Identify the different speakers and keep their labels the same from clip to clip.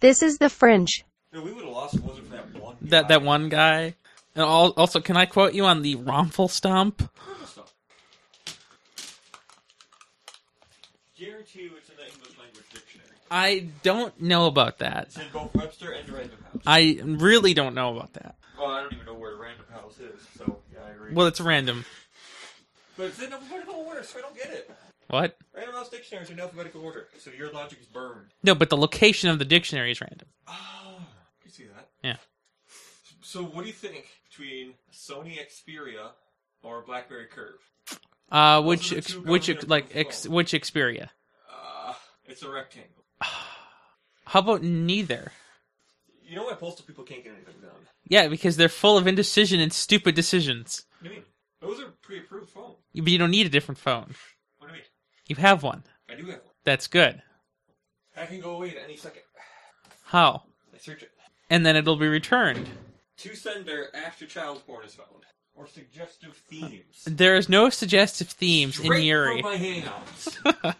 Speaker 1: This is the fringe.
Speaker 2: No, we would have lost if it wasn't for that one.
Speaker 3: That that one guy. And al- also, can I quote you on the Romfel stomp?
Speaker 2: Guarantee you it's in the English language dictionary.
Speaker 3: I don't know about that.
Speaker 2: It's in both Webster and Random House.
Speaker 3: I really don't know about that.
Speaker 2: well, I don't even know where Random House is, so yeah, I agree.
Speaker 3: Well, it's random.
Speaker 2: but it's in alphabetical order, so I don't get it.
Speaker 3: What?
Speaker 2: Random House dictionaries are in alphabetical order, so your logic is burned.
Speaker 3: No, but the location of the dictionary is random.
Speaker 2: Oh, I can see that.
Speaker 3: Yeah.
Speaker 2: So, what do you think between Sony Xperia or BlackBerry Curve?
Speaker 3: Uh,
Speaker 2: Those
Speaker 3: which
Speaker 2: are the
Speaker 3: ex-
Speaker 2: two
Speaker 3: which
Speaker 2: government
Speaker 3: like
Speaker 2: approved
Speaker 3: ex-
Speaker 2: phones.
Speaker 3: which Xperia?
Speaker 2: Uh, it's a rectangle.
Speaker 3: How about neither?
Speaker 2: You know why postal people can't get anything done?
Speaker 3: Yeah, because they're full of indecision and stupid decisions.
Speaker 2: What do you mean? Those are pre-approved phones.
Speaker 3: You- But you don't need a different phone.
Speaker 2: What do you mean?
Speaker 3: You have one.
Speaker 2: I do have one.
Speaker 3: That's good.
Speaker 2: I can go away at any second.
Speaker 3: How?
Speaker 2: I search it.
Speaker 3: And then it'll be returned.
Speaker 2: To sender after child porn is found. Or suggestive themes.
Speaker 3: There is no suggestive themes
Speaker 2: Straight
Speaker 3: in Yuri.
Speaker 2: from my hangouts.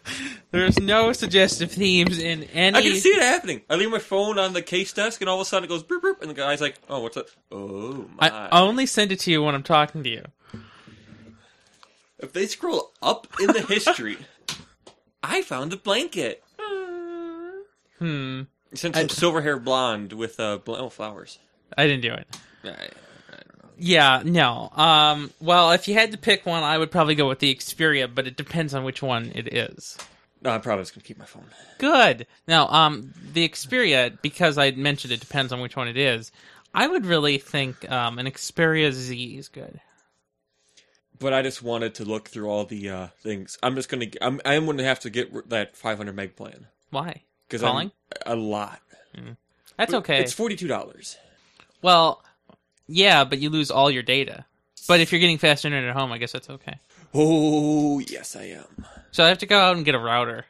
Speaker 3: There's no suggestive themes in any.
Speaker 2: I can see it happening. I leave my phone on the case desk, and all of a sudden it goes burp burp, and the guy's like, "Oh, what's that? Oh my!"
Speaker 3: I only send it to you when I'm talking to you.
Speaker 2: if they scroll up in the history, I found a blanket.
Speaker 3: Hmm.
Speaker 2: Sent some silver hair blonde with uh, bl- oh, flowers.
Speaker 3: I uh, didn't do it.
Speaker 2: I, I don't know.
Speaker 3: Yeah, no. Um, well, if you had to pick one, I would probably go with the Xperia, but it depends on which one it is.
Speaker 2: No, I'm probably just gonna keep my phone.
Speaker 3: Good. Now, um, the Xperia, because I had mentioned it depends on which one it is, I would really think um, an Xperia Z is good.
Speaker 2: But I just wanted to look through all the uh, things. I'm just gonna. I'm. I'm gonna have to get r- that 500 meg plan
Speaker 3: Why?
Speaker 2: because
Speaker 3: Calling?
Speaker 2: a lot.
Speaker 3: That's okay.
Speaker 2: It's forty two dollars.
Speaker 3: Well, yeah, but you lose all your data. But if you're getting fast internet at home, I guess that's okay.
Speaker 2: Oh yes, I am.
Speaker 3: So I have to go out and get a router.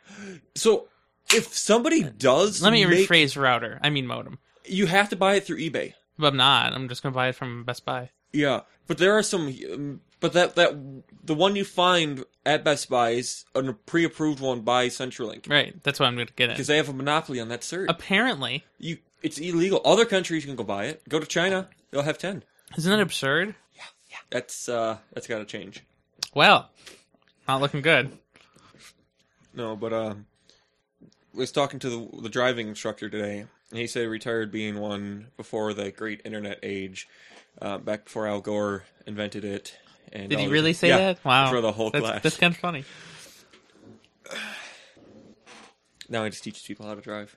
Speaker 2: So if somebody does,
Speaker 3: Let me
Speaker 2: make-
Speaker 3: rephrase router. I mean modem.
Speaker 2: You have to buy it through eBay.
Speaker 3: But I'm not. I'm just going to buy it from Best Buy.
Speaker 2: Yeah, but there are some. um, But that that the one you find at Best Buy is a pre-approved one by CenturyLink
Speaker 3: Right. That's what I'm going to get
Speaker 2: because
Speaker 3: it.
Speaker 2: they have a monopoly on that cert.
Speaker 3: Apparently.
Speaker 2: you, it's illegal. Other countries can go buy it. Go to China, they'll have ten.
Speaker 3: Isn't that absurd?
Speaker 2: That's uh, that's got to change.
Speaker 3: Well, not looking good.
Speaker 2: No, but um, was talking to the, the driving instructor today, and he said he retired being one before the great internet age, uh, back before Al Gore invented it. And
Speaker 3: Did he
Speaker 2: all-
Speaker 3: really say
Speaker 2: yeah,
Speaker 3: that? Wow.
Speaker 2: For the whole
Speaker 3: that's,
Speaker 2: class.
Speaker 3: That's kind of funny.
Speaker 2: Now he just teaches people how to drive.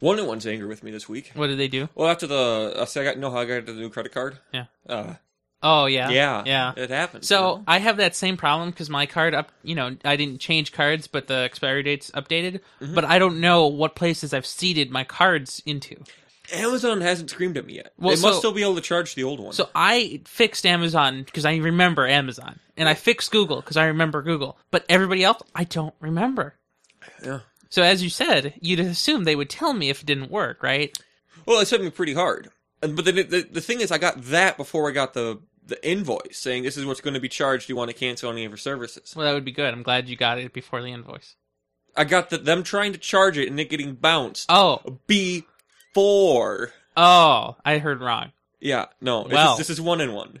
Speaker 2: One and one's angry with me this week.
Speaker 3: What did they do?
Speaker 2: Well, after the uh, so I got you know how I got the new credit card.
Speaker 3: Yeah.
Speaker 2: Uh,
Speaker 3: Oh, yeah.
Speaker 2: yeah.
Speaker 3: Yeah.
Speaker 2: It happened.
Speaker 3: So I have that same problem because my card up, you know, I didn't change cards, but the expiry date's updated.
Speaker 2: Mm-hmm.
Speaker 3: But I don't know what places I've seeded my cards into.
Speaker 2: Amazon hasn't screamed at me yet.
Speaker 3: Well,
Speaker 2: they
Speaker 3: so-
Speaker 2: must still be able to charge the old one.
Speaker 3: So I fixed Amazon because I remember Amazon, and I fixed Google because I remember Google. But everybody else, I don't remember.
Speaker 2: yeah.
Speaker 3: So as you said, you'd assume they would tell me if it didn't work, right?
Speaker 2: Well, it's hit me pretty hard. And- But the, the the thing is, I got that before I got the the invoice saying this is what's going to be charged. Do you want to cancel any of your services?
Speaker 3: Well, that would be good. I'm glad you got it before the invoice.
Speaker 2: I got the, them trying to charge it and it getting bounced
Speaker 3: Oh,
Speaker 2: before.
Speaker 3: oh, I heard wrong.
Speaker 2: Yeah, no. This,
Speaker 3: Wow.
Speaker 2: is, this is one in one.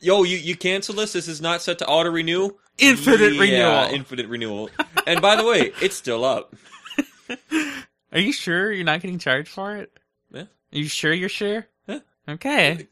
Speaker 2: Yo, you you cancel this. This is not set to auto renew.
Speaker 3: Infinite
Speaker 2: Yeah,
Speaker 3: renewal.
Speaker 2: Infinite renewal. and by the way, it's still up.
Speaker 3: Are you sure you're not getting charged for it?
Speaker 2: Yeah.
Speaker 3: Are you sure you're sure?
Speaker 2: Yeah.
Speaker 3: Okay.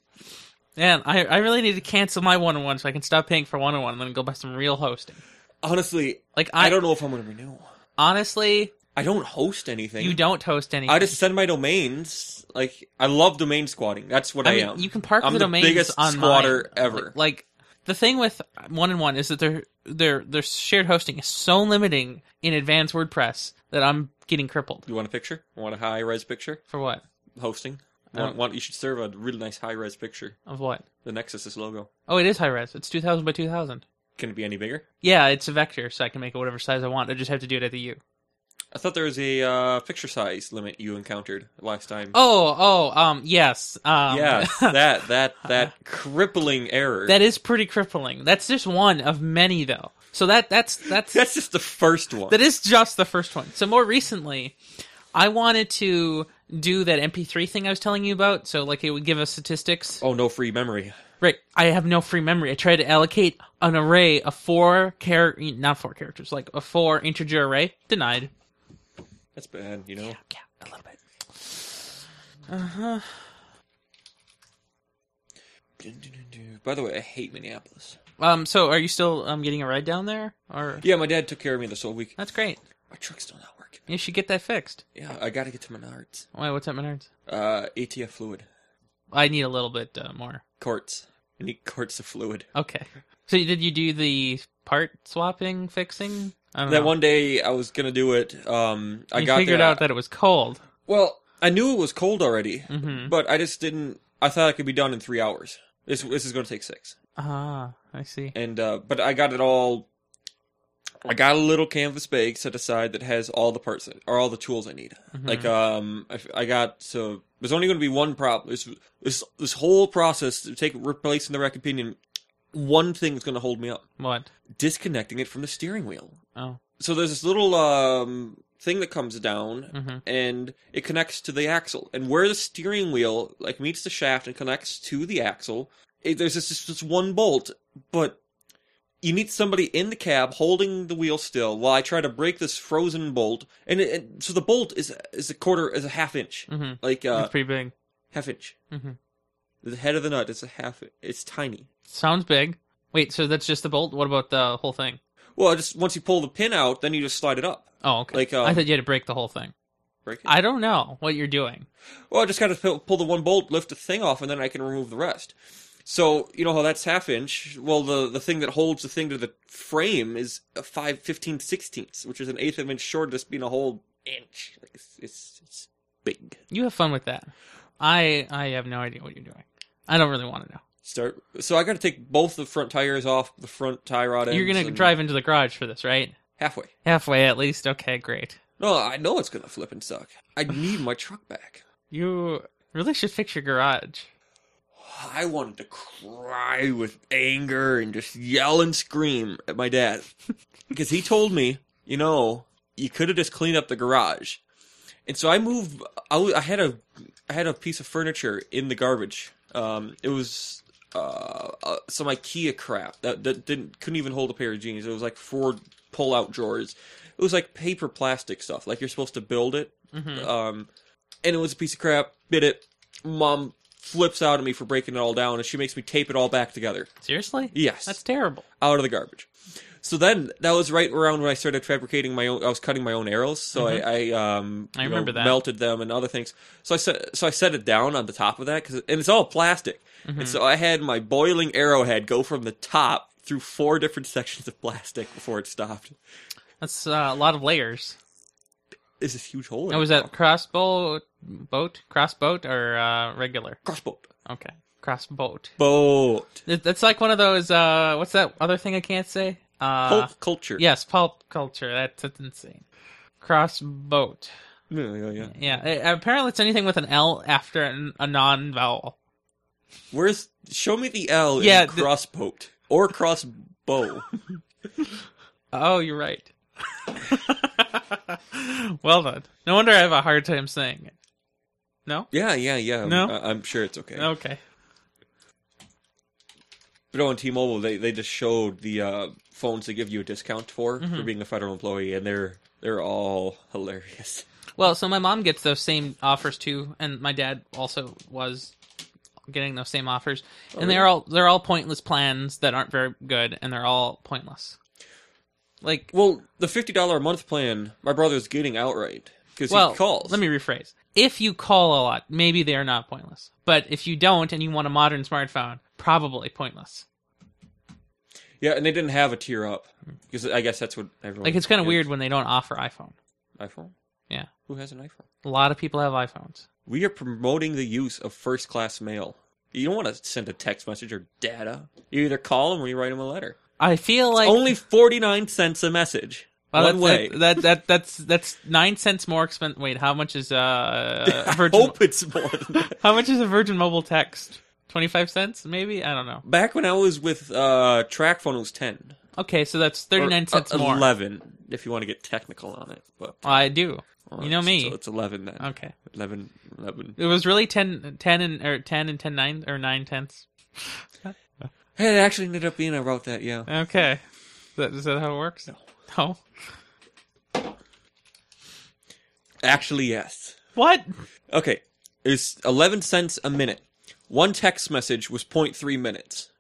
Speaker 3: Man, I, I really need to cancel my one on one so I can stop paying for one on one and then go buy some real hosting.
Speaker 2: Honestly,
Speaker 3: Like I,
Speaker 2: I, don't know if I'm going to renew.
Speaker 3: honestly,
Speaker 2: I don't host anything.
Speaker 3: you don't host anything.
Speaker 2: I just send my domains. Like I love domain squatting. That's what I,
Speaker 3: I mean,
Speaker 2: am.
Speaker 3: you can park
Speaker 2: I'm
Speaker 3: the
Speaker 2: the
Speaker 3: domains
Speaker 2: biggest
Speaker 3: on
Speaker 2: squatter
Speaker 3: mine.
Speaker 2: ever.
Speaker 3: Like, like, the thing with one and one is that their their their shared hosting is so limiting in advanced WordPress that I'm getting crippled.
Speaker 2: you want a picture? Want a high res picture?
Speaker 3: For what?
Speaker 2: Hosting.
Speaker 3: I don't-
Speaker 2: Want, want, you should serve a really nice high res picture.
Speaker 3: Of what?
Speaker 2: The Nexus is logo.
Speaker 3: Oh, it is high res. It's two thousand by two thousand.
Speaker 2: Can it be any bigger?
Speaker 3: Yeah, it's a vector, so I can make it whatever size I want. I just have to do it at the U.
Speaker 2: I thought there was a uh, picture size limit you encountered last time.
Speaker 3: Oh, oh, um, yes. Um, Uh-huh.
Speaker 2: yes, that that that crippling error.
Speaker 3: that is pretty crippling. That's just one of many, though. So that that's that's
Speaker 2: that's just the first one.
Speaker 3: that is just the first one. So more recently, I wanted to do that MP3 thing I was telling you about. So like it would give us statistics.
Speaker 2: oh, no free memory.
Speaker 3: Right. I have no free memory. I tried to allocate an array of four char not four characters, like a four integer array. Denied.
Speaker 2: That's bad, you know.
Speaker 3: Yeah, a little bit.
Speaker 2: By the way, I hate Minneapolis.
Speaker 3: Um. So are you still um getting a ride down there? Or
Speaker 2: Yeah, my dad took care of me this whole week.
Speaker 3: that's great.
Speaker 2: My truck's still not working.
Speaker 3: You should get that fixed.
Speaker 2: Yeah, I gotta get to Menards.
Speaker 3: Why? What's up, Menards?
Speaker 2: Uh, ATF fluid.
Speaker 3: I need a little bit uh, more.
Speaker 2: Quartz. I need quarts of fluid.
Speaker 3: Okay. So did you do the part swapping fixing? I don't
Speaker 2: That
Speaker 3: know.
Speaker 2: one day I was gonna do it. Um, I
Speaker 3: Uh-huh. you
Speaker 2: got
Speaker 3: figured
Speaker 2: there-
Speaker 3: out that it was cold.
Speaker 2: Well, I knew it was cold already,
Speaker 3: Mhm.
Speaker 2: but I just didn't. I thought it could be done in three hours. This this is gonna take six.
Speaker 3: Ah, I see.
Speaker 2: and uh, but I got it all. I got a little canvas bag set aside that has all the parts or all the tools I need.
Speaker 3: Mm-hmm.
Speaker 2: Like um, I, I got so there's only going to be one problem. This this this whole process to take replacing the rack and pinion, one thing's going to hold me up:
Speaker 3: What?
Speaker 2: disconnecting it from the steering wheel.
Speaker 3: Oh.
Speaker 2: So there's this little um thing that comes down
Speaker 3: Mhm.
Speaker 2: and it connects to the axle. And where the steering wheel like meets the shaft and connects to the axle, it, there's this just this one bolt, but you need somebody in the cab holding the wheel still while I try to break this frozen bolt. And, it, and so the bolt is is a quarter is a half inch,
Speaker 3: Mm-hmm.
Speaker 2: like uh
Speaker 3: it's pretty big.
Speaker 2: half inch.
Speaker 3: Mm-hmm.
Speaker 2: The head of the nut is a half. It's tiny.
Speaker 3: Sounds big. Wait, so that's just the bolt? What about the whole thing?
Speaker 2: Well, just once you pull the pin out, then you just slide it up.
Speaker 3: Oh, okay.
Speaker 2: Like, um,
Speaker 3: I thought you had to break the whole thing.
Speaker 2: Break it.
Speaker 3: I don't know what you're doing.
Speaker 2: Well, I just got to pull, pull the one bolt, lift the thing off, and then I can remove the rest. So you know how that's half inch. Well, the the thing that holds the thing to the frame is a five fifteen sixteenths, which is an eighth of an inch short, of just being a whole inch. Like it's, it's it's big.
Speaker 3: You have fun with that. I I have no idea what you're doing. I don't really want to know.
Speaker 2: Start. So I got to take both the front tires off the front tie rod. Ends
Speaker 3: You're gonna
Speaker 2: and-
Speaker 3: drive into the garage for this, right?
Speaker 2: halfway.
Speaker 3: Halfway at least. Okay, great.
Speaker 2: No, I know it's gonna flip and suck. I need my truck back.
Speaker 3: You really should fix your garage.
Speaker 2: I wanted to cry with anger and just yell and scream at my dad because he told me, you know, you could have just cleaned up the garage. And so I moved. I, w- I had a I had a piece of furniture in the garbage. Um, it was uh, uh, some IKEA crap that that didn't couldn't even hold a pair of jeans. It was like four pull out drawers. It was like paper plastic stuff. Like you're supposed to build it.
Speaker 3: Mhm.
Speaker 2: Um, and it was a piece of crap. Bit it. Mom flips out at me for breaking it all down, and she makes me tape it all back together.
Speaker 3: Seriously?
Speaker 2: Yes,
Speaker 3: That's terrible.
Speaker 2: out of the garbage. So then that was right around when I started fabricating my own. I was cutting my own arrows, so I, I um
Speaker 3: Mm-hmm. I
Speaker 2: you
Speaker 3: remember that.
Speaker 2: melted them and other things. So I set so I set it down on the top of that because and it's all plastic,
Speaker 3: Mm-hmm.
Speaker 2: and so I had my boiling arrowhead go from the top through four different sections of plastic before it stopped.
Speaker 3: That's uh, a lot of layers.
Speaker 2: There's this huge hole. In
Speaker 3: Now,
Speaker 2: it
Speaker 3: was Oh, that crossbow boat, crossboat, or uh, regular?
Speaker 2: crossbow?
Speaker 3: Okay, crossboat.
Speaker 2: Boat.
Speaker 3: That- That's like one of those. Uh, what's that other thing I can't say? Uh,
Speaker 2: Pulp culture.
Speaker 3: yes, pulp culture. That's, that's insane. Crossboat.
Speaker 2: Yeah, yeah, yeah.
Speaker 3: Yeah. uh, apparently, it's anything with an L after an, a non-vowel.
Speaker 2: Where's show me the L
Speaker 3: Yeah,
Speaker 2: in
Speaker 3: the-
Speaker 2: crossboat or crossbow?
Speaker 3: Oh, you're right. well done. No wonder I have a hard time saying it. No.
Speaker 2: yeah, yeah, yeah. I'm-
Speaker 3: No?
Speaker 2: I, am sure it's okay.
Speaker 3: Okay.
Speaker 2: But on T-Mobile, they, they just showed the uh, phones they give you a discount for for
Speaker 3: Mm-hmm.
Speaker 2: being a federal employee, and they're they're all hilarious.
Speaker 3: Well, so my mom gets those same offers too, and my dad also was getting those same offers,
Speaker 2: Oh,
Speaker 3: and they're all they're all pointless plans that aren't very good, and they're all pointless. Like,
Speaker 2: Well, the fifty dollar a month plan, my brother's getting outright because
Speaker 3: well,
Speaker 2: he calls.
Speaker 3: let me rephrase. If you call a lot, maybe they are not pointless. But if you don't and you want a modern smartphone, probably pointless.
Speaker 2: yeah, and they didn't have a tier up because I guess that's what everyone
Speaker 3: Like it's kind of
Speaker 2: gets.
Speaker 3: weird when they don't offer iPhone.
Speaker 2: iPhone.
Speaker 3: Yeah.
Speaker 2: who has an iPhone?
Speaker 3: A lot of people have iPhones.
Speaker 2: We are promoting the use of first class mail. You don't want to send a text message or data. You either call them or you write them a letter.
Speaker 3: I feel like
Speaker 2: Only forty nine cents a message.
Speaker 3: Well,
Speaker 2: One
Speaker 3: that's,
Speaker 2: way.
Speaker 3: That, that that's that's nine cents more expensive. Wait, how much is uh Virgin?
Speaker 2: Hope it's more. Than that.
Speaker 3: How much is a Virgin Mobile text? Twenty five cents, maybe. I don't know.
Speaker 2: Back when I was with uh, track phone, it was ten.
Speaker 3: Okay, so that's thirty nine
Speaker 2: Or,
Speaker 3: cents
Speaker 2: uh,
Speaker 3: more.
Speaker 2: Eleven, if you want to get technical on it. But
Speaker 3: I do.
Speaker 2: well,
Speaker 3: You know
Speaker 2: it's-
Speaker 3: me.
Speaker 2: So it's eleven then.
Speaker 3: Okay.
Speaker 2: 11, 11.
Speaker 3: It was really 10, 10 and or ten and ten nine or nine tenths.
Speaker 2: Hey, it actually ended up being I wrote that. Yeah.
Speaker 3: Okay. Is that, is that how it works? No. No.
Speaker 2: Actually, yes.
Speaker 3: What?
Speaker 2: Okay. It's eleven cents a minute. One text message was 0.3 minutes,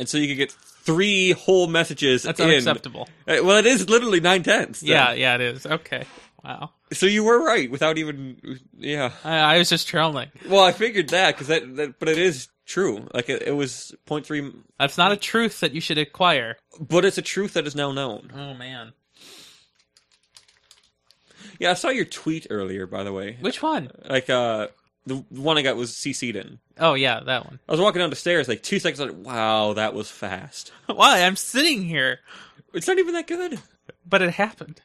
Speaker 2: and so you could get three whole messages
Speaker 3: That's
Speaker 2: in.
Speaker 3: unacceptable.
Speaker 2: Uh, Well, it is literally nine tenths. then.
Speaker 3: Yeah, yeah, it is. Okay. Wow.
Speaker 2: So you were right without even. Yeah.
Speaker 3: I, I was just trolling.
Speaker 2: Well, I figured that because that, that, but it is true. Like it, it was 0.3,
Speaker 3: That's not a truth that you should acquire.
Speaker 2: but it's a truth that is now known.
Speaker 3: Oh man.
Speaker 2: Yeah, I saw your tweet earlier, by the way.
Speaker 3: Which one?
Speaker 2: Like uh, the the one I got was CC'd in.
Speaker 3: Oh yeah, that one.
Speaker 2: I was walking down the stairs, like two seconds. Like, wow, that was fast.
Speaker 3: Why? I'm sitting here,
Speaker 2: It's not even that good. You
Speaker 3: but it happened.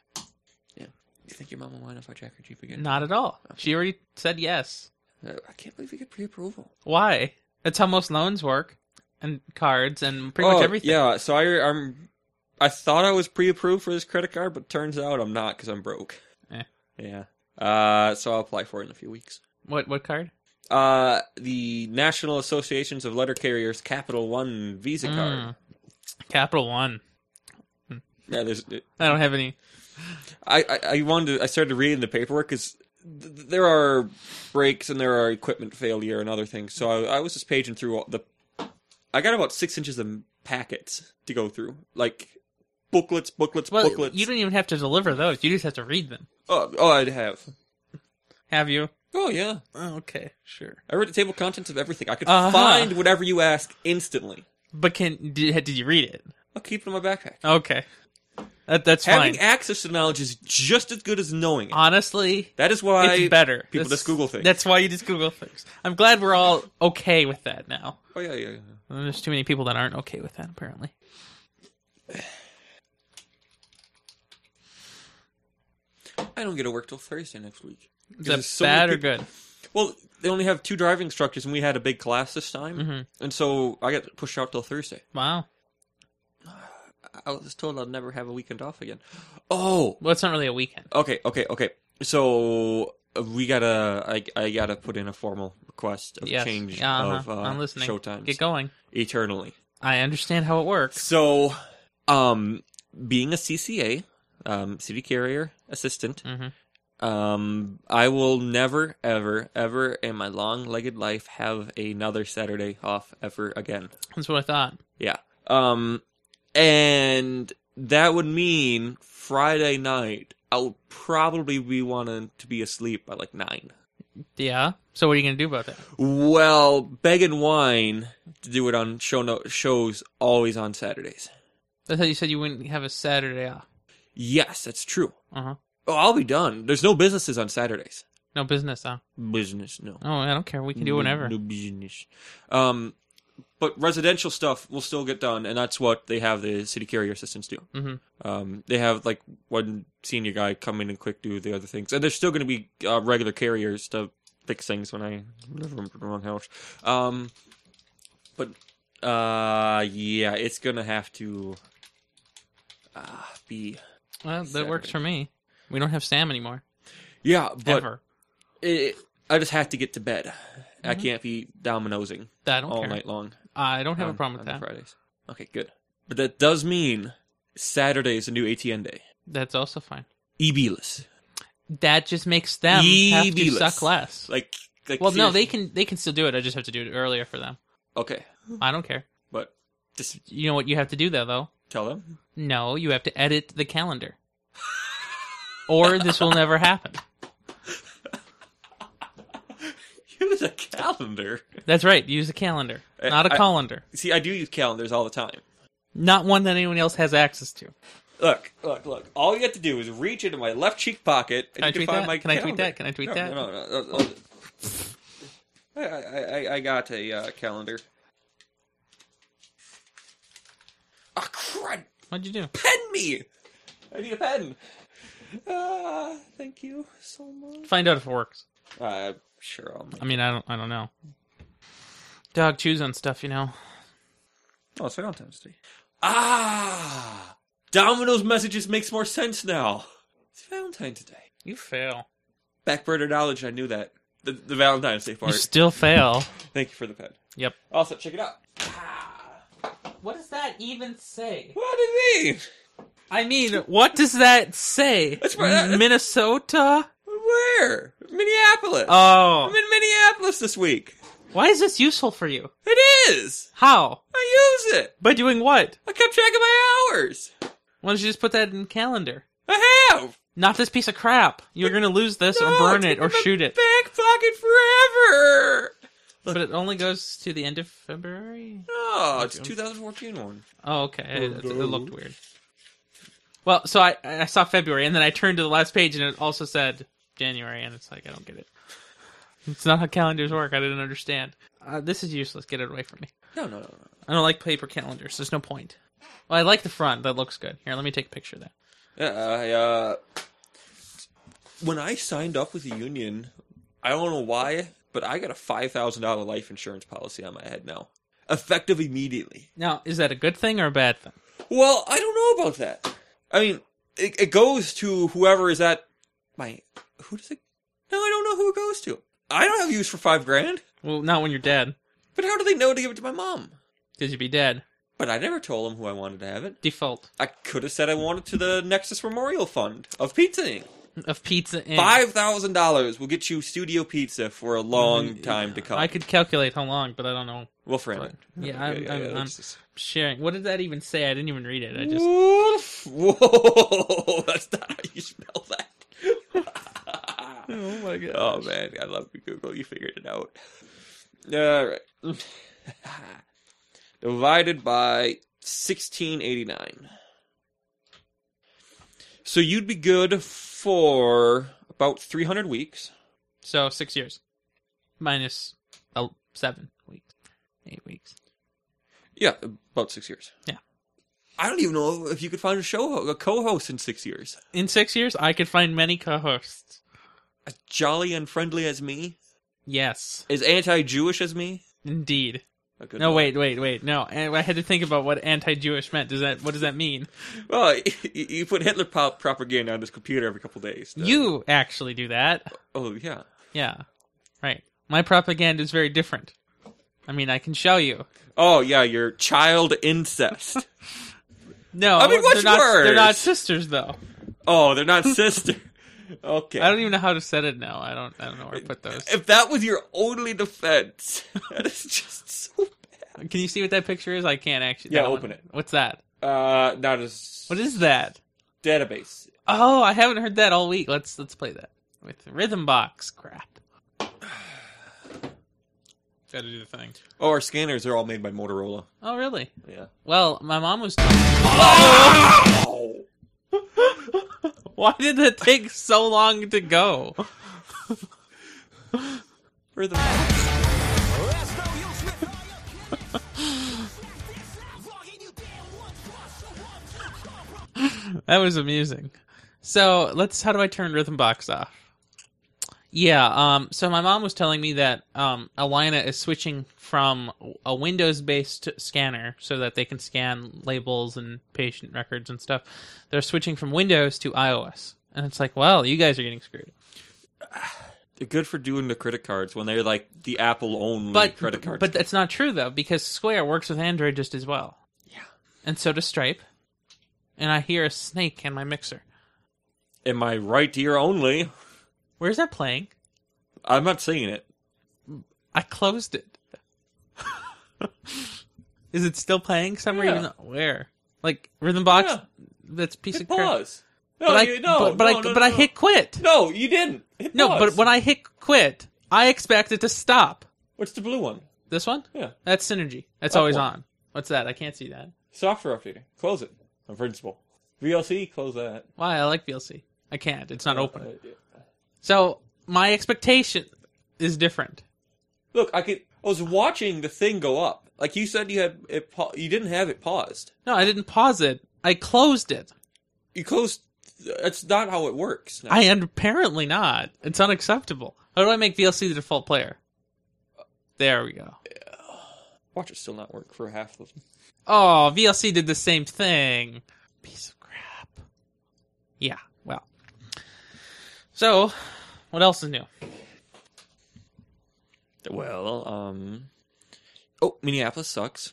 Speaker 2: think your mom will mind if I jack her jeep again?
Speaker 3: Not at all. She already said yes.
Speaker 2: Uh, I can't believe we get pre-approval.
Speaker 3: Why? That's how most loans work, and cards, and pretty
Speaker 2: Oh,
Speaker 3: much everything.
Speaker 2: Yeah, so I, I'm. I thought I was pre-approved for this credit card, but turns out I'm not because I'm broke.
Speaker 3: Eh.
Speaker 2: Yeah. Uh, so I'll apply for it in a few weeks.
Speaker 3: What? What card?
Speaker 2: Uh, the National Associations of Letter Carriers Capital One Visa
Speaker 3: Mm.
Speaker 2: card.
Speaker 3: Capital One.
Speaker 2: Yeah, there's.
Speaker 3: I don't have any.
Speaker 2: I, I I wanted. To, I started reading the paperwork because th- there are breaks and there are equipment failure and other things. So I, I was just paging through all the. I got about six inches of packets to go through, like booklets, booklets,
Speaker 3: Well,
Speaker 2: booklets.
Speaker 3: you don't even have to deliver those. You just have to read them.
Speaker 2: oh, oh, I'd have.
Speaker 3: Have you?
Speaker 2: Oh yeah,
Speaker 3: Oh, okay, sure.
Speaker 2: I read the table contents of everything. I could
Speaker 3: Uh-huh.
Speaker 2: find whatever you ask instantly.
Speaker 3: But can did, did you read it?
Speaker 2: I'll keep it in my backpack.
Speaker 3: Okay, that, that's
Speaker 2: Having
Speaker 3: fine.
Speaker 2: access to knowledge is just as good as knowing it.
Speaker 3: Honestly,
Speaker 2: That is why
Speaker 3: it's better.
Speaker 2: people just Google things.
Speaker 3: That's why you just Google things. I'm glad we're all okay with that now.
Speaker 2: Oh yeah, yeah, yeah.
Speaker 3: There's too many people that aren't okay with that, apparently.
Speaker 2: I don't get to work till Thursday next week.
Speaker 3: Is
Speaker 2: There's
Speaker 3: that
Speaker 2: so many
Speaker 3: bad or
Speaker 2: people-
Speaker 3: good?
Speaker 2: Well, they only have two driving instructors, and we had a big class this time,
Speaker 3: Mm-hmm.
Speaker 2: and so I got pushed out till Thursday.
Speaker 3: Wow.
Speaker 2: I- I was told I'd never have a weekend off again. Oh,
Speaker 3: Well, it's not really a weekend.
Speaker 2: okay, okay, okay. So uh, we gotta, I, I gotta put in a formal request of
Speaker 3: Yes.
Speaker 2: change
Speaker 3: Yeah, uh-huh.
Speaker 2: of uh,
Speaker 3: I'm listening.
Speaker 2: showtimes
Speaker 3: Get going.
Speaker 2: eternally.
Speaker 3: I understand how it works.
Speaker 2: So, um, being a CCA, um, city carrier assistant,
Speaker 3: Mhm.
Speaker 2: um, I will never, ever, ever in my long-legged life have another Saturday off ever again.
Speaker 3: That's what I thought.
Speaker 2: Yeah. Um, and that would mean Friday night I'll probably be wanting to be asleep by like nine.
Speaker 3: Yeah. So what are you gonna do about that?
Speaker 2: Well, Beg and Wine to do it on show no- shows always on Saturdays.
Speaker 3: That's how you said you wouldn't have a Saturday off.
Speaker 2: Yes, that's true.
Speaker 3: Uh huh.
Speaker 2: Oh, I'll be done. There's no businesses on Saturdays.
Speaker 3: No business huh?
Speaker 2: Business, no.
Speaker 3: Oh, I don't care. We can do whatever.
Speaker 2: No, no business. Um, but residential stuff will still get done, and that's what they have the city carrier assistants do.
Speaker 3: Mhm.
Speaker 2: Um, they have like one senior guy come in and quick do the other things, and there's still going to be uh, regular carriers to fix things when I live in the wrong house. Um, but uh, yeah, it's gonna have to uh, be
Speaker 3: Well, that works
Speaker 2: Saturday.
Speaker 3: for me. We don't have Sam anymore.
Speaker 2: yeah, but
Speaker 3: ever.
Speaker 2: it, I just have to get to bed. I
Speaker 3: Mm-hmm.
Speaker 2: can't be dominoing
Speaker 3: I don't
Speaker 2: all
Speaker 3: care.
Speaker 2: night long.
Speaker 3: I don't have a
Speaker 2: on-
Speaker 3: problem with
Speaker 2: on
Speaker 3: that.
Speaker 2: Fridays. Okay, good. But that does mean Saturday is a new ATN day. E
Speaker 3: That's also fine.
Speaker 2: EBless.
Speaker 3: That just makes them have to
Speaker 2: Evilous.
Speaker 3: suck less.
Speaker 2: Like, like
Speaker 3: Well, no, they
Speaker 2: seriously.
Speaker 3: can they can still do it. I just have to do it earlier for them.
Speaker 2: Okay,
Speaker 3: I don't care.
Speaker 2: but just
Speaker 3: You know what you have to do though, though.
Speaker 2: tell them.
Speaker 3: No, you have to edit the calendar, or this will never happen.
Speaker 2: Use a calendar.
Speaker 3: That's right. Use a calendar,
Speaker 2: I-
Speaker 3: not a
Speaker 2: I-
Speaker 3: colander,
Speaker 2: See, I do use calendars all the time.
Speaker 3: not one that anyone else has access to.
Speaker 2: Look, look, look. All you have to do is reach into my left cheek pocket and
Speaker 3: Can I
Speaker 2: you can
Speaker 3: tweet
Speaker 2: find
Speaker 3: that?
Speaker 2: my
Speaker 3: Can I tweet
Speaker 2: calendar.
Speaker 3: that? Can I tweet
Speaker 2: no,
Speaker 3: that?
Speaker 2: No, no, no. no, no. I, I, I- I got a uh, calendar. Ah, crud!
Speaker 3: What'd you do?
Speaker 2: Pen me! I need a pen. Ah, thank you so much.
Speaker 3: Find out if it works.
Speaker 2: Uh, sure, I'll. Make...
Speaker 3: I mean, I don't. I don't know. Dog chews on stuff, you know.
Speaker 2: Oh, it's Valentine's Day. Ah, Domino's messages makes more sense now. It's Valentine's Day.
Speaker 3: You fail.
Speaker 2: Backburner knowledge. I knew that. The, the Valentine's Day
Speaker 3: You
Speaker 2: part.
Speaker 3: still fail.
Speaker 2: Thank you for the pen.
Speaker 3: Yep.
Speaker 2: Also, check it out.
Speaker 3: What does that even say?
Speaker 2: What do you mean?
Speaker 3: I mean, what does that say?
Speaker 2: That's right, that-
Speaker 3: Minnesota.
Speaker 2: Where? Minneapolis. I'm
Speaker 3: Oh,
Speaker 2: in Minneapolis this week.
Speaker 3: why is this useful for you?
Speaker 2: It is.
Speaker 3: How?
Speaker 2: I use it.
Speaker 3: By doing what?
Speaker 2: I kept track of my hours.
Speaker 3: Why don't you just put that in calendar?
Speaker 2: I have.
Speaker 3: Not this piece of crap. You're gonna lose this
Speaker 2: No,
Speaker 3: or burn
Speaker 2: it's
Speaker 3: it
Speaker 2: been
Speaker 3: or
Speaker 2: in my
Speaker 3: shoot it.
Speaker 2: Back pocket forever.
Speaker 3: But it only goes to the end of February.
Speaker 2: Oh, it's a 2014 one.
Speaker 3: Oh, okay. It, it looked weird. Well, so I I saw February and then I turned to the last page and it also said January and it's like I don't get it. It's not how calendars work. I didn't understand. Uh, this is useless. Get it away from me.
Speaker 2: No, no, no, no.
Speaker 3: I don't like paper calendars. There's no point. Well, I like the front. That looks good. Here, let me take a picture of that.
Speaker 2: Yeah, I, uh, when I signed up with the union, I don't know why, but I got a five thousand dollar life insurance policy on my head now, effective immediately.
Speaker 3: Now, is that a good thing or a bad thing?
Speaker 2: Well, I don't know about that. I mean, it, it goes to whoever is at my. Who does it? No, I don't know who it goes to. I don't have use for five grand.
Speaker 3: Well, not when you're dead.
Speaker 2: But how do they know to give it to my mom?
Speaker 3: Because you'd be dead.
Speaker 2: But I never told them who I wanted to have it.
Speaker 3: Default
Speaker 2: I could have said I wanted to the Nexus Memorial Fund of Pizza Inc.
Speaker 3: of pizza. And
Speaker 2: Five thousand dollars will get you studio pizza for a long time to come.
Speaker 3: Mm, I could calculate how long, but I don't know.
Speaker 2: Wolf Raymond.
Speaker 3: Yeah, I'm- I'm- I'm-
Speaker 2: that's just-
Speaker 3: Sharing. What did that even say? I didn't even read it. I just.
Speaker 2: Wolf. Whoa, that's not how you spell that.
Speaker 3: Oh my god.
Speaker 2: oh man, I love you, Google. You figured it out. All right. Divided by sixteen eighty nine. So you'd be good for about three hundred weeks.
Speaker 3: So six years, minus el- seven weeks, eight weeks.
Speaker 2: Yeah, about six years.
Speaker 3: Yeah.
Speaker 2: I don't even know if you could find a show a co-host in six years.
Speaker 3: In six years, I could find many co-hosts.
Speaker 2: As jolly and friendly as me,
Speaker 3: Yes,
Speaker 2: as anti-Jewish as me.
Speaker 3: indeed.
Speaker 2: A good
Speaker 3: No,
Speaker 2: one.
Speaker 3: wait, wait, wait. No, and I had to think about what anti-Jewish meant. Does that what does that mean?
Speaker 2: Well, you, you put Hitler pop propaganda on this computer every couple days. though.
Speaker 3: You actually do that.
Speaker 2: Oh yeah.
Speaker 3: Yeah. Right. My propaganda is very different. I mean, I can show you.
Speaker 2: Oh yeah, your child incest.
Speaker 3: No,
Speaker 2: I mean, what's
Speaker 3: they're not, They're
Speaker 2: worse?
Speaker 3: not sisters, though.
Speaker 2: oh, they're not sister. Okay.
Speaker 3: I don't even know how to set it now. I don't. I don't know where to put those.
Speaker 2: if that was your only defense, that is just so.
Speaker 3: Can you see what that picture is? I can't actually.
Speaker 2: Yeah,
Speaker 3: that one.
Speaker 2: open it.
Speaker 3: What's that?
Speaker 2: Uh, not as
Speaker 3: What is that?
Speaker 2: database?
Speaker 3: Oh, I haven't heard that all week. Let's let's play that with Rhythm Box. Crap. Gotta do the thing.
Speaker 2: Oh, our scanners are all made by Motorola.
Speaker 3: Oh, really?
Speaker 2: Yeah.
Speaker 3: Well, my mom was.
Speaker 2: Oh!
Speaker 3: Why did that take so long to go?
Speaker 2: For the
Speaker 3: That was amusing. So let's. How do I turn Rhythm Box off? Yeah. Um. So my mom was telling me that um, Alina is switching from a Windows-based scanner so that they can scan labels and patient records and stuff. They're switching from Windows to iOS, and it's like, well, you guys are getting screwed.
Speaker 2: They're good for doing the credit cards when they're like the Apple only
Speaker 3: But
Speaker 2: credit cards.
Speaker 3: But that's not true though, because Square works with Android just as well.
Speaker 2: Yeah.
Speaker 3: And so does Stripe. And I hear a snake in my mixer.
Speaker 2: in my right ear only,
Speaker 3: Where's that playing?
Speaker 2: I'm not saying it.
Speaker 3: I closed it. Is it still playing somewhere?
Speaker 2: Yeah.
Speaker 3: Even though, where? Like Rhythm Box?
Speaker 2: Yeah.
Speaker 3: That's a piece
Speaker 2: Hit
Speaker 3: of crap.
Speaker 2: pause. No,
Speaker 3: But I
Speaker 2: you, no,
Speaker 3: but, but
Speaker 2: no,
Speaker 3: I
Speaker 2: no,
Speaker 3: but I
Speaker 2: no.
Speaker 3: hit quit.
Speaker 2: No, you didn't. Hit
Speaker 3: No,
Speaker 2: pause.
Speaker 3: but when I hit quit, I expect it to stop.
Speaker 2: what's the blue one?
Speaker 3: This one?
Speaker 2: Yeah,
Speaker 3: That's synergy. That's
Speaker 2: Up
Speaker 3: always
Speaker 2: one.
Speaker 3: on. What's that? I can't see that.
Speaker 2: software updating. Close it on principle. VLC, close that.
Speaker 3: Why? I like VLC. I can't. It's not open.
Speaker 2: Uh, yeah.
Speaker 3: So my expectation is different.
Speaker 2: Look, I could. I was watching the thing go up. Like you said, you had it. Pa- you didn't have it paused.
Speaker 3: No, I didn't pause it. I closed it.
Speaker 2: you close. That's not how it works. now.
Speaker 3: I and apparently not. It's unacceptable. How do I make VLC the default player? There we go.
Speaker 2: Watch it still not work for half of them.
Speaker 3: Oh, VLC did the same thing. Piece of crap. Yeah, well. So, what else is new?
Speaker 2: Well, um, oh, Minneapolis sucks.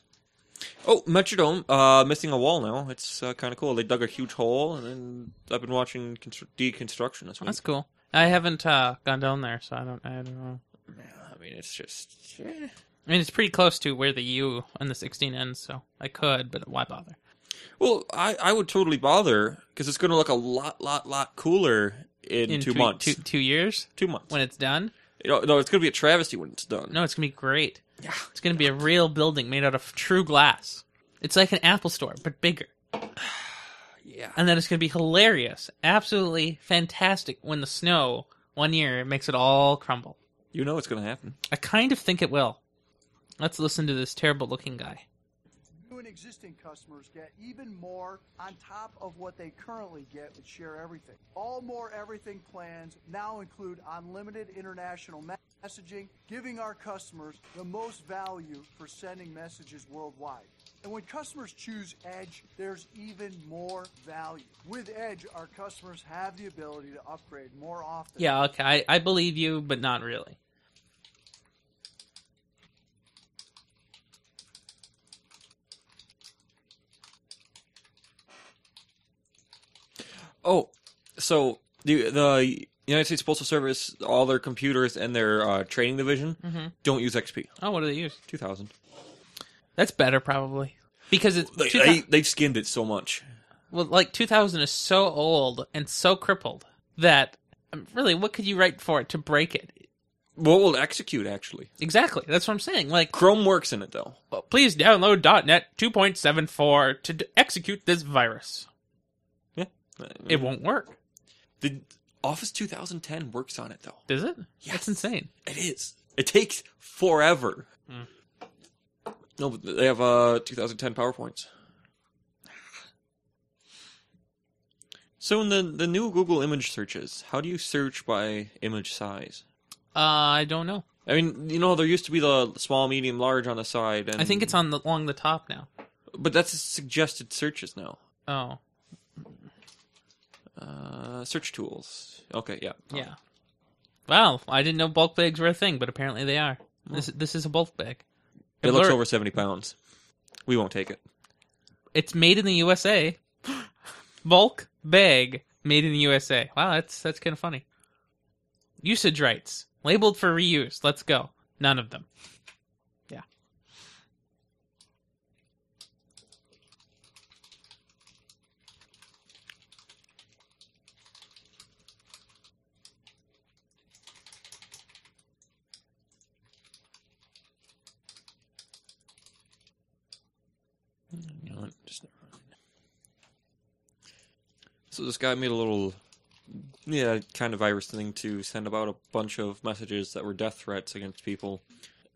Speaker 2: Oh, Metrodome, uh, missing a wall now. It's uh, kind of cool. They dug a huge hole, and then I've been watching constru- deconstruction this week.
Speaker 3: That's cool. I haven't uh, gone down there, so I don't. I don't know.
Speaker 2: I mean, it's just eh.
Speaker 3: I mean, it's pretty close to where the U and the 16 ends, so I could, but why bother?
Speaker 2: well. I, I would totally bother because it's going to look a lot, lot, lot cooler in, two,
Speaker 3: three-
Speaker 2: months.
Speaker 3: two,
Speaker 2: Two,
Speaker 3: two years
Speaker 2: months.
Speaker 3: when it's done.
Speaker 2: You know, no, it's going to be a travesty when it's done.
Speaker 3: No, it's gonna be great.
Speaker 2: Yeah.
Speaker 3: It's gonna be a real building made out of true glass. It's like an Apple Store, but bigger.
Speaker 2: Yeah.
Speaker 3: and then it's going to be hilarious, absolutely fantastic when the snow one year makes it all crumble.
Speaker 2: You know it's going to happen.
Speaker 3: I kind of think it will. Let's listen to this terrible looking guy.
Speaker 1: New and existing customers get even more on top of what they currently get with Share Everything. All More Everything plans now include unlimited international me- messaging, giving our customers the most value for sending messages worldwide. And when customers choose Edge, there's even more value. With Edge, our customers have the ability to upgrade more often.
Speaker 3: Yeah, okay, I, I believe you, but not really.
Speaker 2: Oh, so the the United States Postal Service, all their computers and their uh, training division
Speaker 3: Mm-hmm.
Speaker 2: don't use XP.
Speaker 3: Oh, what do they use?
Speaker 2: 2000.
Speaker 3: That's better, probably. Because it's
Speaker 2: They,
Speaker 3: 2000
Speaker 2: they, they've skinned it so much.
Speaker 3: well, like 2000 is so old and so crippled that um, really, what could you write for it to break it?
Speaker 2: What will execute, actually?
Speaker 3: Exactly. That's what I'm saying. Like,
Speaker 2: Chrome works in it, though.
Speaker 3: Well, please download .NET 2.74 to d- execute this virus.
Speaker 2: Yeah.
Speaker 3: It won't work,
Speaker 2: The Office 2010 works on it, though.
Speaker 3: does it?
Speaker 2: Yes.
Speaker 3: That's insane.
Speaker 2: It is. It takes forever. No, but they have uh 2010 PowerPoints. So in the the new Google image searches, how do you search by image size?
Speaker 3: Uh, I don't know.
Speaker 2: I mean, you know, there used to be the small, medium, large on the side, and
Speaker 3: I think it's on the along the top now.
Speaker 2: But that's suggested searches now.
Speaker 3: Oh,
Speaker 2: Uh, search tools. Okay, yeah.
Speaker 3: yeah. Wow, I didn't know bulk bags were a thing, but apparently they are. This this is a bulk bag.
Speaker 2: It looks
Speaker 3: blur-
Speaker 2: over seventy pounds. We won't take it.
Speaker 3: It's made in the USA. bulk bag made in the USA. Wow, that's that's kind of funny. Usage rights labeled for reuse. Let's go. None of them.
Speaker 2: You know what? Just never mind. So this guy made a little, yeah, kind of virus thing to send about a bunch of messages that were death threats against people,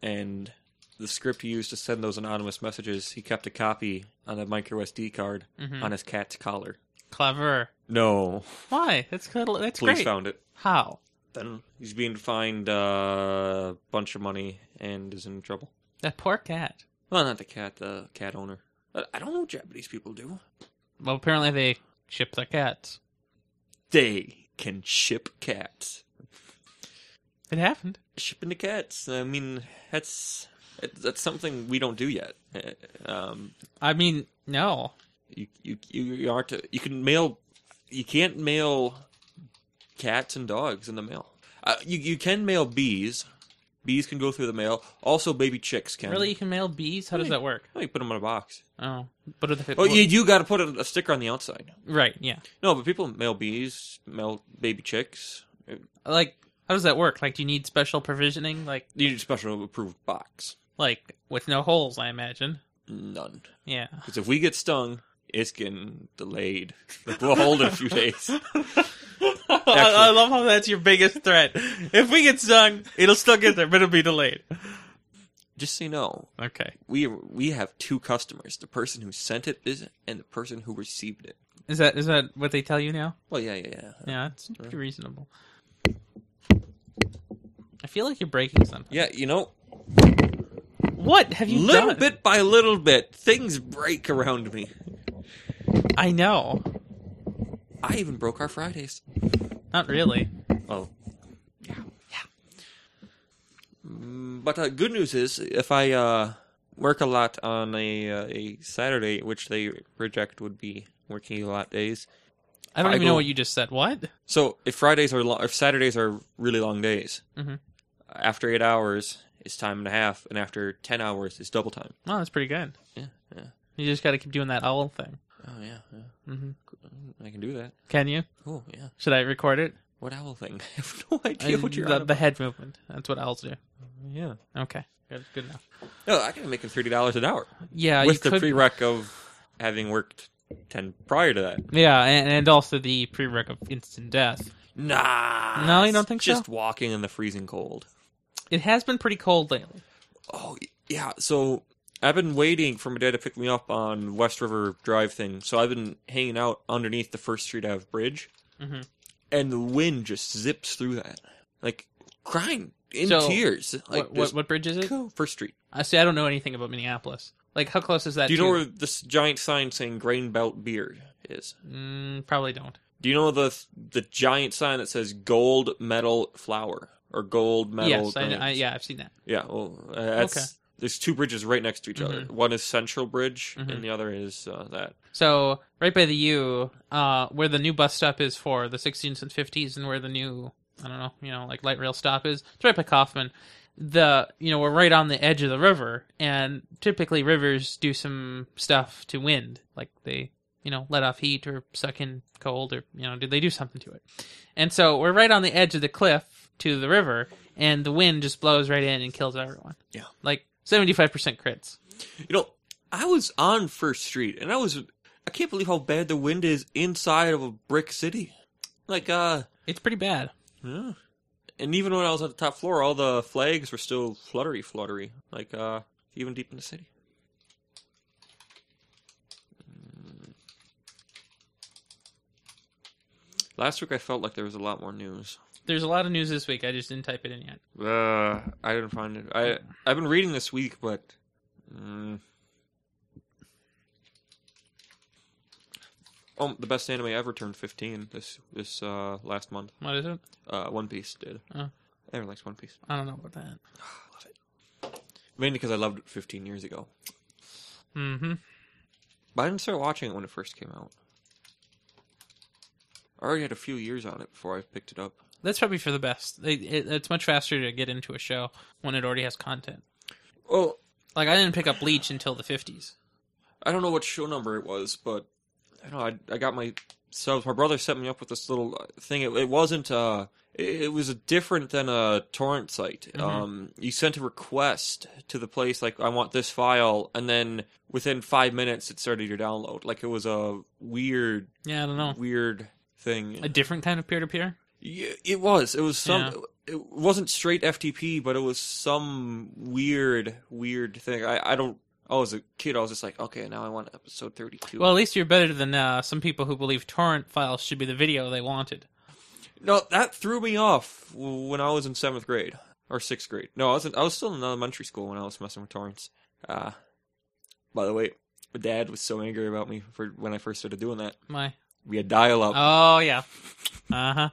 Speaker 2: and the script he used to send those anonymous messages, he kept a copy on a micro SD card on his cat's collar.
Speaker 3: Clever.
Speaker 2: No,
Speaker 3: Why? That's kind of, that's
Speaker 2: police
Speaker 3: great.
Speaker 2: found it.
Speaker 3: How?
Speaker 2: Then he's being fined uh, a bunch of money and is in trouble.
Speaker 3: That poor cat.
Speaker 2: Well, not the cat, the cat owner. I I don't know what Japanese people do.
Speaker 3: Well, apparently they ship their cats.
Speaker 2: They can ship cats.
Speaker 3: It happened.
Speaker 2: shipping the cats. I mean, that's that's something we don't do yet. Uh, Um,
Speaker 3: I mean, no.
Speaker 2: you you you aren't you can mail you can't mail cats and dogs in the mail. Uh, you you can mail bees. Bees can go through the mail. Also, baby chicks can.
Speaker 3: Really, you can mail bees? How does that work?
Speaker 2: Oh, you put them in a box.
Speaker 3: Oh, but if it
Speaker 2: Oh, you
Speaker 3: wor-
Speaker 2: you got to put a, a sticker on the outside.
Speaker 3: right, yeah.
Speaker 2: No, but people mail bees, mail baby chicks.
Speaker 3: Like, how does that work? Like, do you need special provisioning? Like,
Speaker 2: You need a special approved box.
Speaker 3: like with no holes, I imagine.
Speaker 2: None.
Speaker 3: Yeah.
Speaker 2: Because if we get stung, it's getting delayed. Like, we'll hold it a few days.
Speaker 3: I, I love how that's your biggest threat. If we get stung, it'll still get there, but it'll be delayed.
Speaker 2: Just so you know,
Speaker 3: Okay.
Speaker 2: we we have two customers: the person who sent it is and the person who received it.
Speaker 3: Is that is that what they tell you now?
Speaker 2: Well, yeah, yeah, yeah.
Speaker 3: Yeah, it's
Speaker 2: Sure.
Speaker 3: reasonable. I feel like you're breaking something.
Speaker 2: Yeah, you know,
Speaker 3: What have you
Speaker 2: little
Speaker 3: done?
Speaker 2: bit by little bit, things break around me.
Speaker 3: I know.
Speaker 2: I even broke our Fridays.
Speaker 3: Not really.
Speaker 2: Oh. Mm, But uh, good news is, if I uh, work a lot on a uh, a Saturday, which they reject would be working a lot days.
Speaker 3: I don't
Speaker 2: I
Speaker 3: even
Speaker 2: go-
Speaker 3: know what you just said. What?
Speaker 2: So if Fridays are lo- if Saturdays are really long days,
Speaker 3: Mhm.
Speaker 2: after eight hours it's time and a half, and after ten hours it's double time.
Speaker 3: Oh, that's pretty good.
Speaker 2: Yeah, yeah.
Speaker 3: You just got to keep doing that owl thing.
Speaker 2: Oh yeah, yeah.
Speaker 3: hmm
Speaker 2: Mm-hmm. I can do that.
Speaker 3: Can you?
Speaker 2: Oh yeah.
Speaker 3: Should I record it?
Speaker 2: What owl thing? I have no idea
Speaker 3: Uh,
Speaker 2: what you're
Speaker 3: the,
Speaker 2: on
Speaker 3: the
Speaker 2: about.
Speaker 3: head movement. That's what owls do.
Speaker 2: Yeah.
Speaker 3: Okay, good, good enough.
Speaker 2: No, I can make it thirty dollars an hour
Speaker 3: Yeah,
Speaker 2: with the
Speaker 3: you could.
Speaker 2: prereq of having worked ten prior to that.
Speaker 3: yeah, and, and also the prereq of instant death.
Speaker 2: Nah.
Speaker 3: No, you don't
Speaker 2: it's
Speaker 3: think so?
Speaker 2: just walking in the freezing cold.
Speaker 3: It has been pretty cold lately.
Speaker 2: Oh y- yeah. So I've been waiting for my dad to pick me up on West River Drive thing. So I've been hanging out underneath the First Street Ave bridge,
Speaker 3: Mhm.
Speaker 2: and the wind just zips through that, like crying in
Speaker 3: So,
Speaker 2: tears. Like
Speaker 3: what, what, what bridge is
Speaker 2: just
Speaker 3: it?
Speaker 2: go, First Street.
Speaker 3: I see. I don't know anything about Minneapolis. Like, how close is that?
Speaker 2: Do you
Speaker 3: to-
Speaker 2: know where this giant sign saying Grain Belt Beer is?
Speaker 3: Mm, probably don't.
Speaker 2: Do you know the the giant sign that says Gold Medal Flower or Gold Medal?
Speaker 3: yes, I, I,
Speaker 2: Grains?
Speaker 3: yeah, I've seen that.
Speaker 2: Yeah, well, uh, that's
Speaker 3: Okay.
Speaker 2: there's two bridges right next to each other. One is Central Bridge,
Speaker 3: Mhm.
Speaker 2: and the other is uh, that.
Speaker 3: So right by the U, uh, where the new bus stop is for the 16s and 50s, and where the new I don't know, you know, like light rail stop is, it's right by Kaufman. The you know we're right on the edge of the river, and typically rivers do some stuff to wind, like they you know let off heat or suck in cold or you know do they do something to it? And so we're right on the edge of the cliff to the river, and the wind just blows right in and kills everyone.
Speaker 2: Yeah.
Speaker 3: like 75% crits.
Speaker 2: You know, I was on First Street, and I was I can't believe how bad the wind is inside of a brick city. Like, uh,
Speaker 3: It's pretty bad.
Speaker 2: yeah. and even when I was on the top floor, all the flags were still fluttery, fluttery. Like, uh, even deep in the city. Mm. Last week, I felt like there was a lot more news.
Speaker 3: There's a lot of news this week. I just didn't type it in yet.
Speaker 2: Uh, I didn't find it. I I've been reading this week, but mm. oh, the best anime ever turned fifteen this this uh last month.
Speaker 3: What is it?
Speaker 2: Uh, One Piece did.
Speaker 3: Oh.
Speaker 2: Everyone likes One Piece
Speaker 3: I don't know about that.
Speaker 2: mainly because I loved it fifteen years ago,
Speaker 3: Mm-hmm.
Speaker 2: but I didn't start watching it when it first came out. I already had a few years on it before I picked it up.
Speaker 3: That's probably for the best. They- it- it's much faster to get into a show when it already has content.
Speaker 2: Well,
Speaker 3: Like I didn't pick up Bleach until the fifties.
Speaker 2: I don't know what show number it was, but I don't know. I, I got my subs. My brother set me up with this little uh, thing. It, it wasn't. Uh, it, it was different than a torrent site.
Speaker 3: Mm-hmm.
Speaker 2: Um, you sent a request to the place like I want this file, and then within five minutes it started your download. Like it was a weird,
Speaker 3: Yeah, I don't know.
Speaker 2: weird thing.
Speaker 3: A different kind of peer to peer.
Speaker 2: Y- It was. It was some.
Speaker 3: Yeah.
Speaker 2: It wasn't straight FTP, but it was some weird, weird thing. I, I don't. I was a kid. I was just like, okay, now I want episode thirty-two.
Speaker 3: Well, at least you're better than uh, some people who believe torrent files should be the video they wanted.
Speaker 2: No, that threw me off w- when I was in seventh grade or sixth grade. No, I was in, I was still in elementary school when I was messing with torrents. Uh, by the way, my dad was so angry about me for when I first started doing that.
Speaker 3: My
Speaker 2: We had dial up.
Speaker 3: oh yeah, uh huh.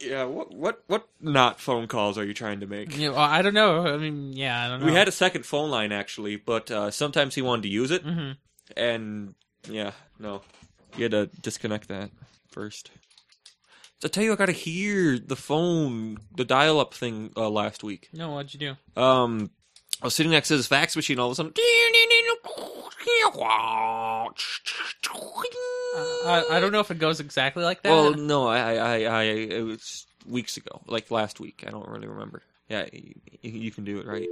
Speaker 2: yeah, what what what not phone calls are you trying to make?
Speaker 3: Yeah, well, I don't know. I mean, yeah, I don't know.
Speaker 2: We had a second phone line actually, but uh, sometimes he wanted to use it,
Speaker 3: Mhm.
Speaker 2: and yeah, no, you had to disconnect that first. I tell you, I got to hear the phone, the dial-up thing uh, last week.
Speaker 3: No, what'd you do?
Speaker 2: Um, I was sitting next to this fax machine. All of a sudden,
Speaker 3: Uh, I, I don't know if it goes exactly like that.
Speaker 2: Well, no, I, I, I, it was weeks ago, like last week. I don't really remember. Yeah, you, you can do it right.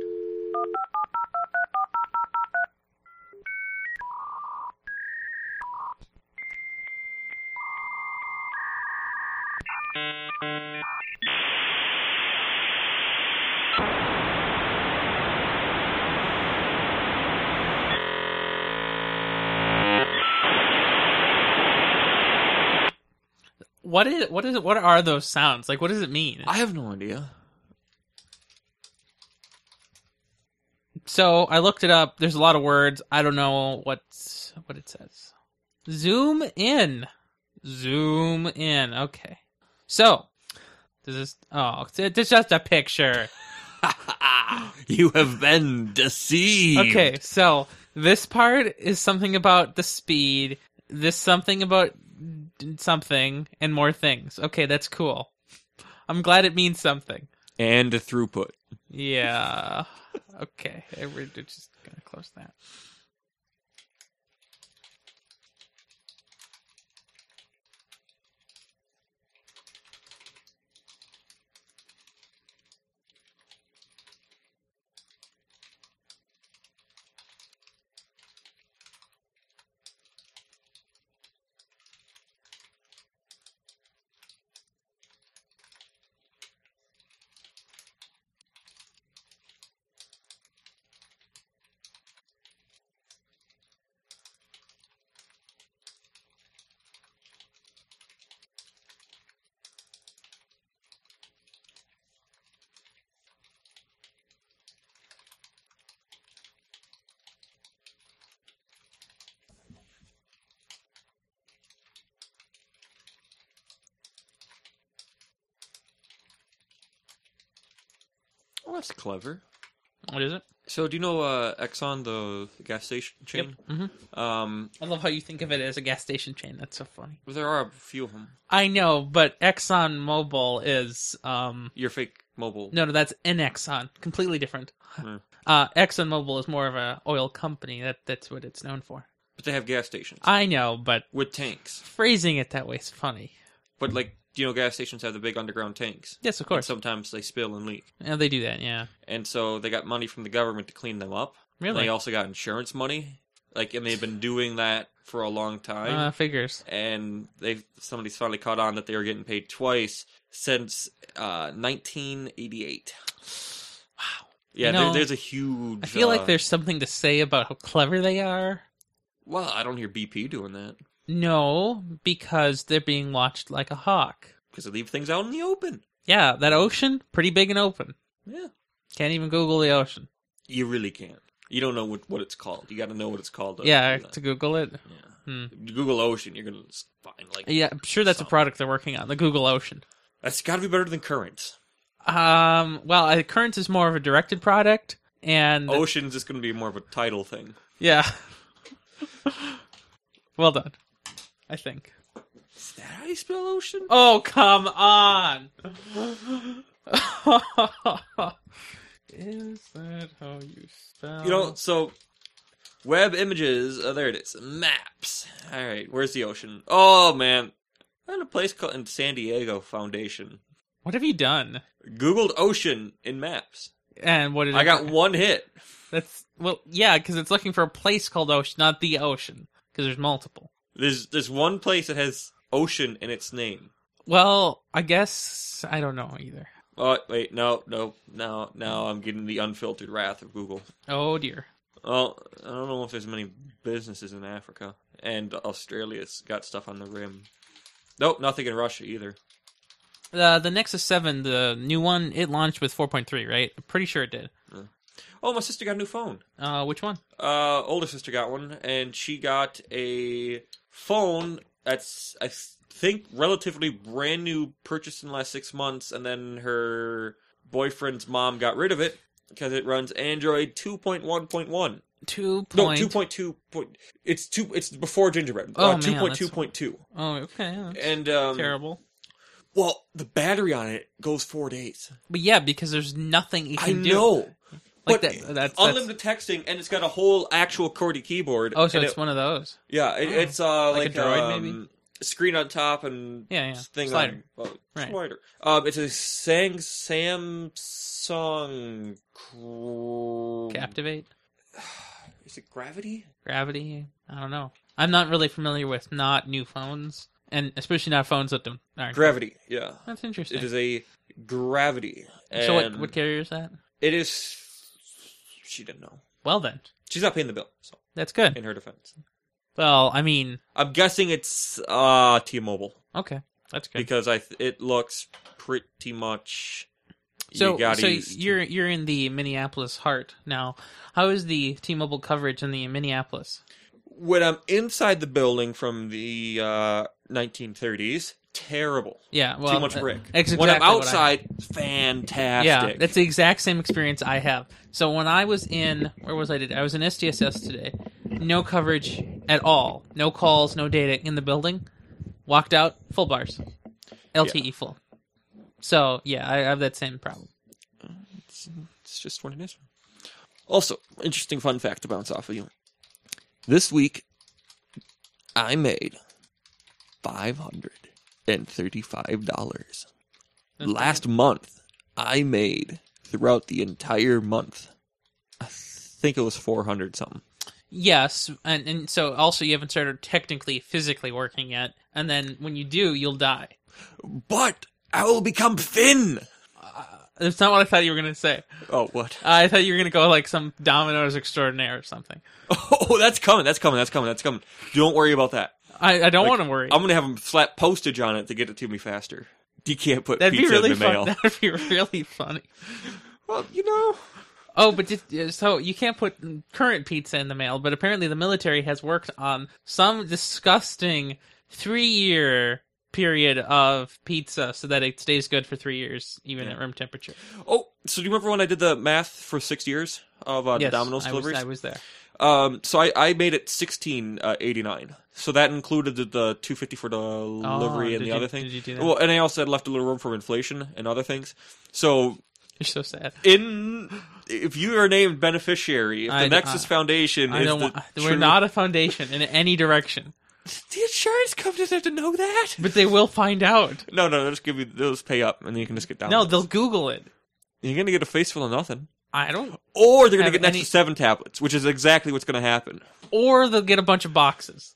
Speaker 3: what is what is what are those sounds? Like what does it mean?
Speaker 2: I have no idea.
Speaker 3: so I looked it up. There's a lot of words. I don't know what's what it says. Zoom in. Zoom in. Okay. So this is oh it's, it's just a picture.
Speaker 2: you have been deceived.
Speaker 3: Okay, so this part is something about the speed. This something about d- something and more things. Okay, that's cool. I'm glad it means something.
Speaker 2: And a throughput.
Speaker 3: Yeah. okay. eh, We're d- just gonna close that.
Speaker 2: Well, Oh, that's clever.
Speaker 3: What is it?
Speaker 2: So, do you know uh, Exxon, the gas station chain?
Speaker 3: hmm
Speaker 2: Um,
Speaker 3: I love how you think of it as a gas station chain. That's so funny.
Speaker 2: there are a few of them.
Speaker 3: I know, but Exxon Mobil is um
Speaker 2: Your fake mobile.
Speaker 3: no, no, that's in Exxon, completely different.
Speaker 2: Hmm.
Speaker 3: Uh, Exxon Mobil is more of a oil company. That that's what it's known for.
Speaker 2: But they have gas stations
Speaker 3: I know, but
Speaker 2: with tanks.
Speaker 3: phrasing it that way is funny.
Speaker 2: But like, you know, gas stations have the big underground tanks.
Speaker 3: Yes, of
Speaker 2: And
Speaker 3: course.
Speaker 2: sometimes they spill and leak,
Speaker 3: Yeah, they do that. Yeah,
Speaker 2: and so they got money from the government to clean them up. And
Speaker 3: really.
Speaker 2: They also got insurance money, like, and they've been doing that for a long time.
Speaker 3: Uh, figures.
Speaker 2: and they somebody's finally caught on that they were getting paid twice since uh, 1988.
Speaker 3: Wow.
Speaker 2: Yeah,
Speaker 3: You know,
Speaker 2: there, there's a huge.
Speaker 3: I feel
Speaker 2: uh,
Speaker 3: like there's something to say about how clever they are.
Speaker 2: Well, I don't hear BP doing that
Speaker 3: No, because they're being watched like a hawk.
Speaker 2: because they leave things out in the open.
Speaker 3: Yeah, that ocean, pretty big and open.
Speaker 2: Yeah,
Speaker 3: Can't even Google the ocean.
Speaker 2: you really can't. You don't know what, what it's called. You got to know what it's called. to
Speaker 3: yeah,
Speaker 2: do that.
Speaker 3: to Google it.
Speaker 2: yeah.
Speaker 3: Hmm.
Speaker 2: Google Ocean. You're gonna s- find like
Speaker 3: Yeah, I'm sure that's a
Speaker 2: Something.
Speaker 3: product they're working on, the Google Ocean.
Speaker 2: that's got to be better than Current.
Speaker 3: Um, well, uh, Currents is more of a directed product, and
Speaker 2: Ocean's just gonna be more of a title thing.
Speaker 3: yeah. well done, I think.
Speaker 2: Is that how you spell Ocean?
Speaker 3: Oh, come on. Is that how you spell?
Speaker 2: You know, so web images. Oh, there it is. Maps. All right, where's the ocean? Oh man, I'm in a place called in San Diego Foundation.
Speaker 3: what have you done?
Speaker 2: Googled ocean in maps.
Speaker 3: And what did
Speaker 2: I
Speaker 3: it-
Speaker 2: got one hit.
Speaker 3: That's well, yeah, because it's looking for a place called Ocean, not the ocean, because there's multiple.
Speaker 2: There's there's one place that has ocean in its name.
Speaker 3: Well, I guess I don't know either.
Speaker 2: Oh wait, no, no, no, now I'm getting the unfiltered wrath of Google.
Speaker 3: Oh dear.
Speaker 2: Well, I don't know if there's many businesses in Africa, and Australia's got stuff on the rim. Nope, nothing in Russia either.
Speaker 3: Uh, the Nexus 7, the new one, it launched with 4.3, right? I'm pretty sure it did.
Speaker 2: Oh, my sister got a new phone.
Speaker 3: Uh, which one?
Speaker 2: uh, older sister got one, and she got a phone that's I think relatively brand new, purchased in the last six months, and then her boyfriend's mom got rid of it because it runs Android two point one point one.
Speaker 3: Two
Speaker 2: No,
Speaker 3: point.
Speaker 2: two point two point. It's two. It's before Gingerbread. uh,
Speaker 3: Oh, man,
Speaker 2: two point two point two.
Speaker 3: Oh, okay. that's
Speaker 2: And um,
Speaker 3: terrible.
Speaker 2: well, the battery on it goes four days.
Speaker 3: But yeah, because there's nothing you
Speaker 2: I
Speaker 3: can do.
Speaker 2: know. But
Speaker 3: Like that, that's, that's
Speaker 2: unlimited texting, and it's got a whole actual QWERTY keyboard.
Speaker 3: Oh, so
Speaker 2: and
Speaker 3: it's
Speaker 2: it-
Speaker 3: one of those.
Speaker 2: Yeah, it,
Speaker 3: Oh.
Speaker 2: it's uh, like,
Speaker 3: Like a droid,
Speaker 2: um,
Speaker 3: maybe?
Speaker 2: Screen on top and
Speaker 3: Yeah, yeah.
Speaker 2: thing
Speaker 3: Slider.
Speaker 2: on oh,
Speaker 3: Right.
Speaker 2: slider. Um, it's a Sang Samsung. Cr-
Speaker 3: Captivate,
Speaker 2: Is it Gravity?
Speaker 3: Gravity. I don't know. I'm not really familiar with not new phones, and especially not phones that don't. Aren't.
Speaker 2: Gravity. Yeah,
Speaker 3: that's interesting.
Speaker 2: it is a Gravity. And
Speaker 3: so what, what carrier is that?
Speaker 2: It is. She didn't know.
Speaker 3: Well then,
Speaker 2: She's not paying the bill. So,
Speaker 3: that's good.
Speaker 2: in her defense,
Speaker 3: Well, I mean,
Speaker 2: I'm guessing it's uh T-Mobile.
Speaker 3: okay. That's good.
Speaker 2: because I th- it looks pretty much.
Speaker 3: So,
Speaker 2: you got
Speaker 3: so
Speaker 2: used.
Speaker 3: you're you're in the Minneapolis heart now. How is the T-Mobile coverage in the Minneapolis?
Speaker 2: when I'm inside the building from the uh, 1930s, terrible.
Speaker 3: Yeah, well,
Speaker 2: Too much
Speaker 3: uh,
Speaker 2: brick.
Speaker 3: Ex-
Speaker 2: when I'm
Speaker 3: exactly what I-
Speaker 2: outside, fantastic.
Speaker 3: Yeah, that's the exact same experience I have. So when I was in, where was I today? I was in SDSS today. No coverage at all. No calls, no data in the building. Walked out, full bars. LTE full. So yeah, I I have that same problem.
Speaker 2: it's, it's just what it is. Also, interesting fun fact to bounce off of you. This week, I made five hundred and thirty-five dollars.
Speaker 3: That's
Speaker 2: Last month, I made throughout the entire month. I think it was four hundred something.
Speaker 3: Yes, and, and so also you haven't started technically physically working yet, and then when you do, you'll die.
Speaker 2: But I will become thin.
Speaker 3: That's not what I thought you were gonna say.
Speaker 2: Oh, what?
Speaker 3: I thought you were gonna go like some Domino's Extraordinaire or something.
Speaker 2: Oh, that's coming. That's coming. That's coming. That's coming. Don't worry about that.
Speaker 3: I, I don't
Speaker 2: Like,
Speaker 3: want to worry.
Speaker 2: I'm gonna have them slap postage on it to get it to me faster. You can't put
Speaker 3: That'd be
Speaker 2: pizza
Speaker 3: really
Speaker 2: in the mail.
Speaker 3: fun. That'd be really funny.
Speaker 2: Well, you know,
Speaker 3: Oh, but just, uh, so you can't put current pizza in the mail, but apparently the military has worked on some disgusting three-year period of pizza so that it stays good for three years, even
Speaker 2: Yeah.
Speaker 3: at room temperature.
Speaker 2: Oh, so do you remember when I did the math for six years of uh, the
Speaker 3: yes,
Speaker 2: Domino's
Speaker 3: I was,
Speaker 2: deliveries?
Speaker 3: I was there.
Speaker 2: Um, so I, I made it sixteen uh, eighty nine. So that included the, the two fifty for delivery
Speaker 3: Oh,
Speaker 2: and
Speaker 3: did
Speaker 2: the
Speaker 3: you-
Speaker 2: other thing.
Speaker 3: did you do that?
Speaker 2: Well, and I also had left a little room for inflation and other things. So
Speaker 3: You're so sad.
Speaker 2: in if you are named beneficiary, if the
Speaker 3: I-
Speaker 2: Nexus
Speaker 3: I-
Speaker 2: Foundation
Speaker 3: I
Speaker 2: is
Speaker 3: don't
Speaker 2: the
Speaker 3: want, we're
Speaker 2: true-
Speaker 3: not a foundation in any direction,
Speaker 2: the insurance companies have to know that.
Speaker 3: but they will find out.
Speaker 2: No, no, they'll just give you they'll just pay up and then you can just get down.
Speaker 3: No, they'll Google it.
Speaker 2: you're gonna get a face full of nothing.
Speaker 3: I don't,
Speaker 2: Or they're gonna
Speaker 3: Have
Speaker 2: get
Speaker 3: any-
Speaker 2: Nexus seven tablets, which is exactly what's gonna happen.
Speaker 3: or they'll get a bunch of boxes.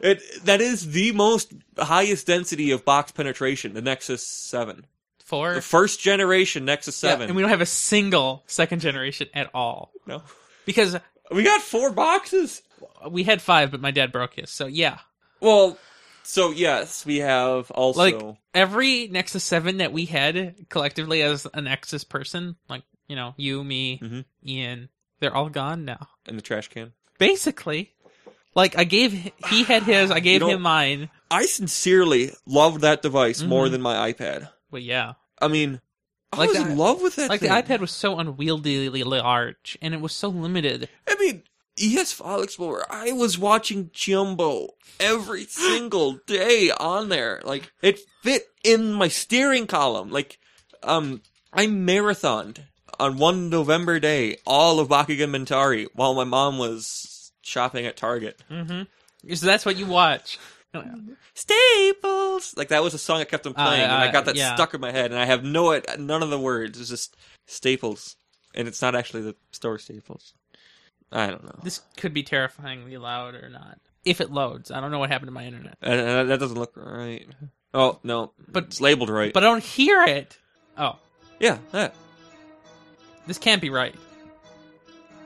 Speaker 2: It that is the most highest density of box penetration, the Nexus Seven,
Speaker 3: Four,
Speaker 2: the first generation Nexus
Speaker 3: Yeah,
Speaker 2: Seven.
Speaker 3: and we don't have a single second generation at all
Speaker 2: no,
Speaker 3: because
Speaker 2: we got four boxes.
Speaker 3: we had five, but my dad broke his. So yeah,
Speaker 2: Well, so yes, we have also.
Speaker 3: like every Nexus Seven that we had collectively as a Nexus person, like you know, you, me,
Speaker 2: Mhm.
Speaker 3: Ian, they're all gone now.
Speaker 2: in the trash can.
Speaker 3: Basically, like I gave he had his, I gave
Speaker 2: You know-
Speaker 3: him mine.
Speaker 2: I sincerely loved that device more
Speaker 3: Mhm.
Speaker 2: than my iPad.
Speaker 3: Well, yeah,
Speaker 2: I mean, I
Speaker 3: Like
Speaker 2: was
Speaker 3: the-
Speaker 2: in love with that.
Speaker 3: like
Speaker 2: thing.
Speaker 3: the iPad was so unwieldy large, and it was so limited.
Speaker 2: I mean, ES5 Explorer, I was watching Jumbo every single day on there. Like, it fit in my steering column. Like, um, I marathoned on one November day all of Bakugan Mentari while my mom was shopping at Target.
Speaker 3: Mm-hmm. So that's what you watch.
Speaker 2: Staples! Like, that was a song I kept on
Speaker 3: Uh,
Speaker 2: playing, and I
Speaker 3: uh,
Speaker 2: got that
Speaker 3: yeah.
Speaker 2: stuck in my head, and I have no, none of the words. It's just Staples. And it's not actually the store Staples. I don't know.
Speaker 3: This could be terrifyingly loud or not. If it loads, I don't know what happened to my internet,
Speaker 2: Uh, uh, that doesn't look right. Oh no,
Speaker 3: But-
Speaker 2: it's labeled right.
Speaker 3: but I don't hear it. Oh,
Speaker 2: yeah, that.
Speaker 3: this can't be right.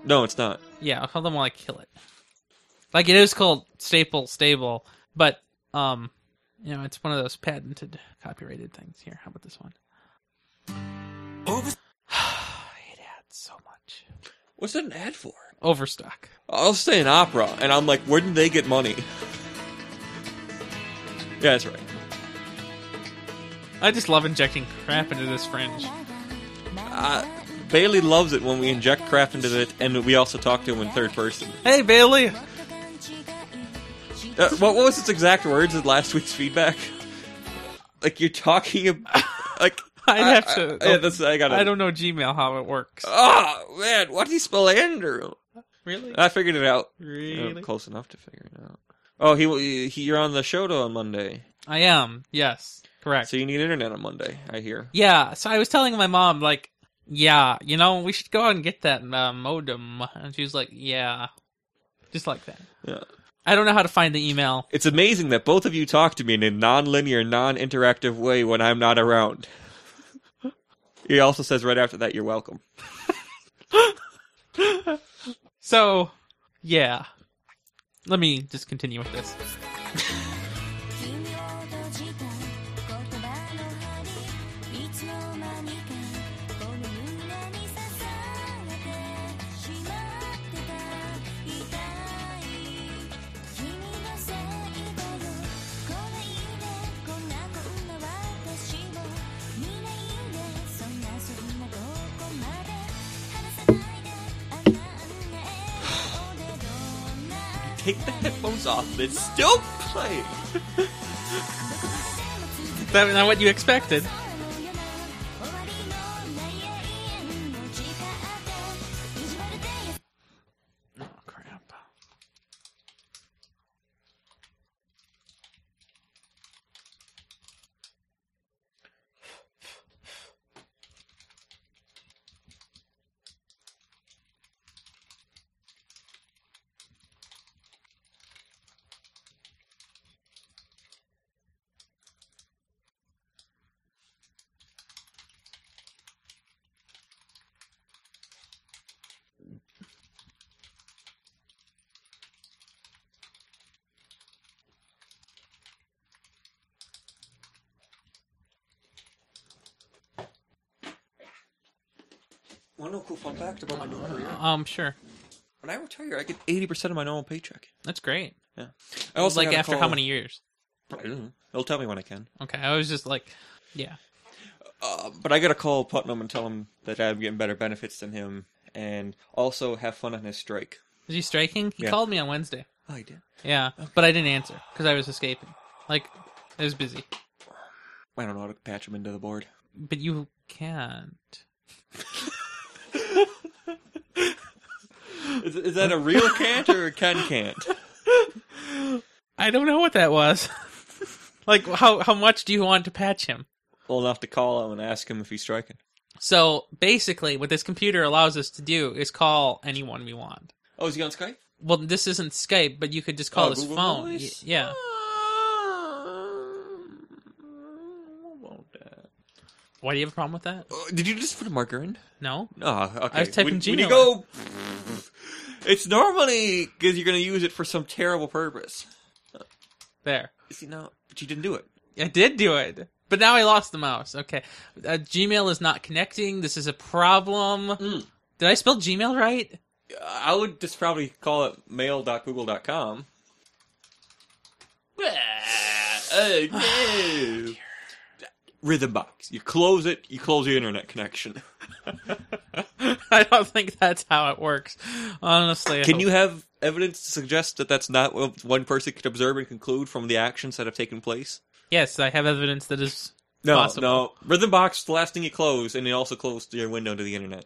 Speaker 2: no, it's not.
Speaker 3: Yeah, I'll call them while I kill it. Like it is called staple stable, but um, you know, it's one of those patented, copyrighted things. Here, how about this one? I hate ads so much.
Speaker 2: What's that an ad for?
Speaker 3: Overstock.
Speaker 2: I'll say an opera, and I'm like, where did they get money? yeah, that's right.
Speaker 3: I just love injecting crap into this fringe.
Speaker 2: Uh, Bailey loves it when we inject crap into it, and we also talk to him in third person.
Speaker 3: Hey Bailey,
Speaker 2: Uh, what, what was its exact words in last week's feedback? Like you're talking about, like
Speaker 3: I'd
Speaker 2: I-
Speaker 3: have to-
Speaker 2: I, yeah, that's I got.
Speaker 3: I don't know Gmail how it works.
Speaker 2: Oh man, what did he spell Andrew?
Speaker 3: Really?
Speaker 2: I figured it out. Yeah,
Speaker 3: Really?
Speaker 2: close enough to figure it out. Oh, he, he you're on the show on Monday,
Speaker 3: I am. Yes. Correct.
Speaker 2: so you need internet on Monday. I hear.
Speaker 3: Yeah, so I was telling my mom, like, yeah, you know, we should go out and get that uh, modem. And she was like, yeah. Just like that.
Speaker 2: Yeah.
Speaker 3: I don't know how to find the email.
Speaker 2: It's amazing that both of you talk to me in a non-linear, non-interactive way when I'm not around. he also says right after that, "You're welcome."
Speaker 3: So, yeah. Let me just continue with this.
Speaker 4: つの間にかこの胸に刺されてしまってた痛い君のせいだよ来ないでこんなこんな私を見ないでそんなそんなどこまで離さないであんなあんな笑顔でどんな
Speaker 2: Take the headphones off, but it's still playing.
Speaker 3: That not what you expected.
Speaker 4: 空のような終わりのない永遠の誓って意地悪で優
Speaker 3: Oh crap.
Speaker 2: One little cool fun fact about my new career.
Speaker 3: Um, sure.
Speaker 2: When I retire, I get 80% of my normal paycheck.
Speaker 3: That's great.
Speaker 2: Yeah. I also
Speaker 3: like
Speaker 2: got a
Speaker 3: after how
Speaker 2: call-
Speaker 3: many years?
Speaker 2: I don't know. They'll tell me when I can.
Speaker 3: Okay, I was just like, yeah.
Speaker 2: Uh, but I got to call Putnam and tell him that I'm getting better benefits than him and also have fun on his strike.
Speaker 3: Is he striking? He
Speaker 2: Yeah.
Speaker 3: called me on Wednesday.
Speaker 2: Oh, I did.
Speaker 3: Yeah, but I didn't answer because I was escaping. Like, I was busy.
Speaker 2: I don't know how to patch him into the board.
Speaker 3: But you can't.
Speaker 2: Is, is that a real can't or a Ken can't?
Speaker 3: I don't know what that was. like, how how much do you want to patch him?
Speaker 2: Well, enough to call him and ask him if he's striking.
Speaker 3: So basically, what this computer allows us to do is call anyone we want.
Speaker 2: Oh, is he on Skype?
Speaker 3: Well, this isn't Skype, but you could just call
Speaker 2: Oh,
Speaker 3: his
Speaker 2: Google
Speaker 3: phone.
Speaker 2: Voice? Um,
Speaker 3: Y- Yeah. Why do you have a problem with that?
Speaker 2: Uh, Did you just put a marker in?
Speaker 3: No.
Speaker 2: Oh, okay.
Speaker 3: I was typing
Speaker 2: when,
Speaker 3: Gmail
Speaker 2: when you
Speaker 3: in.
Speaker 2: go, it's normally because you're going to use it for some terrible purpose.
Speaker 3: There.
Speaker 2: See, no, but you didn't do it.
Speaker 3: I did do it, but now I lost the mouse. Okay, uh, Gmail is not connecting. This is a problem.
Speaker 2: Mm.
Speaker 3: Did I spell Gmail right?
Speaker 2: I would just probably call it mail.google.com. oh, no. Rhythm box. You close it, you close your internet connection.
Speaker 3: I don't think that's how it works. Honestly, I
Speaker 2: Can
Speaker 3: don't-
Speaker 2: you have evidence to suggest that that's not what one person could observe and conclude from the actions that have taken place?
Speaker 3: Yes, I have evidence that is.
Speaker 2: No,
Speaker 3: Possible.
Speaker 2: no. Rhythm box, the last thing you close, and it also closed your window to the internet.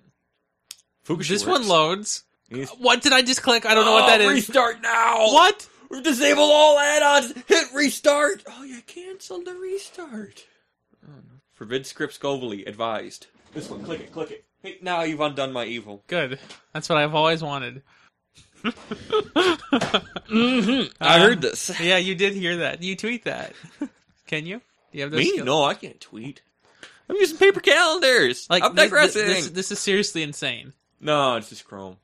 Speaker 2: Fukushi
Speaker 3: This
Speaker 2: works.
Speaker 3: one loads.
Speaker 2: Yes.
Speaker 3: What did I just click? I don't know what that is.
Speaker 2: Oh, Restart now.
Speaker 3: What?
Speaker 2: Disable all add-ons. Hit restart. Oh, you canceled the restart. Forbid scripts globally. Advised. This one. Click it. Click it. Hey, now you've undone my evil.
Speaker 3: Good. That's what I've always wanted.
Speaker 2: I
Speaker 3: Uh,
Speaker 2: heard this.
Speaker 3: Yeah, you did hear that. You tweet that. Can you? Do you have those
Speaker 2: Me?
Speaker 3: skills?
Speaker 2: No, I can't tweet. I'm using paper calendars.
Speaker 3: Like
Speaker 2: I'm
Speaker 3: thi- thi-
Speaker 2: digressing.
Speaker 3: this, this is seriously insane.
Speaker 2: No, it's just Chrome.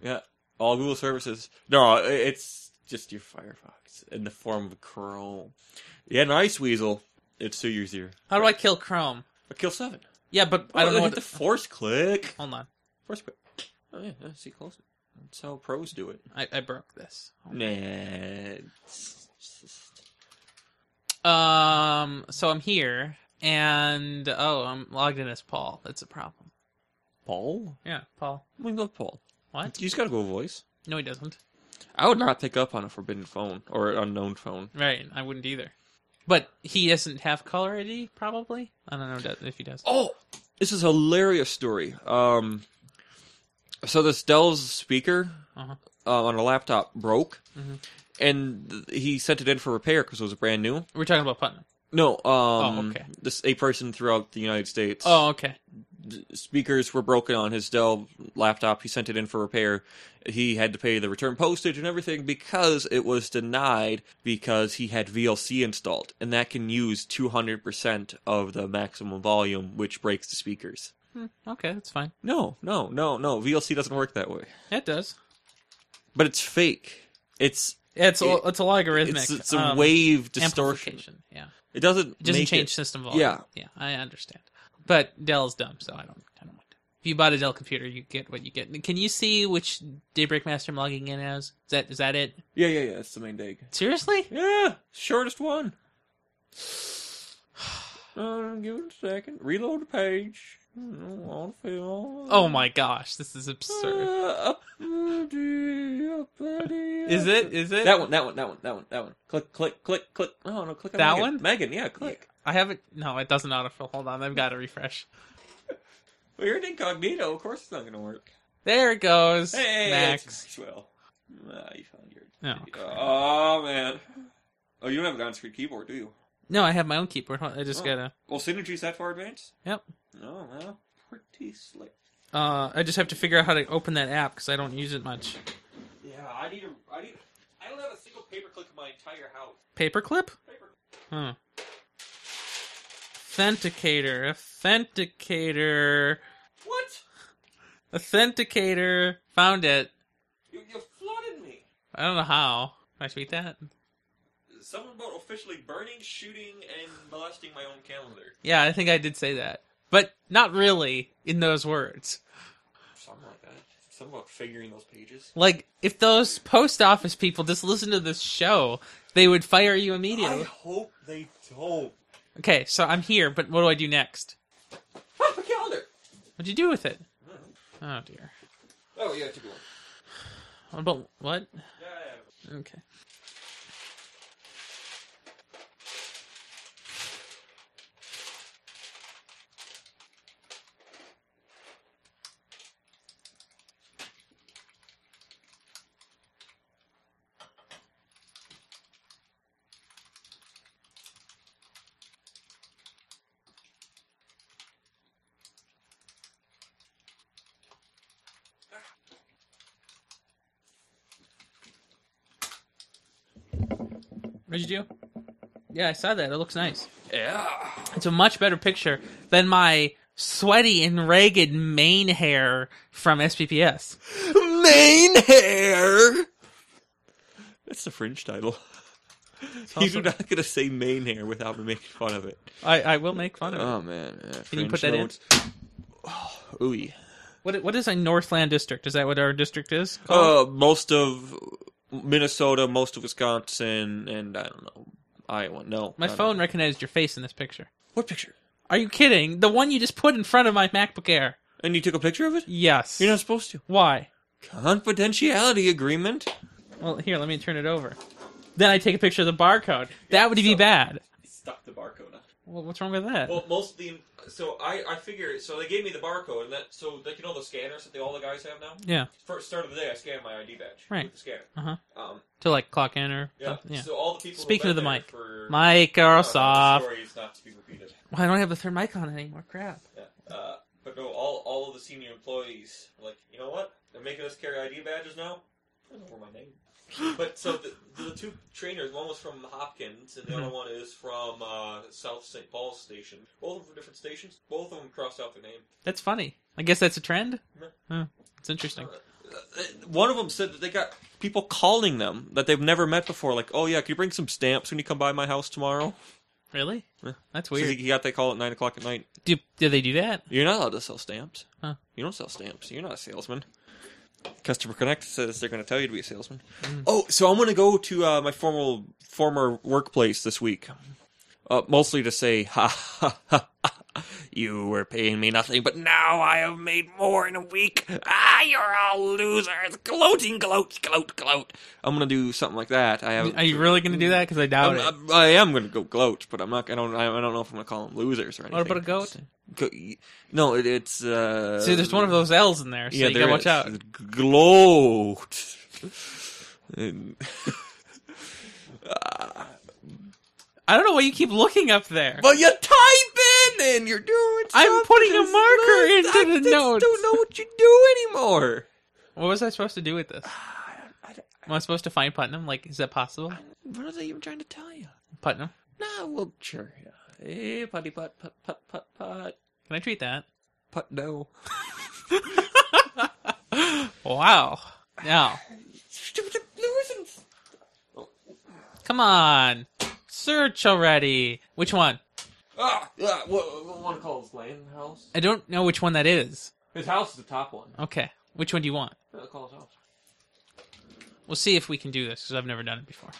Speaker 2: Yeah, all Google services. No, i- it's just your Firefox in the form of Chrome. You had an ice weasel. It's two years here.
Speaker 3: How do I kill Chrome?
Speaker 2: I kill seven.
Speaker 3: Yeah, but I don't know
Speaker 2: hit
Speaker 3: what
Speaker 2: the force click.
Speaker 3: Hold on.
Speaker 2: Force click. Oh yeah, yeah, see close. That's how pros do it.
Speaker 3: I, I broke this.
Speaker 2: Nah. it's just-
Speaker 3: Um, so I'm here, and oh, I'm logged in as Paul. That's a problem.
Speaker 2: Paul?
Speaker 3: Yeah, Paul.
Speaker 2: We love Paul.
Speaker 3: What?
Speaker 2: You just gotta go voice.
Speaker 3: No, he doesn't.
Speaker 2: I would not pick up on a forbidden phone or an unknown phone.
Speaker 3: Right, I wouldn't either. But he doesn't have caller ID, probably. I don't know that- if he does.
Speaker 2: Oh, this is a hilarious story. Um, so this Dell's speaker
Speaker 3: Uh-huh.
Speaker 2: uh, on a laptop broke,
Speaker 3: Mhm.
Speaker 2: and th- he sent it in for repair because it was brand new.
Speaker 3: We're talking about Putnam.
Speaker 2: No, um,
Speaker 3: okay.
Speaker 2: this a person throughout the United States.
Speaker 3: Oh, okay.
Speaker 2: d- speakers were broken on his Dell laptop. He sent it in for repair. He had to pay the return postage and everything because it was denied because he had VLC installed, and that can use two hundred percent of the maximum volume, which breaks the speakers.
Speaker 3: Hmm, okay, that's fine.
Speaker 2: No, no, no, no. VLC doesn't work that way.
Speaker 3: It does.
Speaker 2: But it's fake. It's
Speaker 3: It's
Speaker 2: It-
Speaker 3: a, it's a logarithmic.
Speaker 2: it's, it's a
Speaker 3: um,
Speaker 2: wave distortion.
Speaker 3: amplification, Yeah.
Speaker 2: It doesn't
Speaker 3: It doesn't
Speaker 2: make
Speaker 3: change
Speaker 2: It,
Speaker 3: system volume.
Speaker 2: Yeah.
Speaker 3: yeah, I understand. But Dell's dumb, so I don't. I don't mind. If you bought a Dell computer, you get what you get. Can you see which Daybreak Master I'm logging in as? Is that is that it?
Speaker 2: yeah, yeah, yeah. That's the main dig.
Speaker 3: Seriously?
Speaker 2: Yeah, shortest one. Um, give it a second. Reload the page. On film.
Speaker 3: Oh my gosh, this is absurd.
Speaker 2: Uh, up, is
Speaker 3: Is it? Is it?
Speaker 2: That one, that one, that one, that one, that one. Click, click, click, click. Oh no, click on
Speaker 3: That
Speaker 2: Megan.
Speaker 3: one?
Speaker 2: Megan, yeah, click.
Speaker 3: I haven't. No, it doesn't autofill. Hold on, I've got to refresh.
Speaker 2: Well, you're in incognito. Of course, it's not gonna work.
Speaker 3: There it goes.
Speaker 2: Hey,
Speaker 3: Next.
Speaker 2: it's- Well, ah, you found your.
Speaker 3: No,
Speaker 2: Oh man. Oh, you don't have an on-screen keyboard, do you?
Speaker 3: no, I have my own keyboard. Hold- I just
Speaker 2: Oh.
Speaker 3: gotta.
Speaker 2: Well, Synergy's that far advanced.
Speaker 3: Yep.
Speaker 2: No, well, pretty slick.
Speaker 3: Uh, I just have to figure out how to open that app because I don't use it much.
Speaker 2: Yeah, I need a. I need. I don't have a single paperclip in my entire house.
Speaker 3: Paperclip?
Speaker 2: Paper.
Speaker 3: Huh. Authenticator. Authenticator.
Speaker 2: What?
Speaker 3: Authenticator. Found it.
Speaker 2: You, you flooded me.
Speaker 3: I don't know how. Can I tweet that?
Speaker 2: Something about officially burning, shooting, and molesting my own calendar.
Speaker 3: Yeah, I think I did say that. But not really in those words.
Speaker 2: Something like that. Something about figuring those pages.
Speaker 3: Like, if those post office people just listened to this show, they would fire you
Speaker 2: I
Speaker 3: immediately.
Speaker 2: hope they don't.
Speaker 3: Okay, so I'm here, but what do I do next?
Speaker 2: Ah, my calendar!
Speaker 3: What'd you do with it? Oh dear.
Speaker 2: Oh, yeah, took one.
Speaker 3: What about what?
Speaker 2: Yeah, yeah.
Speaker 3: Okay. What'd you do? Yeah, I saw that. It looks nice.
Speaker 2: Yeah.
Speaker 3: It's a much better picture than my sweaty and ragged mane hair from SPPS.
Speaker 2: Main hair. That's the fringe title.
Speaker 3: also-
Speaker 2: You're not gonna say main hair without me making fun of it.
Speaker 3: I, I will make fun of it.
Speaker 2: Oh man, yeah,
Speaker 3: Can you put that in?
Speaker 2: in? Ooh,
Speaker 3: What what is a Northland district? Is that what our district is? Oh, called?
Speaker 2: uh, most of Minnesota, most of Wisconsin, and I don't know, Iowa. No, I
Speaker 3: my
Speaker 2: don't-
Speaker 3: phone recognized your face in this picture.
Speaker 2: What picture?
Speaker 3: Are you kidding? The one you just put in front of my MacBook Air.
Speaker 2: And you took a picture of it?
Speaker 3: Yes.
Speaker 2: You're not supposed to.
Speaker 3: why?
Speaker 2: Confidentiality agreement.
Speaker 3: Well, here, let me turn it over. Then I take a picture of the barcode. That would be
Speaker 2: so-
Speaker 3: bad.
Speaker 2: Stuck the barcode. on.
Speaker 3: Well, what's wrong with that?
Speaker 2: Well, most of the so I I figure so they gave me the barcode and that so like you know those scanners that they, all the guys have now.
Speaker 3: yeah,
Speaker 2: First start of the day, I scanned my ID badge
Speaker 3: Right.
Speaker 2: with the scanner.
Speaker 3: Uh-huh.
Speaker 2: Um,
Speaker 3: to like clock in or
Speaker 2: yeah.
Speaker 3: something, yeah.
Speaker 2: So all the people.
Speaker 3: Speak
Speaker 2: who
Speaker 3: into
Speaker 2: went
Speaker 3: the
Speaker 2: there
Speaker 3: mic.
Speaker 2: For, Oh, the
Speaker 3: Microsoft.
Speaker 2: story is not to be repeated.
Speaker 3: Well, I don't have the third mic on anymore. Crap.
Speaker 2: Yeah. Uh, but no, all all of the senior employees were like, you know what? They're making us carry ID badges now. I don't know where my name. but so the, the two trainers, one was from Hopkins and the other one is from uh, South St. Paul's station. Both of them were different stations. Both of them crossed out their name.
Speaker 3: That's funny. I guess that's a trend.
Speaker 2: Yeah.
Speaker 3: Huh. It's interesting.
Speaker 2: One of them said that they got people calling them that they've never met before, like, "Oh yeah, can you bring some stamps when you come by my house tomorrow?"
Speaker 3: Really?
Speaker 2: Yeah.
Speaker 3: That's
Speaker 2: So
Speaker 3: weird.
Speaker 2: he got that call at nine o'clock at night.
Speaker 3: Do do they do that?
Speaker 2: You're not allowed to sell stamps.
Speaker 3: Huh.
Speaker 2: You don't sell stamps. You're not a salesman. Customer Connect says they're going to tell you to be a salesman.
Speaker 3: Mm.
Speaker 2: Oh, so I'm going to go to uh, my formal former workplace this week, uh, mostly to say, ha, ha, ha, ha, you were paying me nothing, but now I have made more in a week. Ah, you're all losers, gloating, gloat, gloat, gloat. I'm going to do something like that. I have.
Speaker 3: Are you really going to do that? Because I doubt
Speaker 2: I'm,
Speaker 3: it.
Speaker 2: I'm- I am going to go gloat, but I'm not. I don't. I don't know if I'm going to call them losers or anything.
Speaker 3: what about a goat?
Speaker 2: Go- No, it, it's. Uh,
Speaker 3: See, there's one of those L's in there, so you
Speaker 2: there
Speaker 3: gotta watch
Speaker 2: is.
Speaker 3: out.
Speaker 2: Gloat. And-
Speaker 3: I don't know why you keep looking up there.
Speaker 2: but you type in and you're doing.
Speaker 3: I'm
Speaker 2: something
Speaker 3: putting a
Speaker 2: that's
Speaker 3: marker
Speaker 2: not-
Speaker 3: into the
Speaker 2: I just
Speaker 3: notes.
Speaker 2: Don't know what you do anymore.
Speaker 3: What was I supposed to do with this?
Speaker 2: I don't-
Speaker 3: Am I supposed to find Putnam? Like, is that possible?
Speaker 2: What are they even trying to tell you?
Speaker 3: Putnam?
Speaker 2: No, well, sure. Yeah. Hey, putty putt, putt, putt, putt, putt,
Speaker 3: Can I tweet that?
Speaker 2: putt. No.
Speaker 3: Wow. Now,
Speaker 2: Stupid losers.
Speaker 3: come on. search already. Which one?
Speaker 2: Ah, ah, what, what one calls Lane House?
Speaker 3: I don't know which one that is.
Speaker 2: His house is the top one.
Speaker 3: Okay, which one do you want?
Speaker 2: Yeah, call his house.
Speaker 3: We'll see if we can do this because I've never done it before.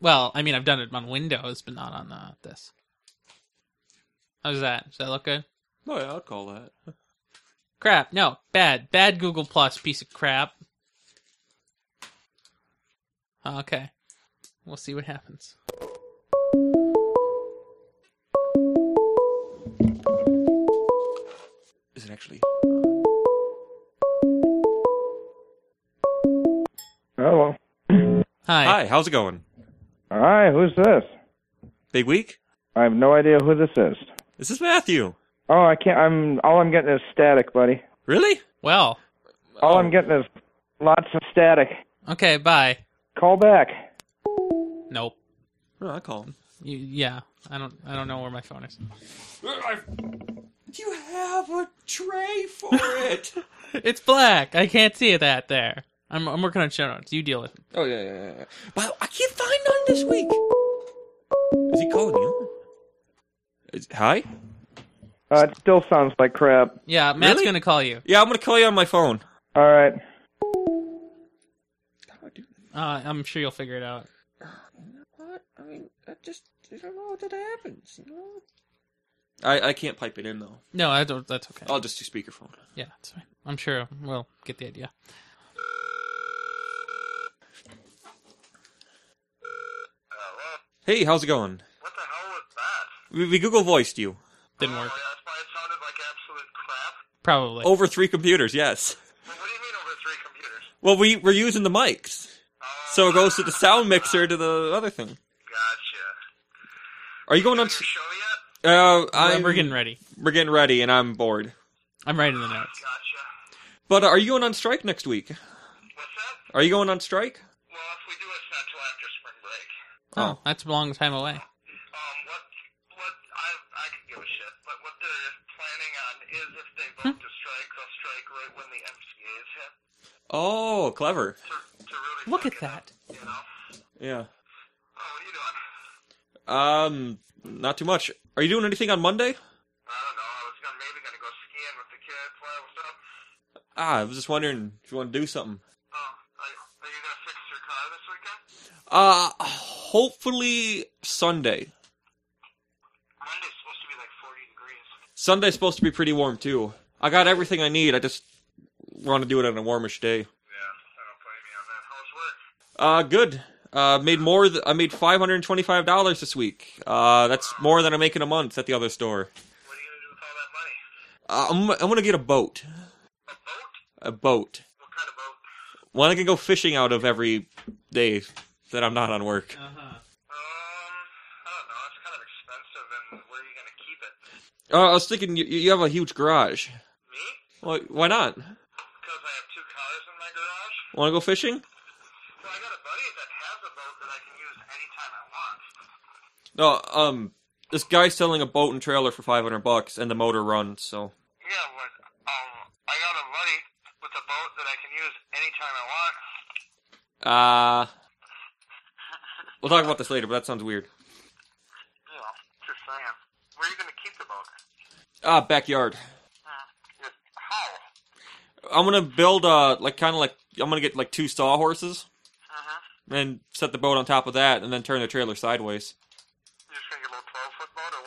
Speaker 3: Well, I mean, I've done it on Windows, but not on uh, this. How's that? Does that look good?
Speaker 2: Oh yeah, I'd call that.
Speaker 3: Crap. No, bad. Bad Google Plus piece of crap. Okay. We'll see what happens.
Speaker 2: Is it actually?
Speaker 5: Hello.
Speaker 3: Hi.
Speaker 2: Hi, how's it going?
Speaker 5: Hi, who's this?
Speaker 2: Big week?
Speaker 5: I have no idea who this is.
Speaker 2: This is Matthew.
Speaker 5: Oh, I can't. I'm all I'm getting is static, buddy.
Speaker 2: Really?
Speaker 3: Well,
Speaker 5: All I'm getting is lots of static.
Speaker 3: okay, bye.
Speaker 5: Call back.
Speaker 3: Nope.
Speaker 2: Oh, I call him.
Speaker 3: You, yeah, I don't I don't know where my phone is.
Speaker 2: Do you have a tray for it?
Speaker 3: It's black. I can't see that there. I'm I'm working on show notes. You deal with it.
Speaker 2: oh yeah, yeah, yeah, yeah. But I can't find none this week. Is he calling you? Is, hi?
Speaker 5: Uh, it still sounds like crap.
Speaker 3: Yeah, Matt's
Speaker 2: Really?
Speaker 3: going to call you.
Speaker 2: Yeah, I'm gonna call you on my phone.
Speaker 5: All right.
Speaker 2: How do I do that?
Speaker 3: Uh, I'm sure you'll figure it out.
Speaker 2: What? I mean, I just I don't know that happens. You know. I I can't pipe it in though.
Speaker 3: No, I don't, that's okay.
Speaker 2: I'll just do speakerphone.
Speaker 3: Yeah, that's fine. I'm sure we'll get the idea.
Speaker 2: Hey, how's it going?
Speaker 6: What the hell was that?
Speaker 2: We, we Google voiced you
Speaker 3: Didn't work.
Speaker 6: Oh, that's why it sounded like absolute crap.
Speaker 3: Probably.
Speaker 2: over three computers. Yes.
Speaker 6: Well, what do you mean over three computers?
Speaker 2: Well, we we're using the mics, so it goes to the sound mixer to the other thing.
Speaker 6: Gotcha. Oh,
Speaker 2: Are you going on?
Speaker 6: Your show yet?
Speaker 2: Uh,
Speaker 3: Well,
Speaker 2: I'm,
Speaker 3: we're getting ready.
Speaker 2: we're getting ready, and I'm bored.
Speaker 3: I'm writing the notes.
Speaker 6: Gotcha.
Speaker 2: But uh, are you going on strike next week?
Speaker 6: What's that?
Speaker 2: Are you going on strike?
Speaker 6: Well, if we do, it's not till after spring break.
Speaker 3: Oh, that's a long time away.
Speaker 6: Um, what, what, I, I could give a shit, but what they're planning on is if they vote to strike, they'll strike right when the MCAs hit
Speaker 2: Oh, clever.
Speaker 6: to, to really
Speaker 3: Look
Speaker 6: fuck
Speaker 3: at
Speaker 6: it up,
Speaker 3: that.
Speaker 6: you know?
Speaker 2: Yeah.
Speaker 6: Oh, what are Oh, you doing?
Speaker 2: Um, not too much. Are you doing anything on Monday?
Speaker 6: I don't know. I was gonna, maybe gonna go skiing with the kids. Why, what's up?
Speaker 2: Ah, I was just wondering if you want to do something.
Speaker 6: Oh, are, are you gonna fix your car this weekend?
Speaker 2: Uh, hopefully Sunday.
Speaker 6: Monday's supposed to be like 40 degrees.
Speaker 2: Sunday's supposed to be pretty warm too. I got everything I need. I just want to do it on a warmish day.
Speaker 6: Yeah, I don't blame you on that. How's work?
Speaker 2: Uh, good. Uh, made more. Th- I made five hundred and twenty-five dollars this week. Uh, that's more than I make in a month at the other store.
Speaker 6: What are you gonna do with all that money?
Speaker 2: Uh, I'm, I'm gonna get a boat.
Speaker 6: A boat?
Speaker 2: A boat.
Speaker 6: What kind of boat?
Speaker 2: One I can go fishing out of every day that I'm not on work.
Speaker 3: Uh-huh.
Speaker 6: Um, I don't know. It's kind of expensive, and where are you gonna keep it?
Speaker 2: Uh, I was thinking you, you have a huge garage.
Speaker 6: Me?
Speaker 2: Why, why not?
Speaker 6: Because I have two cars in my garage.
Speaker 2: Want to go fishing?
Speaker 6: Well, I got a buddy that has a boat that I can use anytime I want.
Speaker 2: No. Um, this guy's selling a boat and trailer for five hundred bucks, and the motor runs. So
Speaker 6: Yeah, but um, I got a buddy with a boat that I can use anytime I want.
Speaker 2: Uh, we'll talk about this later, but that sounds weird.
Speaker 6: You know, just saying. Where are you gonna keep the boat?
Speaker 2: Ah, backyard.
Speaker 6: Hmm. Just how?
Speaker 2: I'm gonna build uh like kind of like I'm gonna get like two sawhorses
Speaker 6: Mm-hmm.
Speaker 2: and set the boat on top of that, and then turn the trailer sideways.
Speaker 6: You're just gonna get a little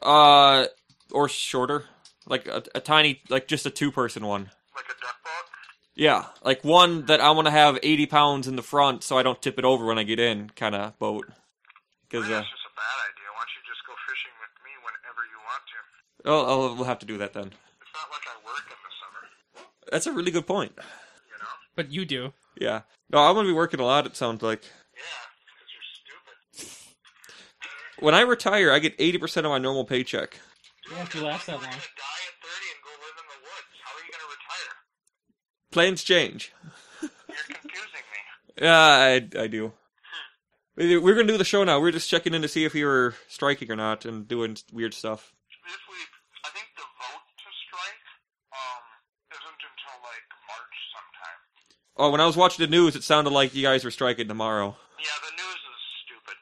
Speaker 6: 12 foot boat or what?
Speaker 2: Uh, or shorter, like a, a tiny, like just a two-person one.
Speaker 6: Like a duck boat?
Speaker 2: Yeah, like one that I want to have 80 pounds in the front, so I don't tip it over when I get in, kind of boat. Because
Speaker 6: Maybe
Speaker 2: uh,
Speaker 6: That's just a bad idea. Why don't you just go fishing with me whenever you want to?
Speaker 2: I'll, I'll, we'll have to do that then.
Speaker 6: It's not like I work in the summer,
Speaker 2: That's a really good point.
Speaker 6: you know?
Speaker 3: But you do.
Speaker 2: Yeah. No, I'm gonna be working a lot. It sounds like.
Speaker 6: Yeah, because you're stupid.
Speaker 2: When I retire, I get 80% of my normal paycheck.
Speaker 3: You have to last that
Speaker 6: You're gonna die at 30 and go live in the woods. How are you gonna retire?
Speaker 2: Plans change.
Speaker 6: You're confusing me.
Speaker 2: Yeah, I, I do. We- We're going to do the show now. We're just checking in to see if you were striking or not and doing weird stuff.
Speaker 6: If we, I think the vote to strike, um, isn't until like March sometime.
Speaker 2: Oh, when I was watching the news, it sounded like you guys were striking tomorrow.
Speaker 6: Yeah, the news is stupid.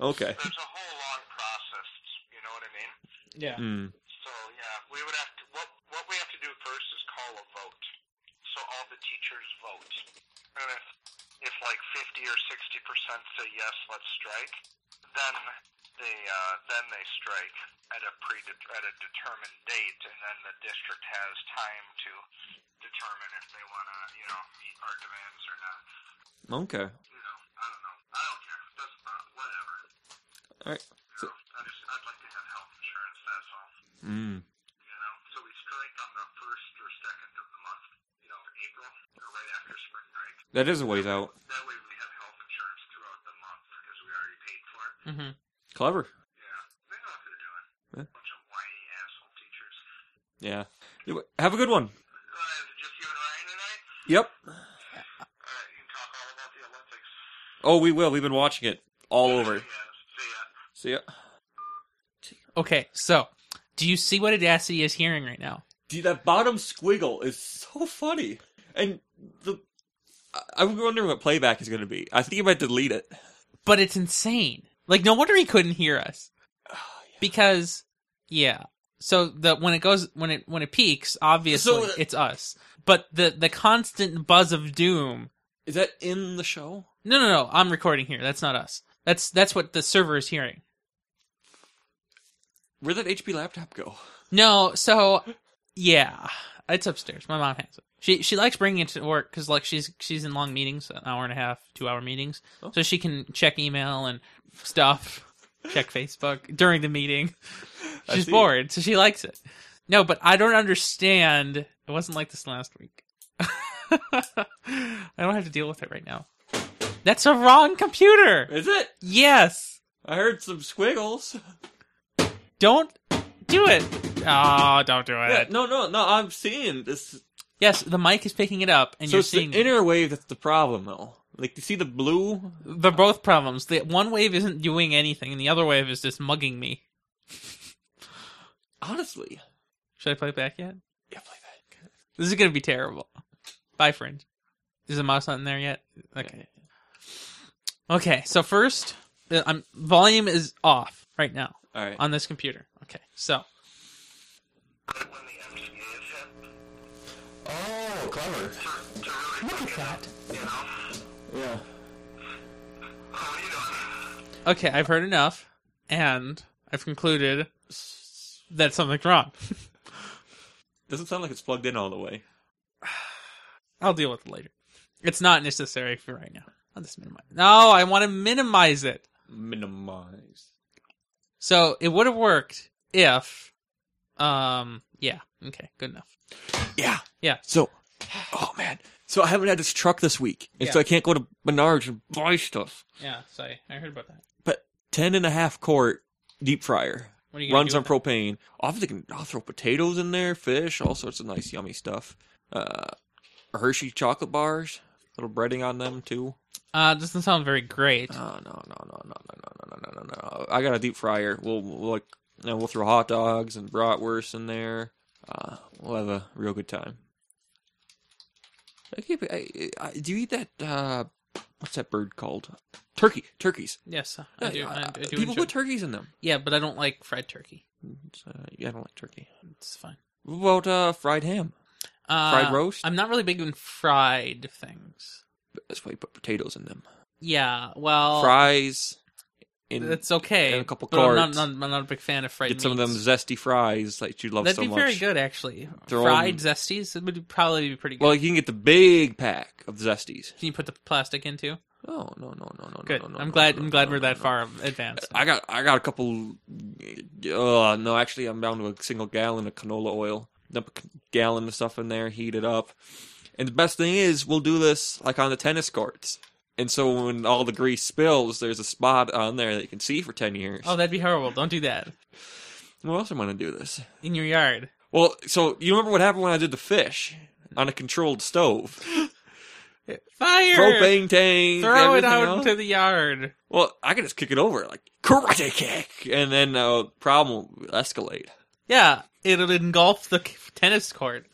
Speaker 2: Okay.
Speaker 6: There's a whole long process. You know what I mean?
Speaker 3: Yeah.
Speaker 2: Hmm.
Speaker 6: So yeah, we would have to. What what we have to do first is call a vote. So all the teachers vote, and if if like fifty or sixty percent say yes, let's strike, then they uh, then they strike at a pre at a determined date, and then the district has time to determine if they want to you know meet our demands or not.
Speaker 2: Okay.
Speaker 6: You know, I don't know. I don't care. Doesn't matter. Whatever.
Speaker 2: All right.
Speaker 6: You know, I just I'd like to have health insurance. That's all
Speaker 2: Mm.
Speaker 6: you know. So we strike on the first or second of the month, you know, April, or right after spring break.
Speaker 2: That is a ways out.
Speaker 6: That way we have health insurance throughout the month because we already paid for it.
Speaker 3: Mm-hmm.
Speaker 2: Clever.
Speaker 6: Yeah, they know what they're doing.
Speaker 2: Yeah.
Speaker 6: Bunch of whiny asshole teachers.
Speaker 2: Yeah. You- Have a good one.
Speaker 6: Uh, is it just you and Ryan tonight?
Speaker 2: Yep.
Speaker 6: All right, you can talk all about the Olympics.
Speaker 2: Oh, we will. We've been watching it all over.
Speaker 6: Yeah,
Speaker 2: See
Speaker 6: see ya.
Speaker 2: ya.
Speaker 3: Okay, so do you see what Audacity is hearing right now?
Speaker 2: Dude, that bottom squiggle is so funny. And the. I- I'm wondering what playback is going to be. I think you might delete it.
Speaker 3: But it's insane. Like no wonder he couldn't hear us
Speaker 2: Oh,
Speaker 3: because yeah. So the when it goes when it when it peaks, obviously
Speaker 2: So, uh,
Speaker 3: it's us. But the the constant buzz of doom.
Speaker 2: Is that in the show?
Speaker 3: No, no, no. I'm recording here. That's not us. That's that's what the server is hearing.
Speaker 2: Where'd that HP laptop go?
Speaker 3: No, so yeah, it's upstairs. My mom has it. She she likes bringing it to work because like she's she's in long meetings, an hour and a half, two hour meetings,
Speaker 2: Oh.
Speaker 3: so she can check email and stuff, check Facebook during the meeting.
Speaker 2: I
Speaker 3: She's
Speaker 2: see.
Speaker 3: bored, so she likes it. No, but I don't understand. It wasn't like this last week. I don't have to deal with it right now. That's a wrong computer.
Speaker 2: Is it?
Speaker 3: Yes,
Speaker 2: I heard some squiggles.
Speaker 3: don't do it. Oh, don't do it.
Speaker 2: Yeah, no, no, no. I'm seeing this.
Speaker 3: Yes, the mic is picking it up, and
Speaker 2: so
Speaker 3: you're
Speaker 2: it's the
Speaker 3: seeing
Speaker 2: inner wave that's the problem, though. Like, you see the blue?
Speaker 3: they're both problems. The one wave isn't doing anything, and the other wave is just mugging me.
Speaker 2: Honestly.
Speaker 3: Should I play it back yet?
Speaker 2: Yeah, playback.
Speaker 3: This is gonna be terrible. Bye, friend. Is the mouse not in there yet? Okay. Okay. So first, uh, I'm volume is off right now
Speaker 2: All right.
Speaker 3: on this computer. Okay. So
Speaker 6: Right when the MCA is hit,
Speaker 2: Oh, clever.
Speaker 6: to really pick it up, you know.
Speaker 2: Yeah.
Speaker 6: Oh, you know.
Speaker 3: okay, I've heard enough, and I've concluded that something's wrong.
Speaker 2: Doesn't sound like it's plugged in all the way.
Speaker 3: I'll deal with it later. It's not necessary for right now. I'll just minimize. No, I want to minimize it.
Speaker 2: Minimize.
Speaker 3: So it would have worked if, um, yeah, okay, good enough.
Speaker 2: Yeah.
Speaker 3: Yeah.
Speaker 2: So, oh man. So I haven't had this truck this week, and so
Speaker 3: Yeah.
Speaker 2: I can't go to Menards and buy stuff.
Speaker 3: Yeah, sorry, I heard about that.
Speaker 2: But ten and a half quart deep fryer
Speaker 3: What are you gonna
Speaker 2: runs
Speaker 3: do
Speaker 2: on
Speaker 3: with that?
Speaker 2: propane. Obviously, can I'll throw potatoes in there, fish, all sorts of nice, yummy stuff. Uh, Hershey chocolate bars, little breading on them too.
Speaker 3: Uh, doesn't sound very great.
Speaker 2: Oh, no, no, no, no, no, no, no, no, no, no. I got a deep fryer. We'll, we'll like, you know, we'll throw hot dogs and bratwurst in there. Uh, we'll have a real good time. I keep. I, I, do you eat that? Uh, what's that bird called? Turkey. Turkeys.
Speaker 3: yes, I do. I, I do
Speaker 2: people
Speaker 3: enjoy-
Speaker 2: put turkeys in them.
Speaker 3: yeah, but I don't like fried turkey.
Speaker 2: It's, uh, yeah, I don't like turkey.
Speaker 3: It's fine.
Speaker 2: What about uh, fried ham?
Speaker 3: Uh,
Speaker 2: Fried roast?
Speaker 3: I'm not really big on fried things.
Speaker 2: That's why you put potatoes in them.
Speaker 3: Yeah, well,
Speaker 2: Fries. In,
Speaker 3: Oh. that's okay.
Speaker 2: and a couple
Speaker 3: but I'm not,
Speaker 2: cards.
Speaker 3: not, I'm not a big fan of fried.
Speaker 2: get some of them
Speaker 3: meats.
Speaker 2: zesty fries that you love
Speaker 3: That'd
Speaker 2: so
Speaker 3: be
Speaker 2: much.
Speaker 3: very good, actually.
Speaker 2: Throw
Speaker 3: fried
Speaker 2: 'em-
Speaker 3: zesties. It would probably be pretty good.
Speaker 2: Well, you can get the big pack of zesties.
Speaker 3: Can you put the plastic in too?
Speaker 2: Oh no no no no
Speaker 3: Good.
Speaker 2: no no!
Speaker 3: I'm
Speaker 2: no,
Speaker 3: glad.
Speaker 2: no,
Speaker 3: I'm
Speaker 2: no,
Speaker 3: glad
Speaker 2: no,
Speaker 3: we're
Speaker 2: no,
Speaker 3: that
Speaker 2: no.
Speaker 3: far advanced.
Speaker 2: I got I got a couple. Uh, no, actually, I'm down to a single gallon of canola oil. Dump a c- gallon of stuff in there, heat it up. And the best thing is, we'll do this like on the tennis courts. And so when all the grease spills, there's a spot on there that you can see for ten years.
Speaker 3: Oh, that'd be horrible. Don't do that
Speaker 2: What else am I gonna do this?
Speaker 3: in your yard.
Speaker 2: Well, so you remember what happened when I did the fish on a controlled stove,
Speaker 3: Fire!
Speaker 2: propane tank,
Speaker 3: Throw it
Speaker 2: everything
Speaker 3: out
Speaker 2: else.
Speaker 3: into the yard.
Speaker 2: Well, I can just kick it over, like karate kick, and then uh, problem will escalate.
Speaker 3: Yeah, it'll engulf the k- tennis court.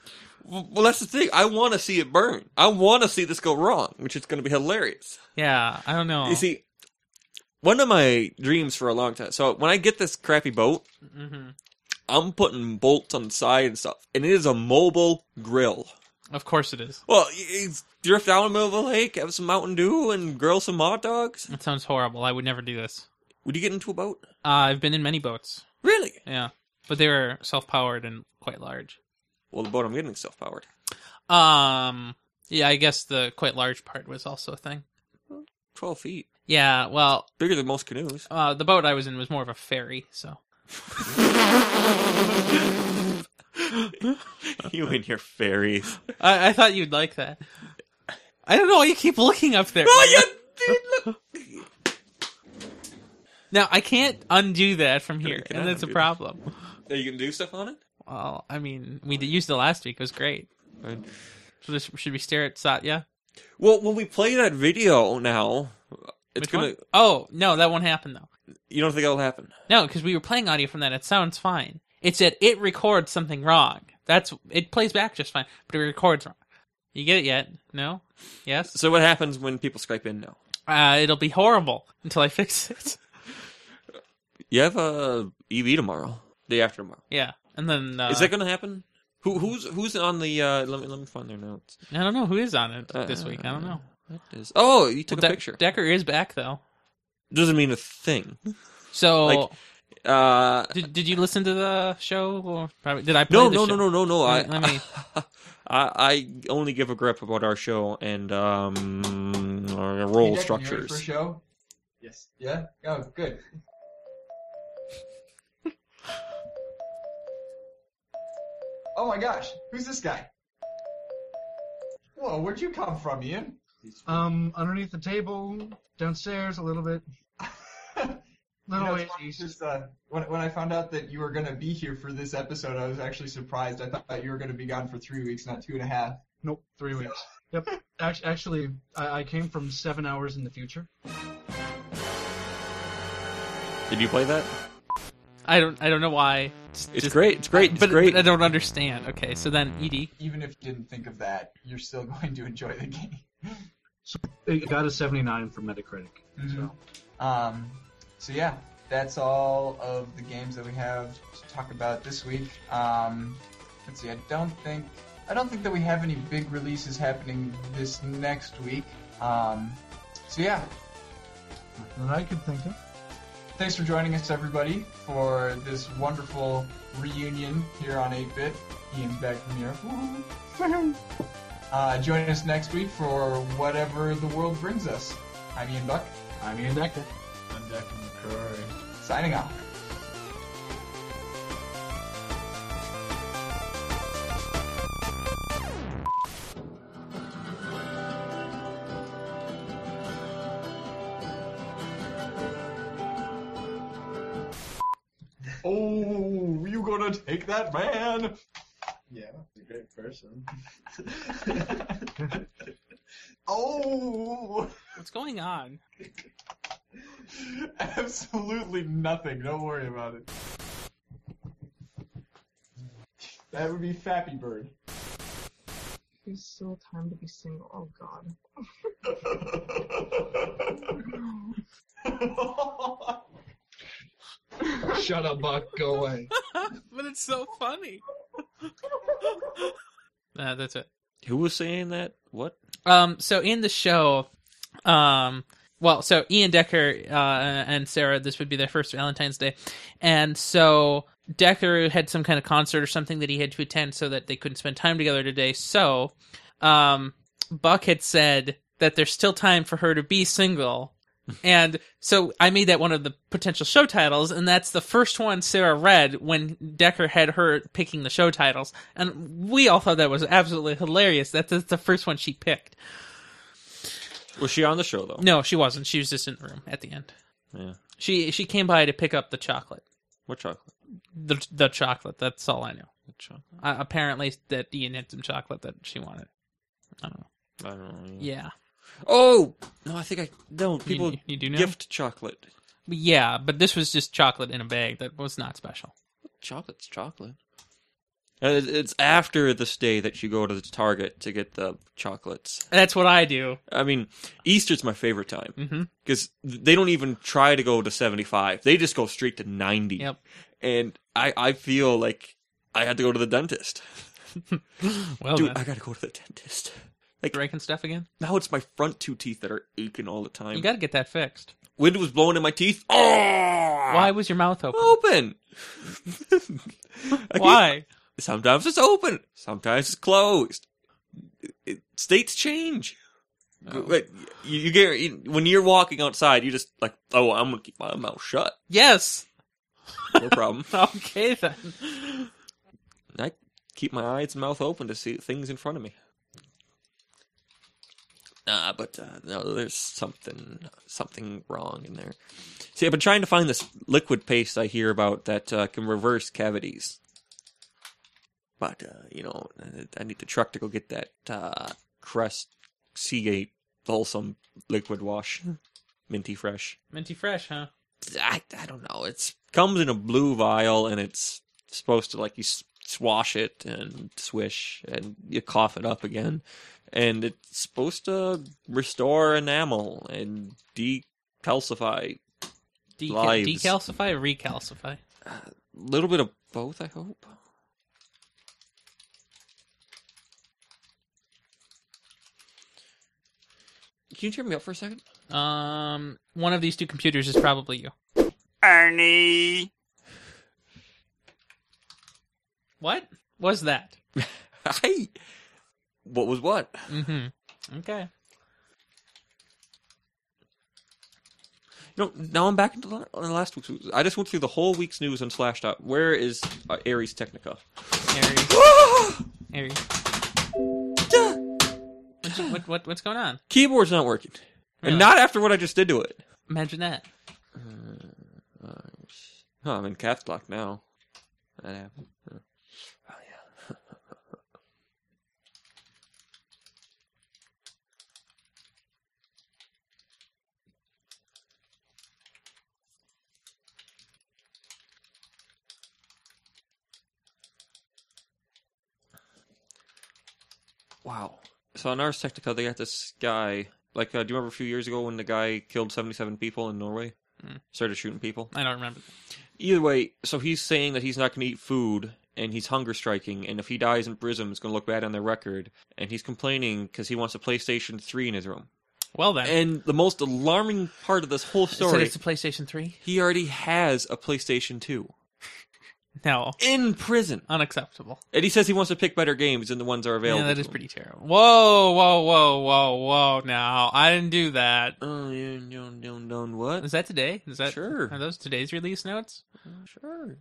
Speaker 2: Well, well, that's the thing. I want to see it burn. I want to see this go wrong, which is going to be hilarious.
Speaker 3: Uh-huh. Yeah, I don't know.
Speaker 2: You see, one of my dreams for a long time. So when I get this crappy boat,
Speaker 3: hmm
Speaker 2: I'm putting bolts on the side and stuff, and it is a mobile grill.
Speaker 3: Of course it is.
Speaker 2: Well, y- y- drift out in the middle of a lake, have some Mountain Dew, and grill some hot dogs.
Speaker 3: That sounds horrible. I would never do this.
Speaker 2: Would you get into a boat?
Speaker 3: Uh, I've been in many boats.
Speaker 2: Really?
Speaker 3: Yeah, but they were self-powered and quite large.
Speaker 2: Well, the boat I'm getting is self powered.
Speaker 3: Um, yeah, I guess the quite large part was also a thing.
Speaker 2: 12 feet.
Speaker 3: Yeah, well,
Speaker 2: Bigger than most canoes.
Speaker 3: uh, the boat I was in was more of a ferry, so
Speaker 2: you and your fairies.
Speaker 3: I, I thought you'd like that. I don't know why you keep looking up there.
Speaker 2: Oh, you
Speaker 3: Now I can't undo that from
Speaker 2: You
Speaker 3: here,
Speaker 2: cannot
Speaker 3: and that's a
Speaker 2: undo that.
Speaker 3: problem.
Speaker 2: Are you going to do stuff on it?
Speaker 3: Well, I mean, we did, used it last week; it was great.
Speaker 2: Fine.
Speaker 3: So this, should we stare at Satya?
Speaker 2: Well, when we play that video now, it's
Speaker 3: Which
Speaker 2: going
Speaker 3: one?
Speaker 2: to.
Speaker 3: Oh no, that won't happen though.
Speaker 2: You don't think that'll happen?
Speaker 3: No, because we were playing audio from that. It sounds fine. It said it records something wrong. That's it plays back just fine, but it records wrong. You get it yet? No? Yes?
Speaker 2: So, what happens when people Skype in now?
Speaker 3: Uh, it'll be horrible until I fix it.
Speaker 2: You have a EV tomorrow, day after tomorrow.
Speaker 3: yeah, and then uh,
Speaker 2: Is that going to happen? Who who's who's on the? Uh, let me let me find their notes.
Speaker 3: I don't know who is on it this
Speaker 2: Uh,
Speaker 3: week. I don't know.
Speaker 2: What is- oh, you took
Speaker 3: Well,
Speaker 2: a
Speaker 3: De-
Speaker 2: picture.
Speaker 3: Decker is back though.
Speaker 2: Doesn't mean a thing.
Speaker 3: So
Speaker 2: Like, Uh,
Speaker 3: did did you listen to the show? Or probably did I? Play
Speaker 2: no,
Speaker 3: the
Speaker 2: no,
Speaker 3: show?
Speaker 2: no, no, no, no. I,
Speaker 3: Let me- let me-
Speaker 2: I I only give a grip about our show and um our role structures.
Speaker 7: For show? Yes. Yeah. Oh, good. oh my gosh, who's this guy? Whoa, where'd you come from, Ian?
Speaker 8: Um, underneath the table, downstairs a little bit.
Speaker 7: You know,
Speaker 8: Little
Speaker 7: it's funny,
Speaker 8: oases.
Speaker 7: just, uh, when, when I found out that you were going to be here for this episode, I was actually surprised. I thought you were going to be gone for three weeks, not two and a half.
Speaker 8: Nope, three weeks. Yep. Act- Actually, I-, I came from seven hours in the future.
Speaker 2: Did you play that?
Speaker 3: I don't. I don't know why.
Speaker 2: It's
Speaker 3: just-
Speaker 2: great. It's great. It's
Speaker 3: But,
Speaker 2: great.
Speaker 3: but I don't understand. Okay, so then E Edie.
Speaker 7: Even if you didn't think of that, you're still going to enjoy the game.
Speaker 8: It got a 79 from Metacritic. So.
Speaker 7: Mm-hmm. Um, so yeah, that's all of the games that we have to talk about this week. Um, let's see. I don't think I don't think that we have any big releases happening this next week. Um, so yeah,
Speaker 8: That I could think of.
Speaker 7: thanks for joining us, everybody, for this wonderful reunion here on 8-Bit. Ian back from here. Woohoo. Uh, join us next week for whatever the world brings us. I'm Ian Buck,
Speaker 8: I'm Ian Decker.
Speaker 7: I'm Declan McCrory. Signing off. Oh, you gonna take that man?
Speaker 8: Yeah, he's a great person.
Speaker 7: oh,
Speaker 3: What's going on?
Speaker 7: absolutely nothing. Don't worry about it. That would be Fappy Bird.
Speaker 9: There's still time to be single. Oh god.
Speaker 7: Shut up, Buck. Go away.
Speaker 3: but it's so funny. uh, that's it.
Speaker 2: Who was saying that? What?
Speaker 3: Um, so in the show, um, well, so Ian Decker uh, and Sarah, this would be their first Valentine's Day, and so Decker had some kind of concert or something that he had to attend, so that they couldn't spend time together today. So, um, Buck had said that there's still time for her to be single. And so I made that one of the potential show titles, and that's the first one Sarah read when Decker had her picking the show titles. And we all thought that was absolutely hilarious. That that's the first one she picked.
Speaker 2: Was she on the show though?
Speaker 3: No, she wasn't. She was just in the room at the end.
Speaker 2: Yeah.
Speaker 3: She she came by to pick up the chocolate.
Speaker 2: What chocolate?
Speaker 3: The the chocolate. That's all I know.
Speaker 2: What chocolate?
Speaker 3: Uh, apparently, that Ian had some chocolate that she wanted. I don't know.
Speaker 2: I don't know.
Speaker 3: Yeah.
Speaker 2: Oh no, I think I no.
Speaker 3: You-
Speaker 2: People
Speaker 3: you, do know.
Speaker 2: gift chocolate.
Speaker 3: Yeah, but this was just chocolate in a bag that was not special.
Speaker 2: Chocolate's chocolate. And it- Uh, it's after this day that you go to the Target to get the chocolates.
Speaker 3: That's what I do.
Speaker 2: I mean, Easter's my favorite time
Speaker 3: hmm
Speaker 2: because they don't even try to go to 75. They just go straight to 90.
Speaker 3: Yep.
Speaker 2: And I, I feel like I had to go to the dentist.
Speaker 3: Well
Speaker 2: Dude,
Speaker 3: done.
Speaker 2: I got to go to the dentist.
Speaker 3: Breaking stuff again.
Speaker 2: Now it's my front two teeth that are aching all the time.
Speaker 3: You got to get that fixed.
Speaker 2: Wind was blowing in my teeth. Oh!
Speaker 3: Why was your mouth open?
Speaker 2: Open. I can't-
Speaker 3: Why?
Speaker 2: Sometimes it's open. Sometimes it's closed. It- states change.
Speaker 3: Oh.
Speaker 2: But you, you get you- when you're walking outside, you just like, oh, I'm gonna keep my mouth shut.
Speaker 3: Yes.
Speaker 2: No problem.
Speaker 3: Okay then.
Speaker 2: I keep my eyes and mouth open to see things in front of me. Ah, but uh, no, there's something something wrong in there. See, I've been trying to find this liquid paste I hear about that uh, can reverse cavities. But uh, you know, I need the truck to go get that uh, Crest Seagate wholesome liquid wash, minty fresh.
Speaker 3: Minty fresh, huh?
Speaker 2: I, I don't know. It's comes in a blue vial and it's supposed to like you s- swash it and swish and you cough it up again, and it's supposed to restore enamel and decalcify
Speaker 3: Deca-
Speaker 2: Lives.
Speaker 3: decalcify, or recalcify.
Speaker 2: little bit of both, I hope. Can you cheer me up for a second?
Speaker 3: Um, one of these two computers is probably you.
Speaker 6: Ernie.
Speaker 3: What was that?
Speaker 2: Hey, what was what?
Speaker 3: Mm-hmm. Okay.
Speaker 2: You know, now I'm back into la- uh, last week's. news. I just went through the whole week's news on Slashdot. Where is uh, Ares Technica?
Speaker 3: Aries. Aries. What, you- what, what, what's going on?
Speaker 2: Keyboard's not working,
Speaker 3: Really?
Speaker 2: and not after what I just did to it.
Speaker 3: Imagine that.
Speaker 2: Huh, Uh, oh, I'm in caps lock now. That happened. Huh. Oh yeah. Wow. So on Ars Technica, they got this guy. Like, uh, do you remember a few years ago when the guy killed seventy-seven people in Norway? Started shooting people
Speaker 3: I don't remember.
Speaker 2: either way, so he's saying that he's not going to eat food and he's hunger striking, and if he dies in prison, it's going to look bad on their record. And he's complaining because he wants a PlayStation 3 in his room.
Speaker 3: Well then,
Speaker 2: And the most alarming part of this whole
Speaker 3: It said
Speaker 2: story,
Speaker 3: it's a PlayStation 3.
Speaker 2: he already has a PlayStation 2
Speaker 3: No,
Speaker 2: in prison.
Speaker 3: unacceptable.
Speaker 2: And he says he wants to pick better games than the ones that are
Speaker 3: Yeah,
Speaker 2: available.
Speaker 3: that
Speaker 2: to
Speaker 3: is
Speaker 2: him.
Speaker 3: pretty terrible. Whoa, whoa, whoa, whoa, whoa! Now I didn't do that.
Speaker 2: Oh, you don't, don't, don't what?
Speaker 3: Is that today? Is that
Speaker 2: Sure.
Speaker 3: Are those today's release notes?
Speaker 2: Sure.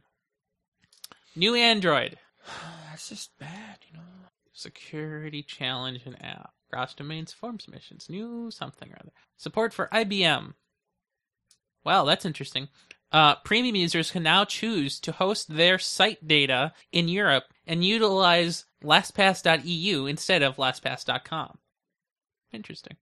Speaker 3: New Android
Speaker 2: That's just bad, you know.
Speaker 3: security challenge and app cross domains form submissions. New something or other. Support for IBM. Wow, that's interesting. Uh, premium users can now choose to host their site data in Europe and utilize LastPass.eu instead of LastPass.com. Interesting.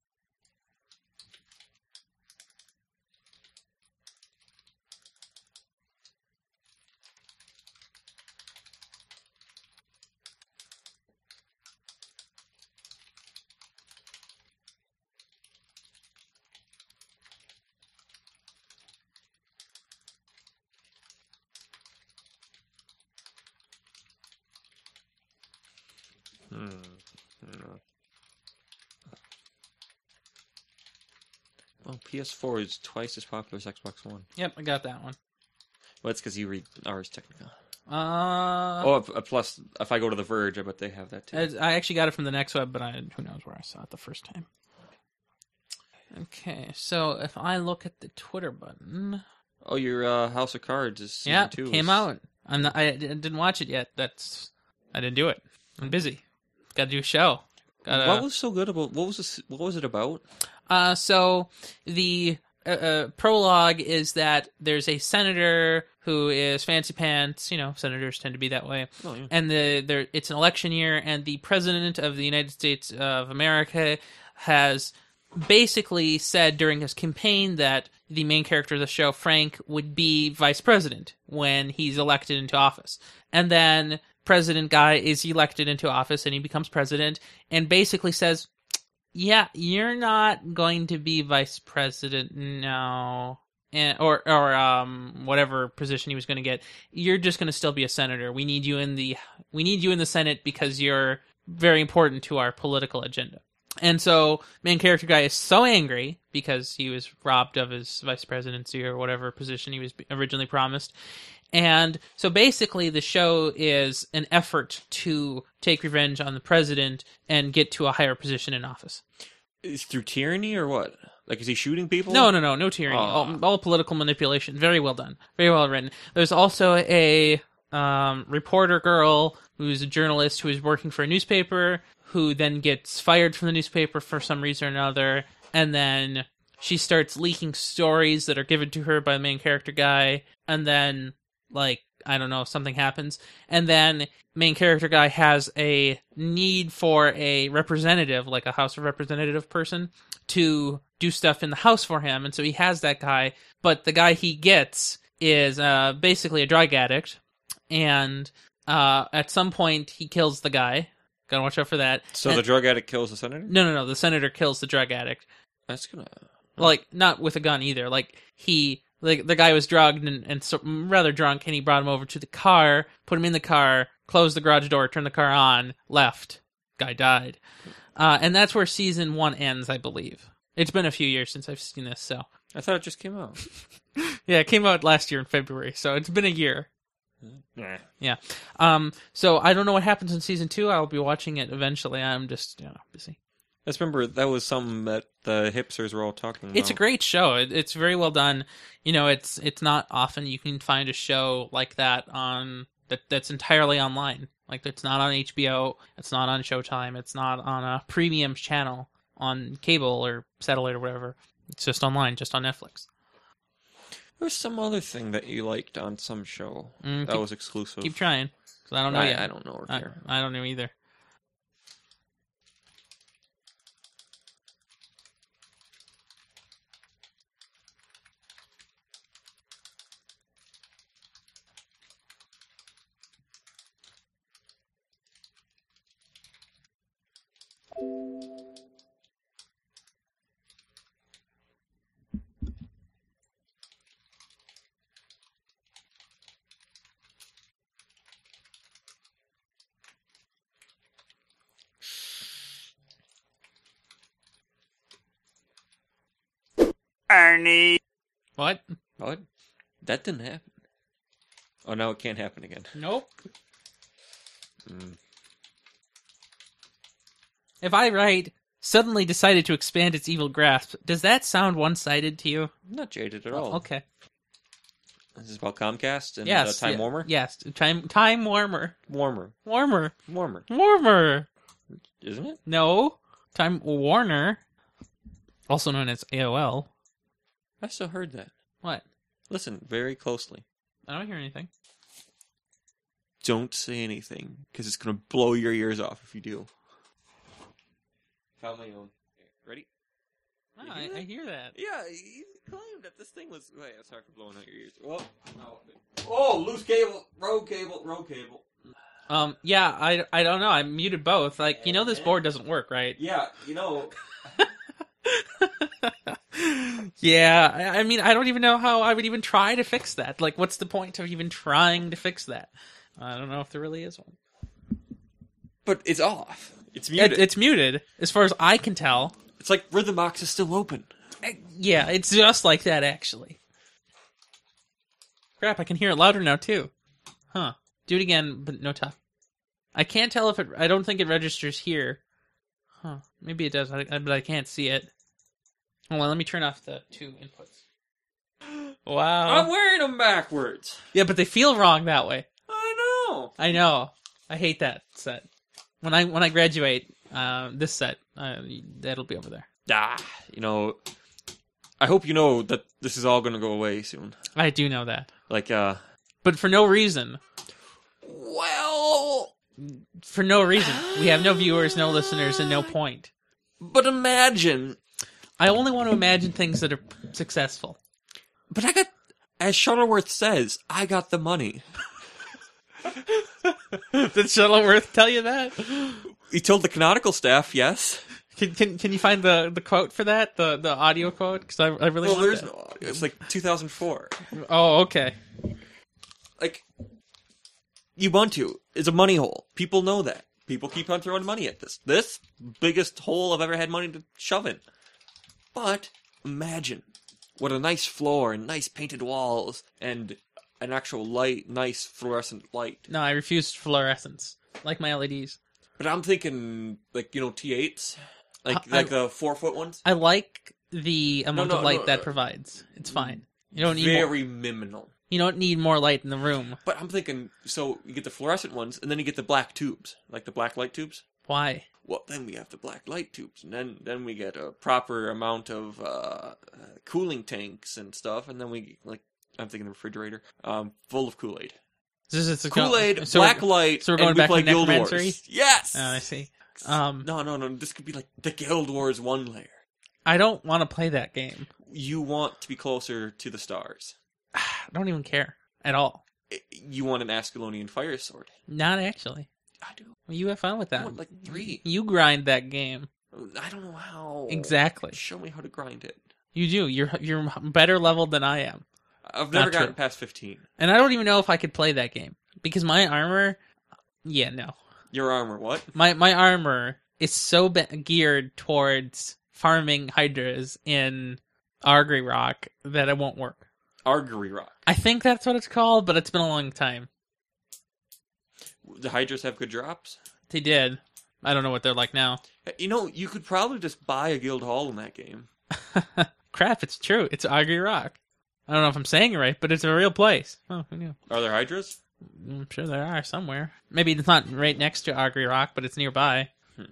Speaker 2: Well, PS4 is twice as popular as Xbox One.
Speaker 3: Yep, I got that one.
Speaker 2: Well, that's because you read Ars Technica.
Speaker 3: Uh,
Speaker 2: Oh, uh, plus if I go to the Verge, I bet they have that too.
Speaker 3: I I actually got it from the next web, but I who knows where I saw it the first time. Okay, so if I look at the Twitter button,
Speaker 2: oh, your uh, House of Cards is season
Speaker 3: yeah,
Speaker 2: two
Speaker 3: came
Speaker 2: is-
Speaker 3: out. I'm not, I di- didn't watch it yet. That's I didn't do it. I'm busy. Got to do a show. Got
Speaker 2: what
Speaker 3: to.
Speaker 2: was so good about what was this, what was it about?
Speaker 3: Uh, so the uh, uh, prologue is that there's a senator who is fancy pants. You know, senators tend to be that way.
Speaker 2: Oh, yeah.
Speaker 3: and the there it's an election year and the president of the United States of America has basically said during his campaign that the main character of the show Frank would be vice president when he's elected into office. And then president guy is elected into office and he becomes president and basically says, "Yeah, you're not going to be vice president now." And, or or um whatever position he was going to get you're just going to still be a senator we need you in the we need you in the senate because you're very important to our political agenda and so main character guy is so angry because he was robbed of his vice presidency or whatever position he was originally promised and so basically, the show is an effort to take revenge on the president and get to a higher position in office.
Speaker 2: Is through tyranny or what? Like, is he shooting people?
Speaker 3: No, no, no, no tyranny.
Speaker 2: Aw.
Speaker 3: All, all political manipulation. Very well done. Very well written. There's also a um, reporter girl who's a journalist who is working for a newspaper who then gets fired from the newspaper for some reason or another, and then she starts leaking stories that are given to her by the main character guy, and then like I don't know something happens, and then main character guy has a need for a representative, like a House of Representative person, to do stuff in the house for him, and so he has that guy. But the guy he gets is uh, basically a drug addict, and uh, at some point he kills the guy. Gotta watch out for that.
Speaker 2: So
Speaker 3: And-
Speaker 2: the drug addict kills the senator.
Speaker 3: no, no, no. The senator kills the drug addict,
Speaker 2: That's gonna.
Speaker 3: like not with a gun either like he like the guy was drugged and, and so, rather drunk and he brought him over to the car put him in the car closed the garage door turned the car on left guy died uh, and that's where season one ends i believe it's been a few years since i've seen this so
Speaker 2: I thought it just came out.
Speaker 3: yeah it came out last year in february so it's been a year
Speaker 2: Nah.
Speaker 3: um so i don't know what happens in season two i'll be watching it eventually i'm just you know busy
Speaker 2: I just remember that was something that the hipsters were all talking about.
Speaker 3: It's a great show. It, it's very well done. You know, it's it's not often you can find a show like that on that that's entirely online. Like it's not on HBO, it's not on Showtime, it's not on a premium channel on cable or satellite or whatever. It's just online, just on Netflix.
Speaker 2: There's some other thing that you liked on some show
Speaker 3: Mm,
Speaker 2: that
Speaker 3: keep-
Speaker 2: was exclusive.
Speaker 3: Keep trying, Oh, 'cause I don't know
Speaker 2: Oh. I,
Speaker 3: yet.
Speaker 2: I don't know or
Speaker 3: I,
Speaker 2: care.
Speaker 3: I don't know either. What?
Speaker 2: What? That didn't happen. Oh, now it can't happen again.
Speaker 3: Nope.
Speaker 2: Mm.
Speaker 3: If I write suddenly decided to expand its evil grasp, does that sound one sided to you?
Speaker 2: I'm not jaded at all.
Speaker 3: Oh, Okay.
Speaker 2: This is about Comcast and
Speaker 3: yes.
Speaker 2: uh, Time
Speaker 3: yeah,
Speaker 2: Warmer.
Speaker 3: Yes. Time time warmer.
Speaker 2: Warmer,
Speaker 3: Warmer.
Speaker 2: warmer,
Speaker 3: Warmer.
Speaker 2: isn't it?
Speaker 3: No. Time Warner. Also known as AOL.
Speaker 2: I still heard that.
Speaker 3: What?
Speaker 2: Listen very closely.
Speaker 3: I don't hear anything.
Speaker 2: Don't say anything because it's gonna blow your ears off if you do. Found my own. Ready?
Speaker 3: No,
Speaker 2: You
Speaker 3: I,
Speaker 2: hear
Speaker 3: I
Speaker 2: that?
Speaker 3: hear that.
Speaker 2: Yeah, he claimed that this thing was. Wait, I'm sorry for blowing out your ears. Well, no. Oh, loose cable, road cable, road cable.
Speaker 3: Um yeah, I, I don't know. I muted both. Like, you know this board doesn't work, right?
Speaker 2: Yeah, you know,
Speaker 3: yeah, I, I mean, I don't even know how I would even try to fix that. Like, what's the point of even trying to fix that? I don't know if there really is one.
Speaker 2: but it's off. It's
Speaker 3: It-
Speaker 2: muted.
Speaker 3: it's muted, as far as I can tell.
Speaker 2: it's like Rhythmbox is still open.
Speaker 3: Yeah, it's just like that, actually. Crap, I can hear it louder now, too. Huh. Do it again, but no time. I can't tell if it. I don't think it registers here. Huh. Maybe it does, I- I- but I can't see it. Hold on, let me turn off the two inputs. Oh, Wow.
Speaker 2: I'm wearing them backwards.
Speaker 3: Yeah, but they feel wrong that way.
Speaker 2: I know.
Speaker 3: I know. I hate that set. When I when I graduate, uh, this set uh, that'll be over there.
Speaker 2: Ah, you know. I hope you know that this is all gonna go away soon.
Speaker 3: I do know that,
Speaker 2: Like, uh.
Speaker 3: but for no reason.
Speaker 2: Well,
Speaker 3: For no reason. We have no viewers, no listeners, and no point.
Speaker 2: but imagine.
Speaker 3: I only want to imagine things that are successful.
Speaker 2: But I got, as Shuttleworth says, I got the money.
Speaker 3: Did Shuttleworth tell you that?
Speaker 2: He told the canonical staff, yes.
Speaker 3: Can can, can you find the, the quote for that? The the audio quote? Because I, I really
Speaker 2: Well,
Speaker 3: want
Speaker 2: there's
Speaker 3: that.
Speaker 2: no audio. It's like 2004.
Speaker 3: Oh, okay.
Speaker 2: Like, Ubuntu is a money hole. People know that. People keep on throwing money at this. This biggest hole I've ever had money to shove in. But imagine what a nice floor and nice painted walls and an actual light, nice fluorescent light.
Speaker 3: No, I refused fluorescence, like my E LEDs.
Speaker 2: But I'm thinking like you know T8s, like
Speaker 3: I-
Speaker 2: like the four foot ones.
Speaker 3: I like the amount
Speaker 2: no,
Speaker 3: of light
Speaker 2: no,
Speaker 3: that
Speaker 2: uh,
Speaker 3: provides. It's fine. You don't need more,
Speaker 2: Very minimal.
Speaker 3: you don't need more light in the room.
Speaker 2: But I'm thinking so you get the fluorescent ones, and then you get the black tubes, like the black light tubes.
Speaker 3: Why?
Speaker 2: Well, then we have the black light tubes, and then then we get a proper amount of uh, uh, cooling tanks and stuff, and then we like I'm thinking the refrigerator, um, full of Kool Aid,
Speaker 3: This is
Speaker 2: Kool Aid,
Speaker 3: so
Speaker 2: black
Speaker 3: we're-
Speaker 2: light.
Speaker 3: so we're going
Speaker 2: and
Speaker 3: back to
Speaker 2: we play Guild
Speaker 3: necromancery?
Speaker 2: Wars. Yes.
Speaker 3: Oh, I see. Um,
Speaker 2: No, no, no. This could be like the Guild Wars one layer.
Speaker 3: I don't want to play that game.
Speaker 2: You want to be closer to the stars.
Speaker 3: I don't even care at all.
Speaker 2: you want an Ascalonian fire sword.
Speaker 3: Not actually.
Speaker 2: I do.
Speaker 3: Well, You have fun with
Speaker 2: I
Speaker 3: that.
Speaker 2: want like three.
Speaker 3: You grind that game
Speaker 2: I don't know how.
Speaker 3: exactly.
Speaker 2: Show me how to grind it.
Speaker 3: You do. You're you're better leveled than I am,
Speaker 2: I've never
Speaker 3: Not
Speaker 2: gotten
Speaker 3: true.
Speaker 2: past fifteen.
Speaker 3: and I don't even know if I could play that game because my armor. Yeah, no.
Speaker 2: Your armor, what?
Speaker 3: My my armor is so be- geared towards farming hydras in Argry Rock that it won't work.
Speaker 2: Argery rock.
Speaker 3: I think that's what it's called, but it's been a long time.
Speaker 2: The hydras have good drops. Eh,
Speaker 3: They did. I don't know what they're like now.
Speaker 2: You know, you could probably just buy a guild hall in that game.
Speaker 3: Crap, it's true. It's Argry Rock. I don't know if I'm saying it right, but it's a real place. Oh, who knew?
Speaker 2: Are there hydras?
Speaker 3: I'm sure there are somewhere. Maybe it's not right next to Agri Rock, but it's nearby.
Speaker 2: Hmm.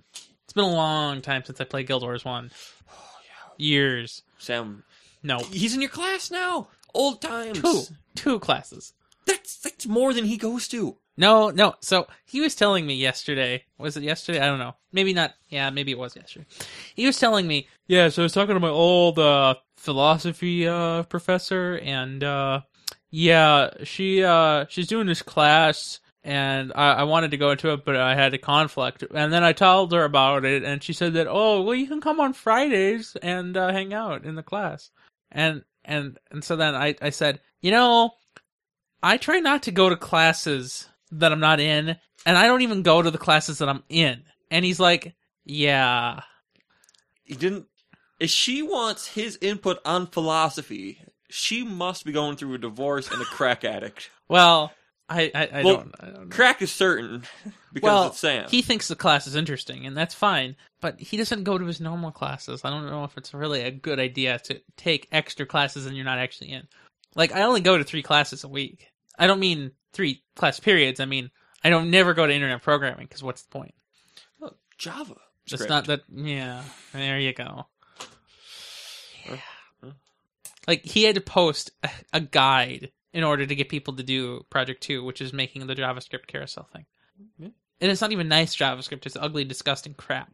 Speaker 3: It's been a long time since I played Guild Wars 1. Years.
Speaker 2: Sam,
Speaker 3: No.
Speaker 2: he's in your class now. Old times.
Speaker 3: Two. Two classes.
Speaker 2: That's that's more than he goes to.
Speaker 3: No, no. So he was telling me yesterday. Was it yesterday? I don't know. Maybe not. Yeah, maybe it was yesterday. He was telling me. Yeah, so I was talking to my old uh, philosophy uh, professor, and uh, yeah, she uh, she's doing this class, and I, I wanted to go into it, but I had a conflict, and then I told her about it, and she said that oh, well, you can come on Fridays and uh, hang out in the class, and and and so then I I said, you know, I try not to go to classes that I'm not in, and I don't even go to the classes that I'm in. And he's like, "Yeah,
Speaker 2: He didn't. If she wants his input on philosophy, she must be going through a divorce and a crack addict.
Speaker 3: well, I I, I
Speaker 2: Well,
Speaker 3: don't, I don't know.
Speaker 2: Crack is certain because
Speaker 3: well,
Speaker 2: it's Sam.
Speaker 3: he thinks the class is interesting, and that's fine. But he doesn't go to his normal classes. I don't know if it's really a good idea to take extra classes and you're not actually in. Like, I only go to three classes a week. I don't mean three class periods. I mean, I don't never go to internet programming because what's the point?
Speaker 2: Look, Java.
Speaker 3: It's
Speaker 2: script.
Speaker 3: not that. Yeah, there you go. Yeah. Like he had to post a, a guide in order to get people to do Project Two, which is making the JavaScript carousel thing.
Speaker 2: Yeah.
Speaker 3: And it's not even nice JavaScript; it's ugly, disgusting crap.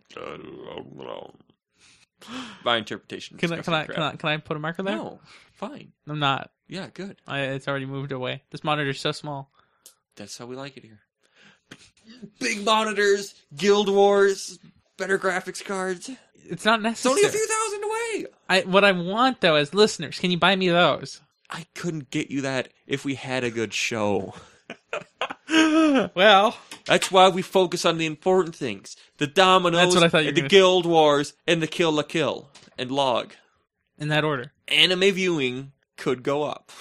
Speaker 2: My interpretation.
Speaker 3: Can I, can I
Speaker 2: disgusting
Speaker 3: can I can I put a marker
Speaker 2: crap.
Speaker 3: there?
Speaker 2: No, fine.
Speaker 3: I'm not.
Speaker 2: Yeah, good.
Speaker 3: I, it's already moved away. This monitor's so small.
Speaker 2: That's how we like it here. Big monitors, Guild Wars, better graphics cards.
Speaker 3: It's not
Speaker 2: It's only
Speaker 3: necessary.
Speaker 2: a few thousand away.
Speaker 3: I, what I want though is listeners. Can you buy me those?
Speaker 2: I couldn't get you that if we had a good show.
Speaker 3: Well,
Speaker 2: That's why we focus on the important things: the dominoes,
Speaker 3: That's what I thought you were
Speaker 2: and the
Speaker 3: gonna say.
Speaker 2: Guild Wars, and the Kill la Kill and Log.
Speaker 3: in that order.
Speaker 2: Anime viewing could go up.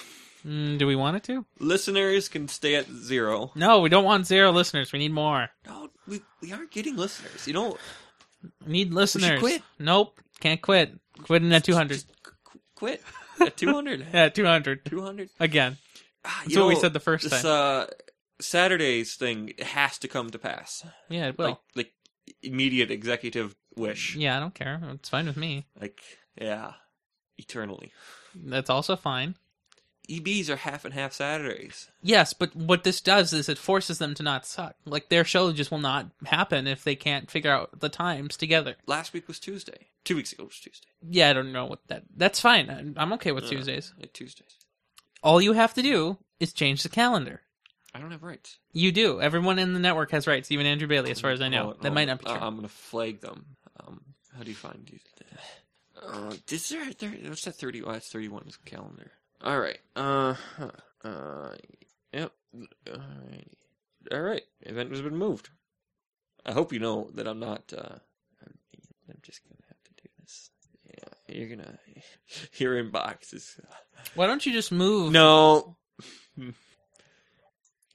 Speaker 3: Mm, do we want it to?
Speaker 2: Listeners can stay at zero.
Speaker 3: No, we don't want zero listeners. We need more.
Speaker 2: No, we we aren't getting listeners. You know,
Speaker 3: Need listeners.
Speaker 2: quit.
Speaker 3: Nope, can't quit. Quitting at two hundred.
Speaker 2: just qu- quit at two hundred.
Speaker 3: Yeah, two hundred
Speaker 2: Two hundred.
Speaker 3: again.
Speaker 2: Ah,
Speaker 3: That's what we said the first
Speaker 2: this, Uh,
Speaker 3: time.
Speaker 2: Saturday's thing has to come to pass.
Speaker 3: Yeah, it will.
Speaker 2: like, like immediate executive wish.
Speaker 3: yeah, I don't care. It's fine with me.
Speaker 2: Like, yeah, eternally.
Speaker 3: That's also fine.
Speaker 2: EBs are half and half Saturdays.
Speaker 3: Yes, but what this does is it forces them to not suck. Like their show just will not happen if they can't figure out the times together.
Speaker 2: Last week was Tuesday. Two weeks ago was Tuesday.
Speaker 3: Yeah, I don't know what that. That's fine. I'm- I'm okay with Tuesdays.
Speaker 2: Like Tuesdays.
Speaker 3: All you have to do is change the calendar.
Speaker 2: I don't have rights.
Speaker 3: You do. Everyone in the network has rights, even Andrew Bailey, as far as I know.
Speaker 2: Oh,
Speaker 3: that
Speaker 2: oh,
Speaker 3: might not be
Speaker 2: I-
Speaker 3: true.
Speaker 2: I'm gonna flag them. Um, how do you find you? Uh, is there, there? What's that? Thirty? Oh, that's thirty-one. Is calendar. All right. Uh. Huh. Uh. Yep. All right. All right. Event has been moved. I hope you know that I'm not. uh I'm, I'm just gonna have to do this. Yeah, you're gonna. Your inbox is.
Speaker 3: Why don't you just move?
Speaker 2: No.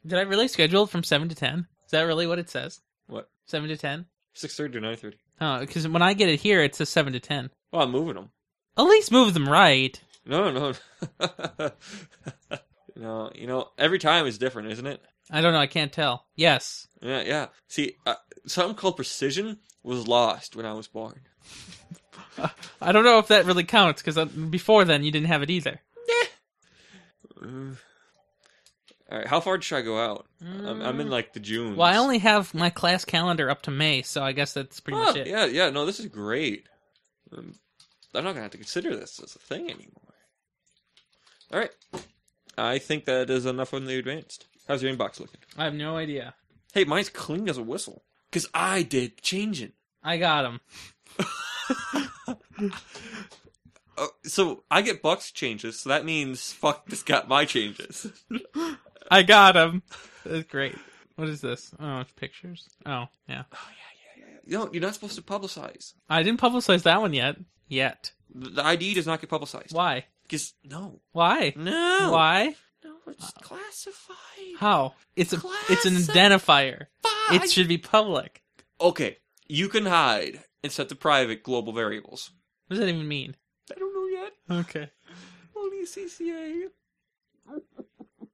Speaker 3: Did I really schedule from seven to ten? Is that really what it says?
Speaker 2: What?
Speaker 3: Seven to ten?
Speaker 2: Six thirty to nine thirty.
Speaker 3: Oh, because when I get it here, it says seven to ten.
Speaker 2: Well, I'm moving them.
Speaker 3: At least move them right.
Speaker 2: No, no. no, you know, every time is different, isn't it?
Speaker 3: I don't know. I can't tell. Yes.
Speaker 2: Yeah, yeah. See, uh, something called precision was lost when I was born.
Speaker 3: I don't know if that really counts because before then you didn't have it either.
Speaker 2: All right, how far should I go out? I'm, I'm in like the June.
Speaker 3: Mm. Well, I only have my class calendar up to May, so I guess that's pretty much it.
Speaker 2: Oh, Yeah, yeah. No, this is great. Um, I'm not gonna have to consider this as a thing anymore. All right. I think that is enough on the advanced. How's your inbox looking?
Speaker 3: I have no idea.
Speaker 2: Hey, mine's clean as a whistle. Cause I did changing.
Speaker 3: I got them.
Speaker 2: Oh, so I get Buck's changes, so that means fuck this got my changes.
Speaker 3: I got them. That's great. What is this? Oh, it's pictures. Oh, yeah.
Speaker 2: no, you're not supposed to publicize.
Speaker 3: I didn't publicize that one yet. Yet.
Speaker 2: The the ID does not get publicized.
Speaker 3: Why?
Speaker 2: Because no,
Speaker 3: Why?
Speaker 2: no,
Speaker 3: Why? Uh,
Speaker 2: No, it's classified.
Speaker 3: How? It's a it's an
Speaker 2: Classified.
Speaker 3: identifier.
Speaker 2: Ah, I-
Speaker 3: It should be public.
Speaker 2: okay, you can hide and set to private global variables.
Speaker 3: What does that even mean?
Speaker 2: I don't know yet.
Speaker 3: Okay.
Speaker 2: Only CCA.